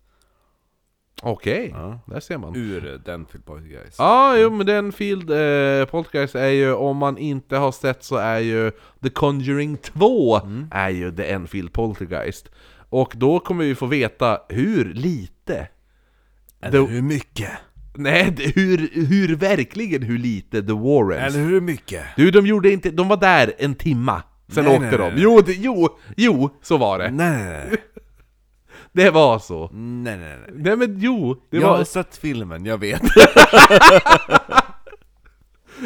Speaker 1: Okej,
Speaker 2: Ja.
Speaker 1: där ser man.
Speaker 2: ur Denfield Poltergeist.
Speaker 1: Ja, jo men den Field eh, Poltergeist är ju, om man inte har sett så är ju The Conjuring 2
Speaker 2: Mm.
Speaker 1: är ju The Enfield Poltergeist. Och då kommer vi få veta hur lite,
Speaker 2: Eller
Speaker 1: då-
Speaker 2: hur mycket?
Speaker 1: nej det- hur, hur verkligen hur lite The Warrens.
Speaker 2: Eller hur mycket?
Speaker 1: Du, de gjorde inte, de var där en timma, sen
Speaker 2: Nej,
Speaker 1: åkte
Speaker 2: nej,
Speaker 1: de.
Speaker 2: nej, nej.
Speaker 1: Jo, det, jo, jo, så var det.
Speaker 2: Nej,
Speaker 1: Det var så.
Speaker 2: nej, nej, nej.
Speaker 1: Nej men jo, det
Speaker 2: jag har
Speaker 1: var...
Speaker 2: sett filmen, jag vet.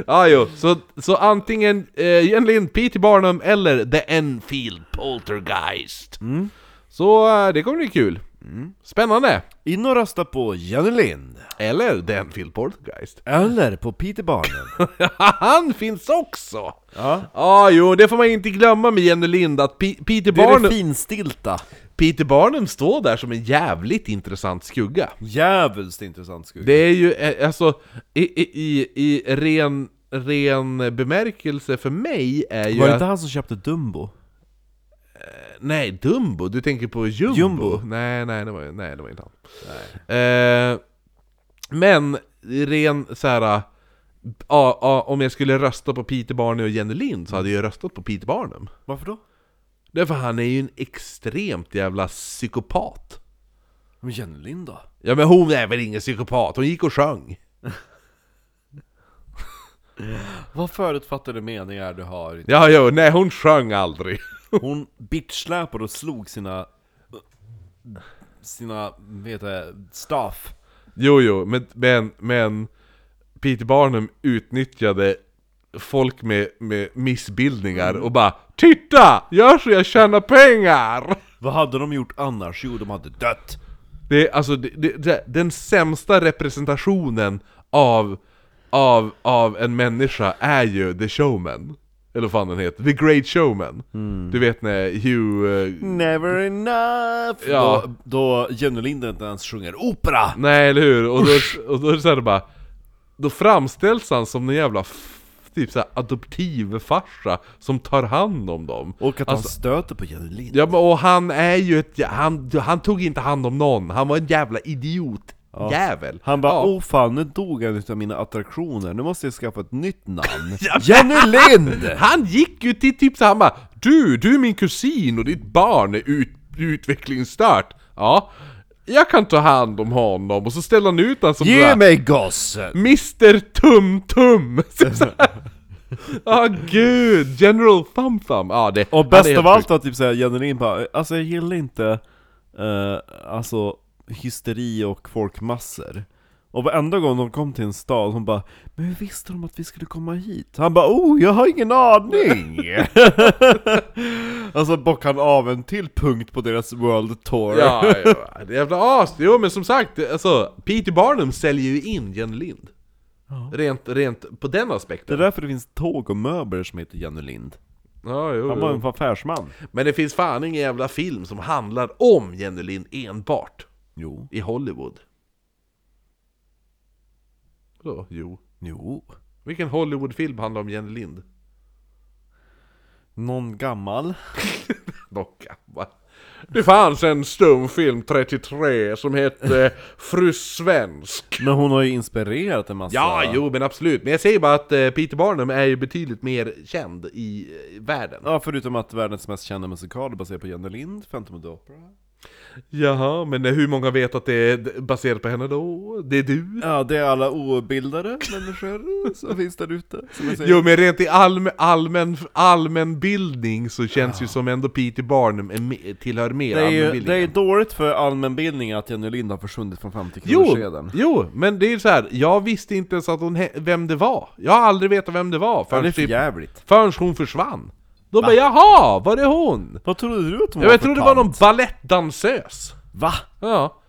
Speaker 1: Ah, jo. Så, så antingen eh, egentligen P.T. Barnum eller The Enfield Poltergeist.
Speaker 2: Mm.
Speaker 1: Så eh, det kommer bli kul. Spännande!
Speaker 2: In och rösta på Jenny Lind.
Speaker 1: Eller The Enfield Poltergeist.
Speaker 2: Eller på Peter Barnum.
Speaker 1: Han finns också!
Speaker 2: Ja.
Speaker 1: ah, jo, det får man inte glömma med Jenny Lind att P- Peter,
Speaker 2: Det är det
Speaker 1: Barnum,
Speaker 2: finstilta.
Speaker 1: Peter Barnum står där som en jävligt intressant skugga.
Speaker 2: Djävulskt intressant skugga.
Speaker 1: Det är ju eh, alltså i, i, i, i ren, ren bemärkelse för mig är ju
Speaker 2: Var det
Speaker 1: att-
Speaker 2: inte han som köpte Dumbo?
Speaker 1: Nej, Dumbo! Du tänker på Jumbo?
Speaker 2: Jumbo.
Speaker 1: Nej, nej, det var, nej, det var inte han. Eh, men ren så här. eh, Ja, ja, om jag skulle rösta på Peter Barnum och Jenny Lind så hade jag röstat på Peter Barnum.
Speaker 2: Varför då?
Speaker 1: Därför han är ju en extremt jävla psykopat.
Speaker 2: Men Jenny Lind då?
Speaker 1: Ja men hon är väl ingen psykopat, hon gick och sjöng.
Speaker 2: Vad förutfattade meningar du har?
Speaker 1: Ja, jo, nej hon sjöng aldrig.
Speaker 2: Hon bitchsläpade och slog sina... Sina, vet jag, staff.
Speaker 1: Jo, jo, men, men, men Peter Barnum utnyttjade folk med, med missbildningar och bara Titta! Gör så jag tjänar pengar!
Speaker 2: Vad hade de gjort annars? Jo, de hade dött.
Speaker 1: Det är alltså det, det, det, den sämsta representationen av, av, av en människa är ju The Showman. Eller vad fan den heter, The Great Showman. Du vet när Hugh... eh,
Speaker 2: Never enough!
Speaker 1: Ja.
Speaker 2: Då, då Jenny Lind inte ens sjunger opera!
Speaker 1: Nej, eller hur? Och då, och då är det så här bara... Då framställs han som en jävla f- typ så här adoptivfarsa som tar hand om dem.
Speaker 2: Och att
Speaker 1: Alltså-
Speaker 2: han stöter på Jenny Lind.
Speaker 1: Ja, men, och han är ju ett... jä- Han, han tog inte hand om någon, han var en jävla idiot. Jävel!
Speaker 2: Han bara
Speaker 1: ja.
Speaker 2: åh fan, nu dog han utav mina attraktioner, nu måste jag skaffa ett nytt namn. Jenny Lind!
Speaker 1: Han gick ju till typ såhär, han bara Du, du är min kusin och ditt barn är ut, utvecklingsstört. Ja, jag kan ta hand om honom. Och så ställer han ut honom som så
Speaker 2: Ge
Speaker 1: här-
Speaker 2: mig gossen!
Speaker 1: Mr Tum-Tum! Ja gud, General Thumb-Thumb! Ja, det,
Speaker 2: Och
Speaker 1: han
Speaker 2: bäst
Speaker 1: är
Speaker 2: av
Speaker 1: helt
Speaker 2: allt var typ såhär, Jenny Lind bara, alltså jag gillar inte, eh, alltså hysteri och folkmassor. Och varenda gång de kom till en stad, hon bara 'Men hur visste de att vi skulle komma hit?' Han bara 'Oh, jag har ingen aning!' alltså bockade han av en till punkt på deras world tour.
Speaker 1: sjuk. Ja, ja, det är jävla as! Jo men som sagt, alltså, Peter Barnum säljer ju in Jenny Lind. Rent, rent på den
Speaker 2: Det är
Speaker 1: aspekten.
Speaker 2: därför det finns tåg och möbler som heter Jenny Lind.
Speaker 1: Ja, jo,
Speaker 2: Han var en affärsman.
Speaker 1: Men det finns fan ingen jävla film som handlar om Jenny Lind enbart
Speaker 2: Jo.
Speaker 1: i Hollywood. Vadå? Jo.
Speaker 2: Jo.
Speaker 1: Vilken Hollywoodfilm handlar om Jenny Lind?
Speaker 2: Någon gammal.
Speaker 1: Docka. va? Det fanns en stumfilm 33 som hette Fru Svensk.
Speaker 2: Men hon har ju inspirerat en massa.
Speaker 1: Ja, jo men absolut. Men jag säger bara att eh, Peter Barnum är ju betydligt mer känd i eh, världen.
Speaker 2: Ja, förutom att världens mest kända musikal är baserad på Jenny Lind, Phantom of the
Speaker 1: Mm.
Speaker 2: Opera.
Speaker 1: Jaha, men eh, hur många vet att det är baserat på henne då? Det är du?
Speaker 2: Ja, det är alla obildade människor som finns där ute. Som jag säger.
Speaker 1: Jo men rent i allmän, allmän, allmän bildning så känns ju som ändå Peter Barnum är med, tillhör mer
Speaker 2: det, är ju, det
Speaker 1: allmänbildningen.
Speaker 2: är dåligt för allmänbildningen att Jenny Lind har försvunnit från 50
Speaker 1: Jo,
Speaker 2: kronorseden.
Speaker 1: jo, men det är ju så här. jag visste inte ens att hon he- vem det var. Jag har aldrig vetat vem det var
Speaker 2: Ja, Det är
Speaker 1: förrän,
Speaker 2: för
Speaker 1: typ,
Speaker 2: jävligt.
Speaker 1: förrän hon försvann. Då bara jaha, var det hon?
Speaker 2: Vad trodde du att hon
Speaker 1: Jag,
Speaker 2: var
Speaker 1: jag
Speaker 2: för
Speaker 1: trodde det var
Speaker 2: tant?
Speaker 1: någon balettdansös.
Speaker 2: Va?
Speaker 1: Ja.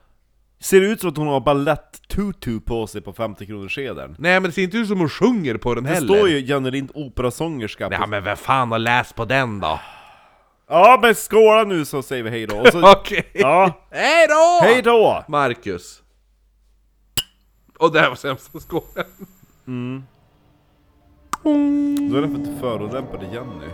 Speaker 2: Ser det ut som att hon har balett-tutu på sig på 50 kronorseden?
Speaker 1: Nej men det ser inte ut som hon sjunger på den
Speaker 2: Det
Speaker 1: heller.
Speaker 2: står ju Jenny Lind operasångerska på...
Speaker 1: Ja men vem fan har läst på den då?
Speaker 2: Ja men skåla nu så säger vi hej då. Och så...
Speaker 1: Okej.
Speaker 2: ja,
Speaker 1: Hej då!
Speaker 2: hej då!
Speaker 1: Marcus. Och det här var sämsta skålen.
Speaker 2: Då är det för att du förolämpade Jenny.